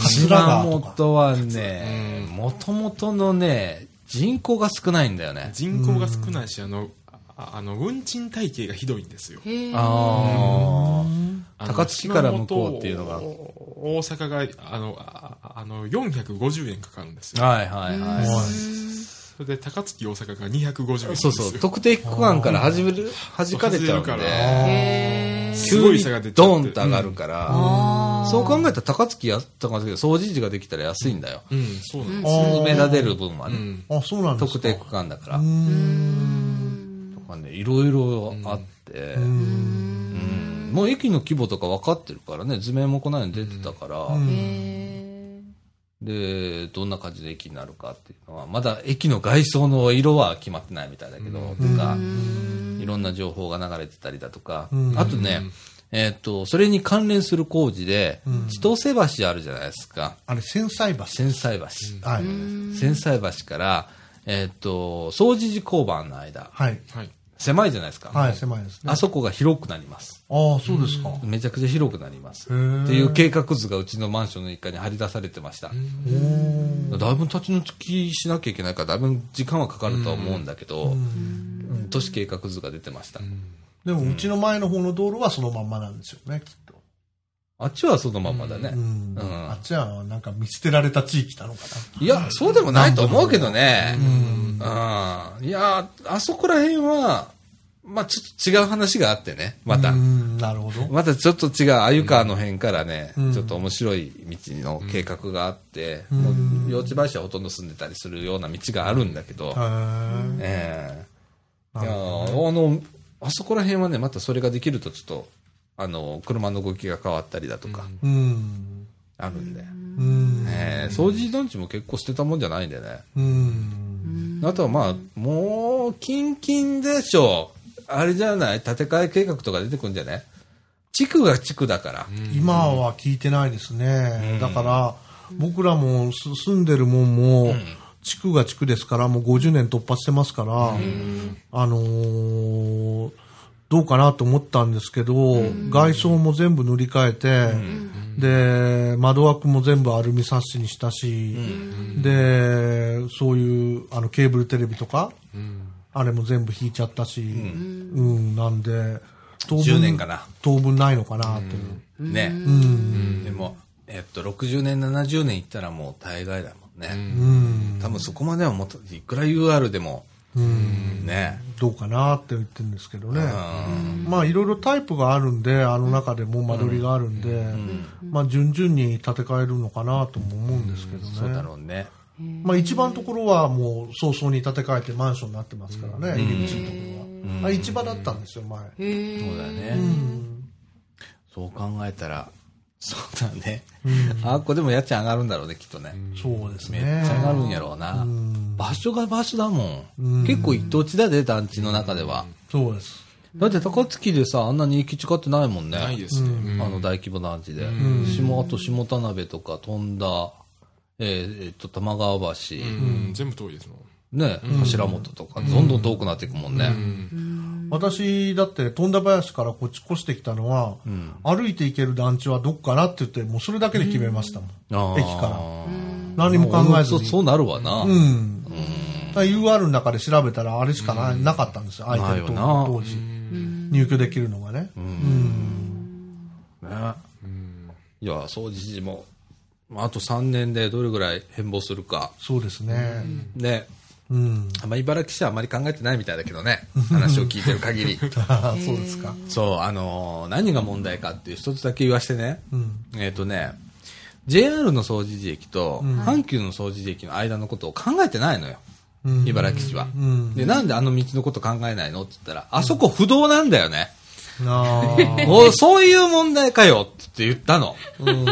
Speaker 2: 桂川とか
Speaker 1: 本はね、もともとのね、人口が少ないんだよね。
Speaker 3: 人口が少ないし、あの、ああの、運賃体系がひどいんですよ。
Speaker 4: へえ。
Speaker 1: あ
Speaker 3: あ
Speaker 1: あ。
Speaker 3: の
Speaker 1: 高槻から向こうっていうのが。は
Speaker 3: 島本大阪が、あの、あああの、450円かかるんですよ。
Speaker 1: いはいはい。
Speaker 3: それで高槻大阪が250円。
Speaker 1: そうそう、。特定区間からはじめる、弾かれちゃうんで
Speaker 3: 弾かれるから、すご
Speaker 1: 急
Speaker 3: い
Speaker 1: に
Speaker 3: 差が出ちゃって
Speaker 1: ドンと上がるから、そう考えたら高槻や、高槻で掃除時ができたら安いんだよ。
Speaker 3: うん、うんそうなんです。
Speaker 2: あ
Speaker 1: 目立てる分は
Speaker 3: う
Speaker 1: ね、
Speaker 3: ん。
Speaker 2: あ、そうなんです
Speaker 1: 特
Speaker 2: か。
Speaker 1: 定区間だから
Speaker 2: う、ん。
Speaker 1: とかね、いろいろあって、うんもう駅の規模とか分かってるからね、図面もこのように出てたから、で、どんな感じで駅になるかっていうのは、まだ駅の外装の色は決まってないみたいだけど、とか、いろんな情報が流れてたりだとか、あとね、えっ、と、それに関連する工事で、千歳橋あるじゃないですか。
Speaker 2: あれ、繊細橋。
Speaker 1: 千歳橋。
Speaker 2: はい。
Speaker 1: 千歳橋から、えっ、と、総除寺交番の間、
Speaker 2: はい。
Speaker 3: はい。
Speaker 1: 狭いじゃないですか。
Speaker 2: はい、狭いですね。
Speaker 1: あそこが広くなります。
Speaker 2: ああ、そうですか。
Speaker 1: めちゃくちゃ広くなります。
Speaker 2: へー
Speaker 1: っていう計画図がうちのマンションの一階に張り出されてました。だいぶ立ち退きしなきゃいけないから、だいぶ時間はかかるとは思うんだけど、うん都市計画図が出てました。
Speaker 2: でも、うちの前の方の道路はそのまんまなんですよね、きっと。
Speaker 1: あっちはそのまんまだね。
Speaker 2: うん。
Speaker 1: うん
Speaker 2: あっちは、なんか見捨てられた地域なのか
Speaker 1: いや、そうでもないと思うけどね。うん。いや、あそこら辺は、まあ、ちょっと違う話があってね、ま
Speaker 2: な。
Speaker 1: た
Speaker 2: う。ん、なるほど。
Speaker 1: またちょっと違う、鮎川の辺からね、
Speaker 2: ん
Speaker 1: ちょっと面白い道の計画があって、
Speaker 2: ん
Speaker 1: もう幼稚林はほとんど住んでたりするような道があるんだけど、
Speaker 2: へえ。
Speaker 1: ええ
Speaker 2: なる
Speaker 1: いやあの、あそこら辺はね、またそれができるとちょっと、あの、車の動きが変わったりだとか、
Speaker 2: うん。
Speaker 1: あるんで。
Speaker 2: うん。
Speaker 1: ええ掃除団地も結構捨てたもんじゃないんでね。
Speaker 2: うん。
Speaker 1: あとはまあ、もう、キンキンでしょう。あれじゃない建て替え計画とか出てくるんじゃね地区が地区だから。
Speaker 2: 今は聞いてないですね。だから、僕らもす住んでるもんも、地区が地区ですから、もう50年突破してますから、あのーどうかなと思ったんですけど、外装も全部塗り替えて、で、窓枠も全部アルミサッシにしたし、で、そういうあのケーブルテレビとか、あれも全部引いちゃったし、うん、なんで、当
Speaker 1: 10年かな
Speaker 2: 当分ないのかなという。
Speaker 1: ね。でも、えっと、60年、70年いったらもう大概だもんね。
Speaker 2: うん、
Speaker 1: 多分そこまではもっと、いくら UR でも、ね。
Speaker 2: どうかなって言ってるんですけどね。まあいろいろタイプがあるんで、あの中でも間取りがあるんで、まあ順々に建て替えるのかなとも思うんですけど
Speaker 1: そう
Speaker 2: ね。
Speaker 1: だろうね。
Speaker 2: まあ一番ところはもう早々に建て替えてマンションになってますからね、入り口のところは。あ市場だったんですよ、前。
Speaker 1: そうだね。そう考えたら、そうだね。あっこでも家賃上がるんだろうね、きっとね。
Speaker 2: そうです
Speaker 1: めっちゃ上が
Speaker 2: ね。
Speaker 1: るんやろうな。場所が場所だもん。結構一等地だで、団地の中では。
Speaker 2: そうです。
Speaker 1: だって高槻でさ、あんなに行き違ってないもんね。
Speaker 3: ないですね。うん
Speaker 1: あの大規模団地で。下、あと下田辺とか飛んだ、えーえっと、玉川橋、
Speaker 3: うん全部遠いですもん。
Speaker 1: ね、柱本とか、どんどん遠くなっていくもんね。
Speaker 2: 私、だって、富田林からこっち越してきたのは、歩いて行ける団地はどっかなって言って、もうそれだけで決めましたもん。
Speaker 1: あー
Speaker 2: 駅から。何も考えず
Speaker 1: そう
Speaker 2: に。
Speaker 1: そうなるわな。
Speaker 2: うん。だから UR の中で調べたら、あれしかな,、なかったんですよ、相手の
Speaker 1: ないよな
Speaker 2: 当時。入居できるのがね。
Speaker 1: ね。いや、総知事も、まああと3年でどれぐらい変貌するか。
Speaker 2: そうですね。
Speaker 1: ね。
Speaker 2: うん。
Speaker 1: あんま茨城市はあまり考えてないみたいだけど ね。話を聞いてる限り。
Speaker 2: ああ そうですか。
Speaker 1: そう、あのー何が問題かっていう一つだけ言わしてね。
Speaker 2: ん
Speaker 1: えっ、とね、JR の総除寺駅と阪急の総除寺駅の間のことを考えてないのよ。
Speaker 2: うん
Speaker 1: 茨城市は
Speaker 2: ん。
Speaker 1: で、なんであの道のこと考えないのって言ったら、あそこ不動なんだよね。
Speaker 2: あ
Speaker 1: おそういう問題かよって言ったの。 でジュ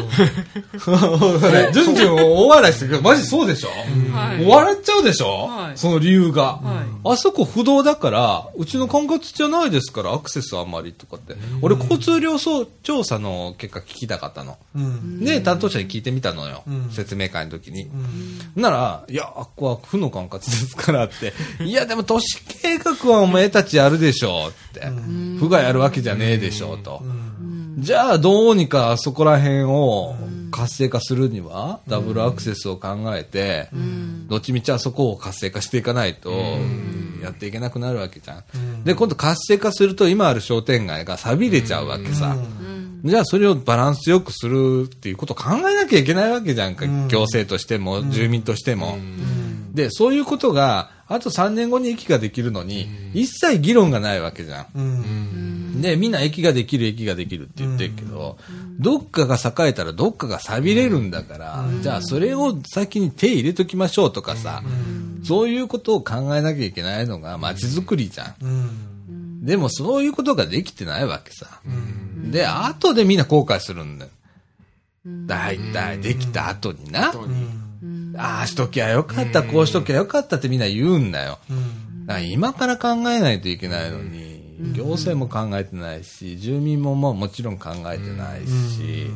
Speaker 1: ンジュン大笑いしてるけど、マジそうでしょ、
Speaker 4: はい
Speaker 1: 笑っちゃうでしょ、
Speaker 4: はい
Speaker 1: その理由が、
Speaker 4: は
Speaker 1: あそこ不動だから、うちの管轄じゃないですから、アクセスあんまりとかって。俺、交通量そう調査の結果聞きたかったの。
Speaker 2: うん
Speaker 1: で、担当者に聞いてみたのよ。
Speaker 2: うん
Speaker 1: 説明会の時に。
Speaker 2: うん
Speaker 1: なら、いや、あっこは負の管轄ですからって。 いや、でも都市計画はお前たちやるでしょうって。府がやるわけじゃねえでしょうと。じゃあ、どうにかそこら辺を活性化するには、ダブルアクセスを考えて、どっちみちあそこを活性化していかないと、やっていけなくなるわけじゃん。で、今度活性化すると、今ある商店街が錆びれちゃうわけさ。じゃあそれをバランスよくするっていうことを考えなきゃいけないわけじゃんか、行政としても、住民としても。で、そういうことが、あと3年後に駅ができるのに、一切議論がないわけじゃん。
Speaker 2: うん
Speaker 1: で、みんな駅ができる、駅ができるって言ってるけど、どっかが栄えたらどっかが錆びれるんだから、じゃあそれを先に手入れときましょうとかさ、そういうことを考えなきゃいけないのが街づくりじゃん。
Speaker 2: うん
Speaker 1: でもそういうことができてないわけさ。で、後でみんな後悔するんだよ。だいたいできた後にな。
Speaker 3: 当
Speaker 2: う
Speaker 3: に
Speaker 2: ん
Speaker 1: ああしときゃよかった、こうしときゃよかったってみんな言うんだよ。
Speaker 2: うん
Speaker 1: だから今から考えないといけないのに、行政も考えてないし、住民もまあもちろん考えてないし、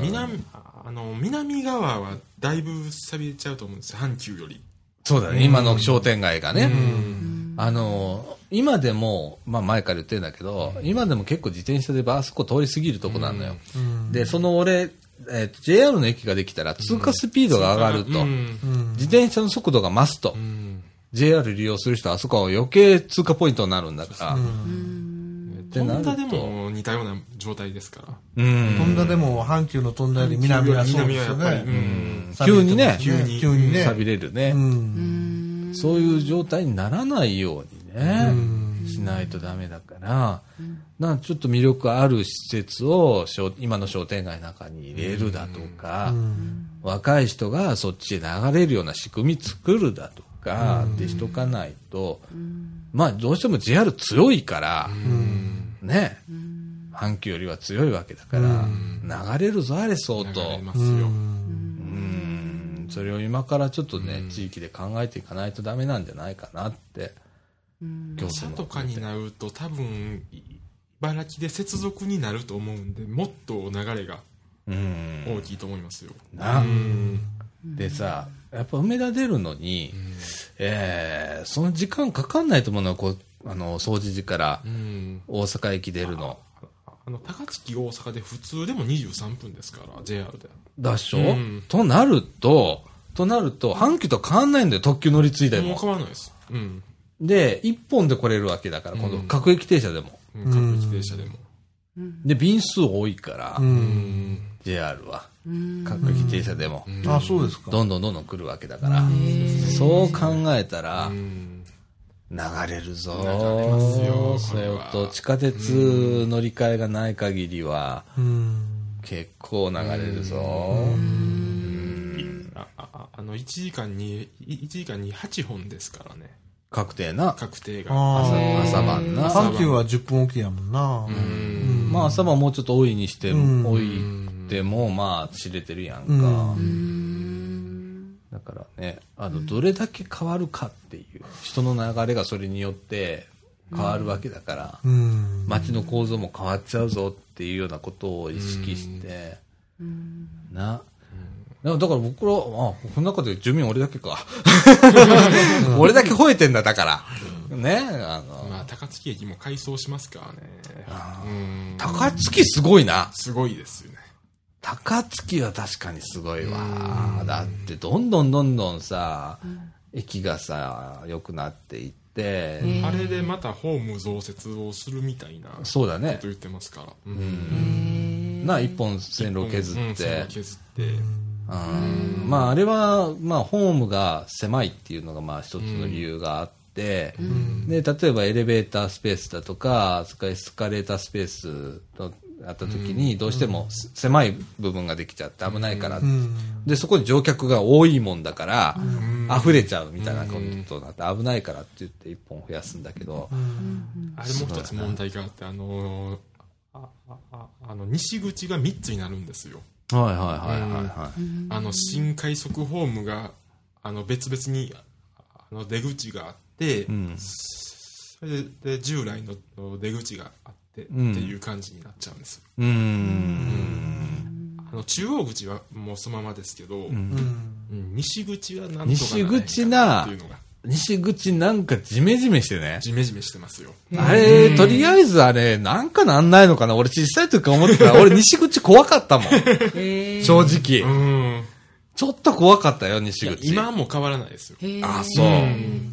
Speaker 3: 南あの南側はだいぶ錆びれちゃうと思うんですよ阪急より
Speaker 1: そうだね、今の商店街がね。あの、今でも、まあ前から言ってるんだけど、今でも結構自転車でバーそこ通り過ぎるとこなのよ。で、その俺、えっと JR の駅ができたら通過スピードが上がると、
Speaker 3: うん
Speaker 1: 自転車の速度が増すと、JR 利用する人はあそこは余計通過ポイントになるんだから、て
Speaker 3: ホ
Speaker 1: な
Speaker 3: ン
Speaker 1: ると
Speaker 3: ダでも似たような状態ですから
Speaker 1: うん
Speaker 2: 飛んだでも阪急の飛んだより南はそうですよ
Speaker 3: 南はやっぱりう
Speaker 2: ね
Speaker 3: ん
Speaker 1: 急にね
Speaker 2: 急に急にね
Speaker 1: 錆びれるね。
Speaker 2: うん
Speaker 1: そういう状態にならないようにね、しないとダメだから、なんかちょっと魅力ある施設を商今の商店街の中に入れるだとか、若い人がそっちへ流れるような仕組み作るだとかってしとかないと、まあどうしても JR 強いから、ね、阪急よりは強いわけだから、流れるぞあれ相
Speaker 3: 流
Speaker 1: 当。
Speaker 3: れますよ
Speaker 1: うんそれを今からちょっとね、地域で考えていかないとダメなんじゃないかなって、行
Speaker 3: 佐
Speaker 1: 政も。
Speaker 3: とかになると多分茨城で接続になると思うんでもっと流れが
Speaker 1: うん。
Speaker 3: 大きいと思いますよ
Speaker 1: な
Speaker 3: う。ん
Speaker 1: でさ、やっぱ梅田出るのに、えーその時間かかんないと思うのよ、こう、あの、掃除時から
Speaker 3: うん
Speaker 1: 大阪駅出るの。
Speaker 3: あの高槻大阪で普通でも23分ですから JR で
Speaker 1: だっしょ、
Speaker 3: うん
Speaker 1: となると、となると、阪急と変わんないんだよ、特急乗り継いで
Speaker 3: もう
Speaker 1: も。
Speaker 3: 変わらないですうん
Speaker 1: で、一本で来れるわけだから、今度、各駅停車でも。
Speaker 3: うん各駅停車でも
Speaker 1: で、便数多いから、
Speaker 3: うん、
Speaker 1: JR は。各駅停車でも。
Speaker 2: あそうですか
Speaker 1: どんどんどんどん来るわけだから、そう考えたら、
Speaker 3: うん
Speaker 1: 流れるぞ
Speaker 3: 流れますよこれ
Speaker 1: 相
Speaker 3: は
Speaker 1: 当地下鉄乗り換えがない限りは、
Speaker 2: うん
Speaker 1: 結構流れるぞ
Speaker 3: あああの1時間に1時間に8本ですからね
Speaker 1: 確定な
Speaker 3: 確定が
Speaker 2: あー
Speaker 1: 朝晩な
Speaker 2: 阪急は10分おきやもんな
Speaker 3: うん
Speaker 1: まあ朝晩もうちょっと多いにして
Speaker 2: うん
Speaker 1: も多いでもまあ知れてるやんかだからねあのどれだけ変わるかっていう人の流れがそれによって変わるわけだから、
Speaker 2: うん
Speaker 1: 街の構造も変わっちゃうぞっていうようなことを意識して、な。だから僕ら、あ、この中で住民俺だけか。俺だけ吠えてんだ、だから。ね、あの、
Speaker 3: まあ高槻駅も改装しますからねうん
Speaker 1: 高槻すごいな。
Speaker 3: すごいですよね
Speaker 1: 高槻は確かにすごいわ。だって、どんどんどんどんさ、駅がさ、良くなっていって、
Speaker 3: あれでまたホーム増設をするみたいなこと
Speaker 1: そうだね。
Speaker 3: 言ってますからうん
Speaker 1: な、一本線路削
Speaker 3: うん
Speaker 1: っ
Speaker 3: それ
Speaker 1: て
Speaker 3: を。削って
Speaker 1: うんまああれは、まあ、ホームが狭いっていうのがまあ一つの理由があって、で例えばエレベータースペースだとかそれからエスカレータースペースのあった時に、どうしてもす狭い部分ができちゃって危ないからって
Speaker 2: うん
Speaker 1: で、そこに乗客が多いもんだから、溢れちゃうみたいなことになって、危ないからって言って一本増やすんだけど、
Speaker 3: あれも一つ問題があって、あのーああああの西口が3つになるんですよ。
Speaker 1: はいはいはいはいはい。
Speaker 3: あの新快速ホームがあの別々にあの出口があって、
Speaker 1: ん
Speaker 3: それで従来の出口があって、
Speaker 1: ん
Speaker 3: っていう感じになっちゃうんです。
Speaker 1: うーん。
Speaker 3: あの中央口はもうそのままですけど、うん西口はなんとかならへん
Speaker 1: 西口な
Speaker 3: っていうのが
Speaker 1: 西口なんかジメジメしてね。
Speaker 3: ジメジメしてますよ。
Speaker 1: あれ、とりあえずあれ、なんかなんないのかな俺小さい時から思ってた。俺西口怖かったもん。
Speaker 4: へえ。
Speaker 1: 正
Speaker 3: う
Speaker 1: 直。
Speaker 3: ん。
Speaker 1: ちょっと怖かったよ、西
Speaker 3: いや
Speaker 1: 口。
Speaker 3: 今はもう変わらないですよ。
Speaker 4: へえ
Speaker 1: あ、そう。
Speaker 3: うん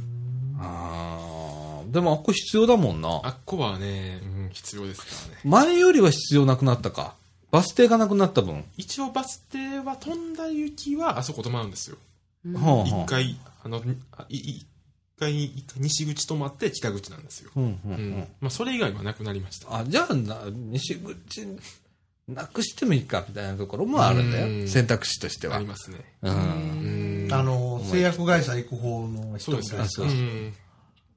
Speaker 1: あーでもあっこ必要だもんな。
Speaker 3: あっこはね、うん必要ですからね。
Speaker 1: 前よりは必要なくなったか。バス停がなくなった分。
Speaker 3: 一応バス停は飛んだ行きはあそこ止まるんですよ。
Speaker 1: ほうほう
Speaker 3: 一回、あの、あいい一回、一回西口止まって北口なんですよ。
Speaker 1: うんうんう
Speaker 3: うんん。まあ、それ以外はなくなりました。
Speaker 1: あ、じゃあな、西口、なくしてもいいかみたいなところもあるんだ
Speaker 3: う
Speaker 1: よ。
Speaker 3: ん
Speaker 1: 選択肢として
Speaker 3: あ
Speaker 1: は
Speaker 3: り。ますね。
Speaker 1: うん。
Speaker 3: うん。
Speaker 2: あの、製薬会社行く方の人
Speaker 3: そう
Speaker 2: み
Speaker 3: で
Speaker 2: た
Speaker 3: す
Speaker 1: そう
Speaker 2: いな。
Speaker 3: ね。
Speaker 1: うそうん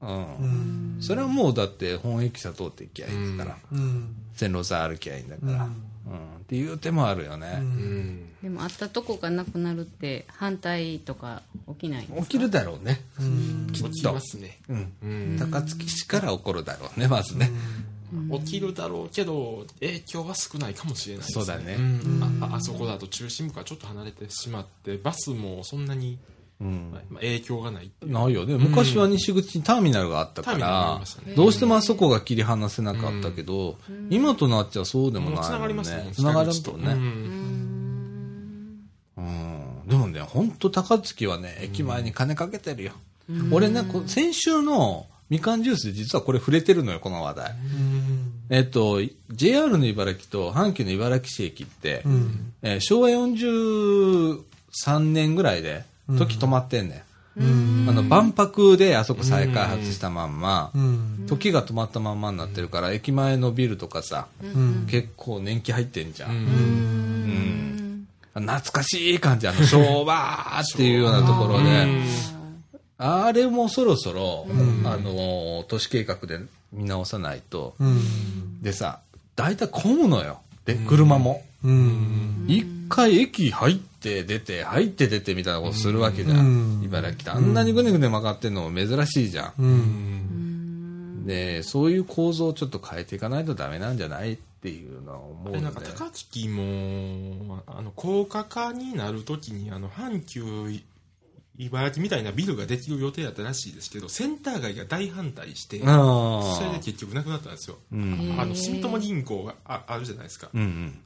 Speaker 1: うん。
Speaker 2: うん。
Speaker 1: それはもうだって本駅舎通っていきゃいいんだから。
Speaker 2: うん。
Speaker 1: 線路さ歩きゃいいんだから。
Speaker 2: う
Speaker 1: う
Speaker 2: ん
Speaker 1: ん。っていう手もあるよね。
Speaker 3: うん。
Speaker 4: でもあったとこがなくなるって反対とか起きない
Speaker 1: 起きるだろうね。きっ
Speaker 3: 起き
Speaker 1: と
Speaker 3: ま。すね。
Speaker 1: うん。
Speaker 3: うん。
Speaker 1: 高槻市から起こるだろうね、まずね。
Speaker 3: 起きるだろうけど、影響は少ないかもしれないです
Speaker 1: そうだね
Speaker 3: うんあああそこだと中心部からちょっと離れてしまって、バスもそんなに、まあ影響がないっていう。
Speaker 1: ないよね。昔は西口にターミナルがあったか
Speaker 3: ターミナルがあり
Speaker 1: ら
Speaker 3: ました、ね
Speaker 1: どうしてもあそこが切り離せなかったけど、今となっちゃそうでも
Speaker 3: もう
Speaker 1: ない
Speaker 3: 繋
Speaker 1: も
Speaker 3: がり
Speaker 1: ん
Speaker 3: ますね
Speaker 1: ね。。繋がると
Speaker 3: う
Speaker 1: ね。
Speaker 3: ん
Speaker 1: うん。でもね、ほんと高槻はね、駅前に金かけてるよ。俺ね、こ先週のみかんジュースで実はこれ触れてるのよ、この話題。えっと、JR の茨城と阪急の茨城市駅って、えー昭和43年ぐらいで時止まってんね、ん。あの万博であそこ再開発したまんま、
Speaker 2: うん。
Speaker 1: 時が止まったまんまになってるから、駅前のビルとかさ、結構年季入ってんじゃん。うん懐かしい感じ、あの昭和っていうようなところで、あれもそろそろ、あのー、都市計画で見直さないと、でさ、大体混むのよ。で、車も。
Speaker 2: うん。
Speaker 1: 一回駅入って出て、入って出てみたいなことするわけじゃん。茨城ってあんなにぐねぐね曲がってんのも珍しいじゃん。で、そういう構造をちょっと変えていかないとダメなんじゃないっていうのは思う
Speaker 3: で
Speaker 1: の
Speaker 3: な
Speaker 1: で
Speaker 3: んか。高槻もあの高架化になるときにあの阪急い茨城みたいなビルができる予定だったらしいですけどセンター街が大反対して
Speaker 1: あ
Speaker 3: それで
Speaker 1: あ。
Speaker 3: 結局なくなったんですよ、
Speaker 1: うん。
Speaker 3: あの住友銀行がああるじゃないですか、
Speaker 1: うん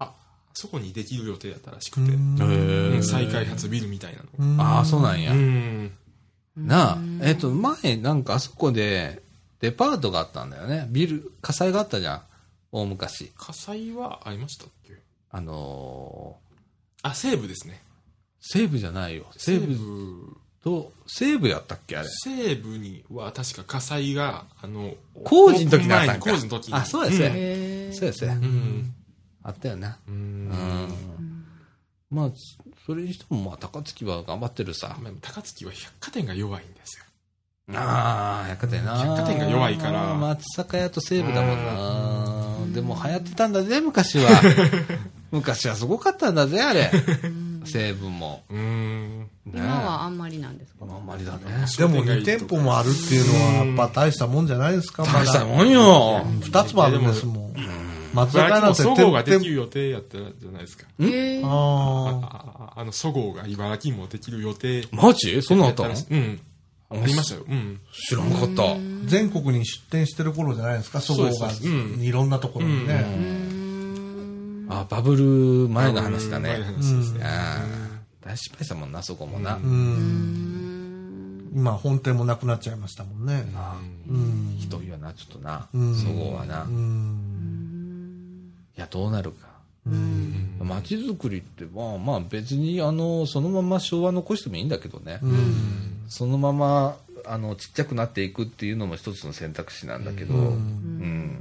Speaker 3: あそこにできる予定だったらしくて、
Speaker 1: うん。へ
Speaker 3: う
Speaker 1: え
Speaker 3: ん。再開発ビルみたいなの
Speaker 1: ああ、そうなん
Speaker 3: う
Speaker 1: や。
Speaker 3: ん
Speaker 1: なあ、えっ、と、前、なんかあそこで、デパートがあったんだよね。ビル、火災があったじゃん。大昔。
Speaker 3: 火災はありましたっけ
Speaker 1: あのー、
Speaker 3: あ西部ですね
Speaker 1: 西部じゃないよ。西部
Speaker 3: 部
Speaker 1: と、西部やったっけあれ。
Speaker 3: 西部には確か火災があの
Speaker 1: 工事の時にあったんか。
Speaker 3: オープン前に工事の時に
Speaker 1: あ、そうですね。
Speaker 4: へ
Speaker 1: そうですね
Speaker 3: う。ん
Speaker 1: あったよな。
Speaker 3: うん
Speaker 1: うん。まあ、それにしても、まあ、高槻は頑張ってるさ。
Speaker 3: まあ高槻は百貨店が弱いんですよ。
Speaker 1: ああ、百貨店な。
Speaker 3: 百貨店が弱いから
Speaker 1: 松坂屋と西武だもんな。でも流行ってたんだぜ、昔 は。昔はすごかったんだぜ、あれ。西武も。
Speaker 3: うーん。
Speaker 1: ね
Speaker 4: 今はあんまりなんです
Speaker 1: あ
Speaker 4: か
Speaker 1: んまりだね。
Speaker 2: でも2店舗もあるっていうのはやっぱ大したもんじゃないですか、まだ。
Speaker 1: 大したもんよ。
Speaker 2: 2つもあるんですもん。松
Speaker 3: それ
Speaker 2: 坂屋なん
Speaker 3: も
Speaker 2: て
Speaker 3: そごうができる
Speaker 2: 店
Speaker 3: 予定やったじゃないですか。
Speaker 4: へえ
Speaker 2: ああ。
Speaker 3: あああのそごうが茨城にもできる予定。
Speaker 1: マジそんなんあった
Speaker 3: や
Speaker 1: の
Speaker 3: らしいうん。ありましたよ。うん。
Speaker 1: 知らんかった。
Speaker 2: 全国に出店してる頃じゃないですか、そこ
Speaker 3: そう
Speaker 2: が
Speaker 3: ですそうですう。
Speaker 2: いろんなところにね。
Speaker 1: あ、バブル前の話だ
Speaker 3: 前の
Speaker 1: ね。
Speaker 3: 話ですね。
Speaker 1: あー大失敗したもんな、そこもな。
Speaker 2: 今本店もなくなっちゃいましたもんね。
Speaker 1: ひどいよな、ちょっとな。そこはな。いや、どうなるか。街づくりって、まあまあ別に、あの、そのまま昭和残してもいいんだけどね。そのまま、あの、ちっちゃくなっていくっていうのも一つの選択肢なんだけど、うん。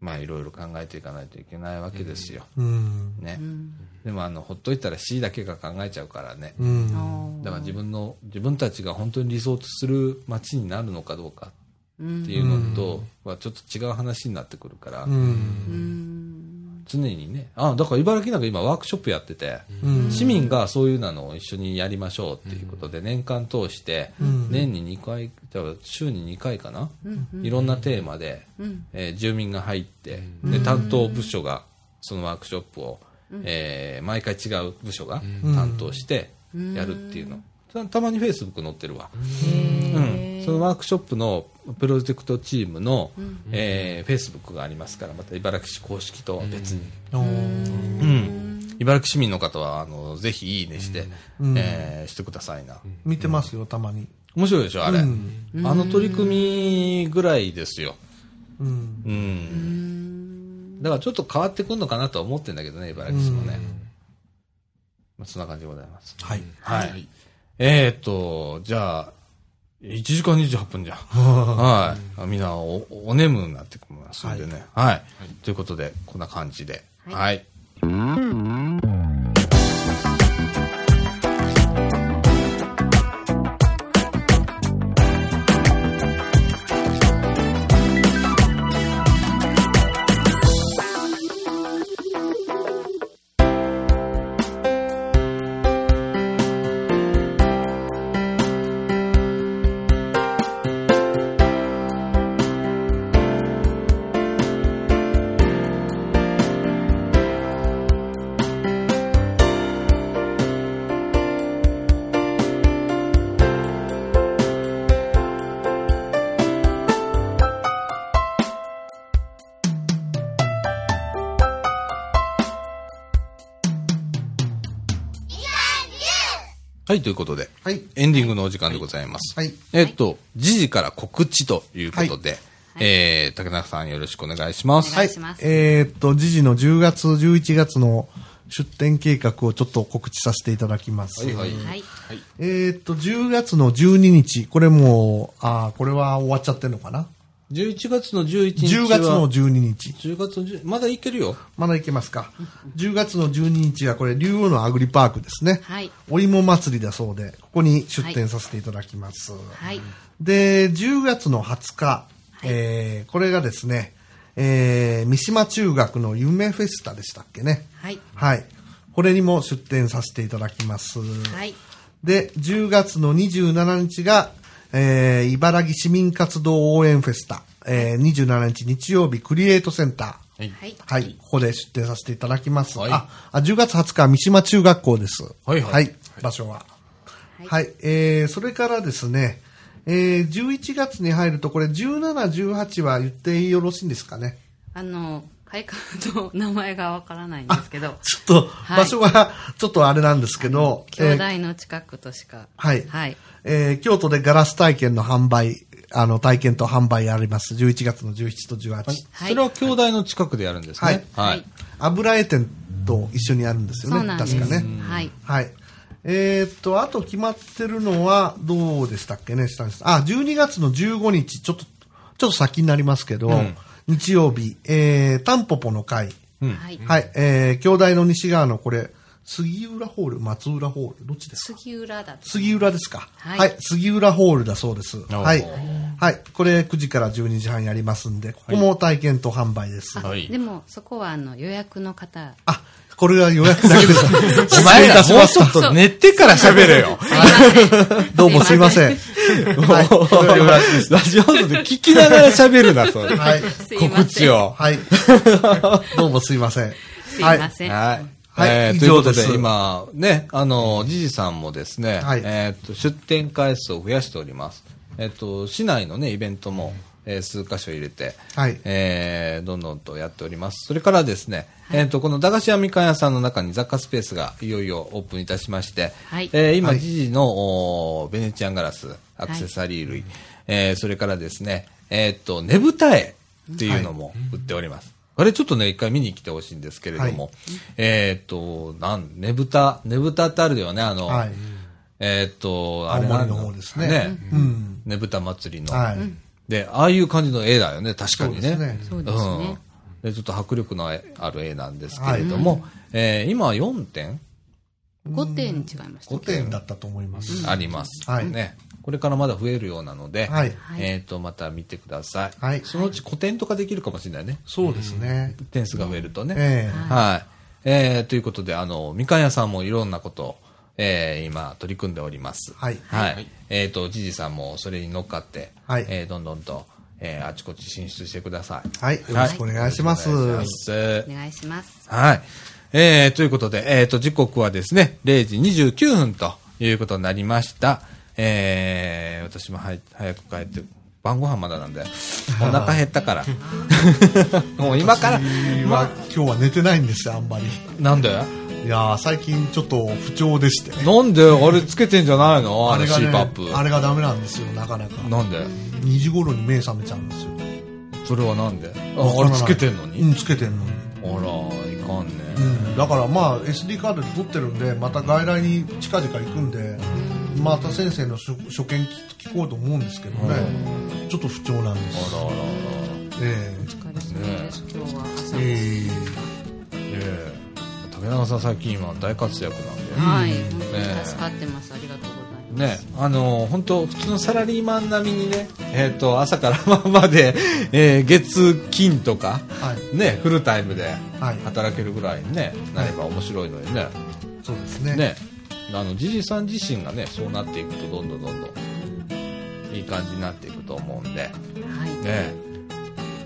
Speaker 1: まあいろいろ考えていかないといけないわけですよ。
Speaker 2: うん。
Speaker 1: ね
Speaker 4: う。ん
Speaker 1: でもあの、ほっといたら C だけが考えちゃうからね。
Speaker 2: うん。
Speaker 4: あ
Speaker 1: だから自分の、自分たちが本当に理想とする街になるのかどうか
Speaker 4: ーう
Speaker 1: って
Speaker 4: ん
Speaker 1: いうのとはちょっと違う話になってくるから、
Speaker 2: うん。
Speaker 4: うん
Speaker 1: 常にね、あ、だから茨城なんか今ワークショップやってて、
Speaker 2: うん
Speaker 1: 市民がそういうのを一緒にやりましょうっていうことで年間通して、
Speaker 2: ん
Speaker 1: 年に2回、じゃあ週に2回かな、
Speaker 4: うんうん
Speaker 1: いろんなテーマで、
Speaker 4: うん
Speaker 1: えー住民が入って、で担当部署がそのワークショップを、えー毎回違う部署が担当してやるっていうの、たたまにフェイスブック載ってるわ、うんそのワークショップのプロジェクトチームの、えフェイスブックがありますからまた茨城市公式とは別に、うん茨城市民の方はあのぜひいいねして、えーしてくださいな、
Speaker 2: 見てますよ、たまに。
Speaker 1: 面白いでしょあれ、
Speaker 2: うん
Speaker 1: あの取り組みぐらいですよ、
Speaker 2: うん。
Speaker 1: うんだからちょっと変わってくるのかなとは思ってんだけどね、茨城市もね。まあ、そんな感じでございます。
Speaker 2: はい。
Speaker 1: はい。えーっと、じゃあ、1時間28分じ ゃん。はいあ。みんなお、お眠になってきますんでね。はい。ということで、こんな感じで。はい。はい、ということで、
Speaker 2: はい。
Speaker 1: エンディングのお時間でございます。
Speaker 2: はい。
Speaker 1: えーっと、時事から告知ということで、えー、竹中さんよろしくお願いします。
Speaker 4: お願いします
Speaker 2: えーっと、時事の10月、11月の出展計画をちょっと告知させていただきます。
Speaker 1: はいはい
Speaker 4: はい
Speaker 2: えーっと、10月の12日、これもう、ああ、これは終わっちゃってるのかな
Speaker 1: 11月の11日は。
Speaker 2: 10月の12日。
Speaker 1: 10月の10まだいけるよ。
Speaker 2: まだいけますか。10月の12日はこれ、竜王のアグリパークですね。
Speaker 4: はい
Speaker 2: お芋祭りだそうで、ここに出展させていただきます。
Speaker 4: はい
Speaker 2: で、10月の20日、えーこれがですね、えー三島中学の夢フェスタでしたっけね。
Speaker 4: はい
Speaker 2: はい。これにも出展させていただきます。
Speaker 4: はい
Speaker 2: で、10月の27日が、えー茨城市民活動応援フェスタ。えー27日日曜日、クリエイトセンター。
Speaker 4: はい
Speaker 2: はい、ここで出展させていただきます。
Speaker 1: はい
Speaker 2: ああ、10月20日、三島中学校です。
Speaker 1: はいはい
Speaker 2: 場所は。
Speaker 4: は
Speaker 2: はいい、えー、それからですね、えー、11月に入ると、これ17、18は言ってよろしいんですかね。
Speaker 4: あの会館の名前がわからないんですけど
Speaker 2: ちょっと、
Speaker 4: はい
Speaker 2: 場所はちょっとあれなんですけど、
Speaker 4: 兄
Speaker 2: えー
Speaker 4: 弟の近くとしか
Speaker 2: はい。
Speaker 4: はい
Speaker 2: えー京都でガラス体験の販売、あの、体験と販売あります。11月の17と18。
Speaker 4: はい
Speaker 1: それは兄弟の近くでやるんですね。
Speaker 4: はい
Speaker 2: 油絵店と一緒にあるんですよね。
Speaker 4: そうなんです
Speaker 2: 確かね。
Speaker 4: はい
Speaker 2: はい。えーっと、あと決まってるのは、どうでしたっけね、下にあ、12月の15日、ちょっと、ちょっと先になりますけど、日曜日、えー、タンポポの会。
Speaker 4: はい
Speaker 2: はい、えー、兄弟の西側のこれ、杉浦ホール、松浦ホール、どっちですか
Speaker 4: 杉浦だと
Speaker 2: 杉浦ですか、
Speaker 4: は
Speaker 2: はいい、杉浦ホールだそうです。
Speaker 1: お
Speaker 2: はい。はい。これ9時から12時半やりますんで、ここも体験と販売です。
Speaker 4: あ
Speaker 1: はい
Speaker 4: でもそこはあの予約の方
Speaker 2: あ、これは予約だけです。
Speaker 1: お前らもうちょっと寝てから喋れよ。
Speaker 2: どうもすいません。はい。これは予約で す。
Speaker 1: ラジオで聞きながら喋るな、それ。
Speaker 2: はい。
Speaker 4: すいません
Speaker 1: 告知を。
Speaker 2: はい。どうもすいません。
Speaker 4: すいませんは
Speaker 1: はい。
Speaker 2: はい
Speaker 1: えー
Speaker 2: 以
Speaker 1: というこ
Speaker 2: 上
Speaker 1: と
Speaker 2: です
Speaker 1: で、今、ね、あの、じじさんもですね、
Speaker 2: はい
Speaker 1: えーと、出店回数を増やしております。えっ、と、市内のね、イベントも、えー数箇所入れて、
Speaker 2: はい
Speaker 1: えーどんどんとやっております。それからですね、えっ、と、この駄菓子屋みかん屋さんの中に雑貨スペースがいよいよオープンいたしまして、
Speaker 4: はい
Speaker 1: えー今、
Speaker 2: はい
Speaker 1: じじの、おーベネチアンガラス、アクセサリー類、えーそれからですね、えっ、と、ねぶた絵っていうのも売っております。あれちょっとね、一回見に来てほしいんですけれども、
Speaker 2: は
Speaker 1: えっ、と、なん、ねぶた、ねぶたってあるよね、あの、
Speaker 2: はい
Speaker 1: えっ、と、あ
Speaker 2: 青
Speaker 1: れなん
Speaker 2: 森
Speaker 1: だ
Speaker 2: の方ですね。
Speaker 1: ね、
Speaker 2: うん。
Speaker 1: ねぶた祭りの、
Speaker 2: はい。
Speaker 1: で、ああいう感じの絵だよね、確かにね。
Speaker 2: そうですね
Speaker 4: そうですね
Speaker 1: んでちょっと迫力のある絵なんですけれども、えー今は4点
Speaker 4: 5点違いました
Speaker 2: 5点だったと思います。
Speaker 1: あります、
Speaker 2: はい
Speaker 1: ね、これからまだ増えるようなので、
Speaker 2: はい
Speaker 1: えー、とまた見てください、
Speaker 2: はい
Speaker 1: そのうち古典とかできるかもしれないね
Speaker 2: そうですね。
Speaker 1: 点数が増えるとね、
Speaker 2: ええ
Speaker 1: はい。えーということで、あの、みかん屋さんもいろんなことを、えー今、取り組んでおります。
Speaker 2: はい
Speaker 1: はい。
Speaker 3: はい
Speaker 1: えっ、と、じじさんもそれに乗っかって、
Speaker 2: はい
Speaker 1: えーどんどんと、えーあちこち進出してください。
Speaker 2: はい。よろしくお願いします。
Speaker 1: お願いします
Speaker 4: お願いします
Speaker 1: はい。えーということで、えーと、時刻はですね、0時29分ということになりました。えー私もはい早く帰って、晩ご飯まだなんで、お腹減った から。もう今から、
Speaker 2: 私は今日は寝てないんですよ、あんまり。
Speaker 1: なんで
Speaker 2: いやー、最近ちょっと不調でして。
Speaker 1: なんであれつけてんじゃないのあれ
Speaker 2: が
Speaker 1: C パッ
Speaker 2: ね
Speaker 1: プ。、
Speaker 2: あれがダメなんですよ、なかなか。
Speaker 1: なんで
Speaker 2: 2時頃に目覚めちゃうんですよ。
Speaker 1: それはなんであ
Speaker 2: わ
Speaker 1: あ
Speaker 2: から
Speaker 1: れ
Speaker 2: ない
Speaker 1: つけてんのに、
Speaker 2: うん、つけてんのに。
Speaker 1: あら、いかんね。
Speaker 2: うん、だからまあ SD カードで取ってるんでまた外来に近々行くんでまた先生の所所見聞聞こうと思うんですけどねちょっと不調なんです
Speaker 1: あらあらあら。
Speaker 2: え
Speaker 4: お疲れ様です今日は
Speaker 2: え
Speaker 4: 朝も
Speaker 2: え
Speaker 1: ええ竹中さん最近今大活躍なんで。
Speaker 4: はい本当に助かってますありがとうございます
Speaker 1: ね、あの本当普通のサラリーマン並みにね、えっ、と、朝から晩まで、えー月、金とか、
Speaker 2: はい
Speaker 1: ね、フルタイムで
Speaker 2: はい
Speaker 1: 働けるぐらいにね、なれば面白いのにね。
Speaker 2: ーそうですね
Speaker 1: ね、あのじじさん自身がねそうなっていくとどんどんどんどんいい感じになっていくと思うんで
Speaker 4: はい
Speaker 1: ね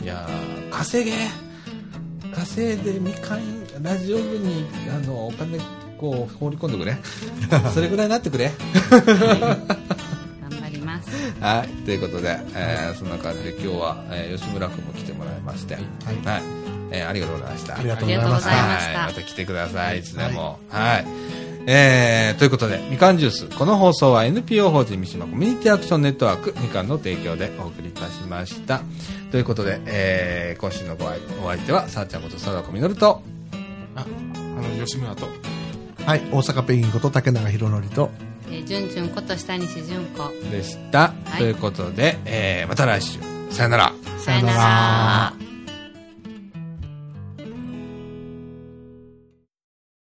Speaker 1: いやー稼げ稼いでみかんラジオ部にあのお金こう放り込んでくれ それぐらいになってくれ
Speaker 4: 頑張ります
Speaker 1: はいということで、えーそんな感じで今日は、えー吉村君も来てもらいまして、はいえーありがとうございました
Speaker 2: ありがとうございました
Speaker 4: ありがとうございました
Speaker 1: はい、また来てください、いつでも。はい。えー、ということで、みかんジュース。この放送は NPO 法人三島コミュニティアクションネットワークみかんの提供でお送りいたしました。ということで、えー、今週のご相お相手は、さあちゃんこと貞子みのると、
Speaker 3: ああの吉村と
Speaker 2: はい大阪ペンギンこと竹永宏典と
Speaker 4: えー、じゅんじゅんこと下西じゅんこ
Speaker 1: でした。
Speaker 4: い
Speaker 1: ということで、えー、また来週。さよなら。
Speaker 4: さよなら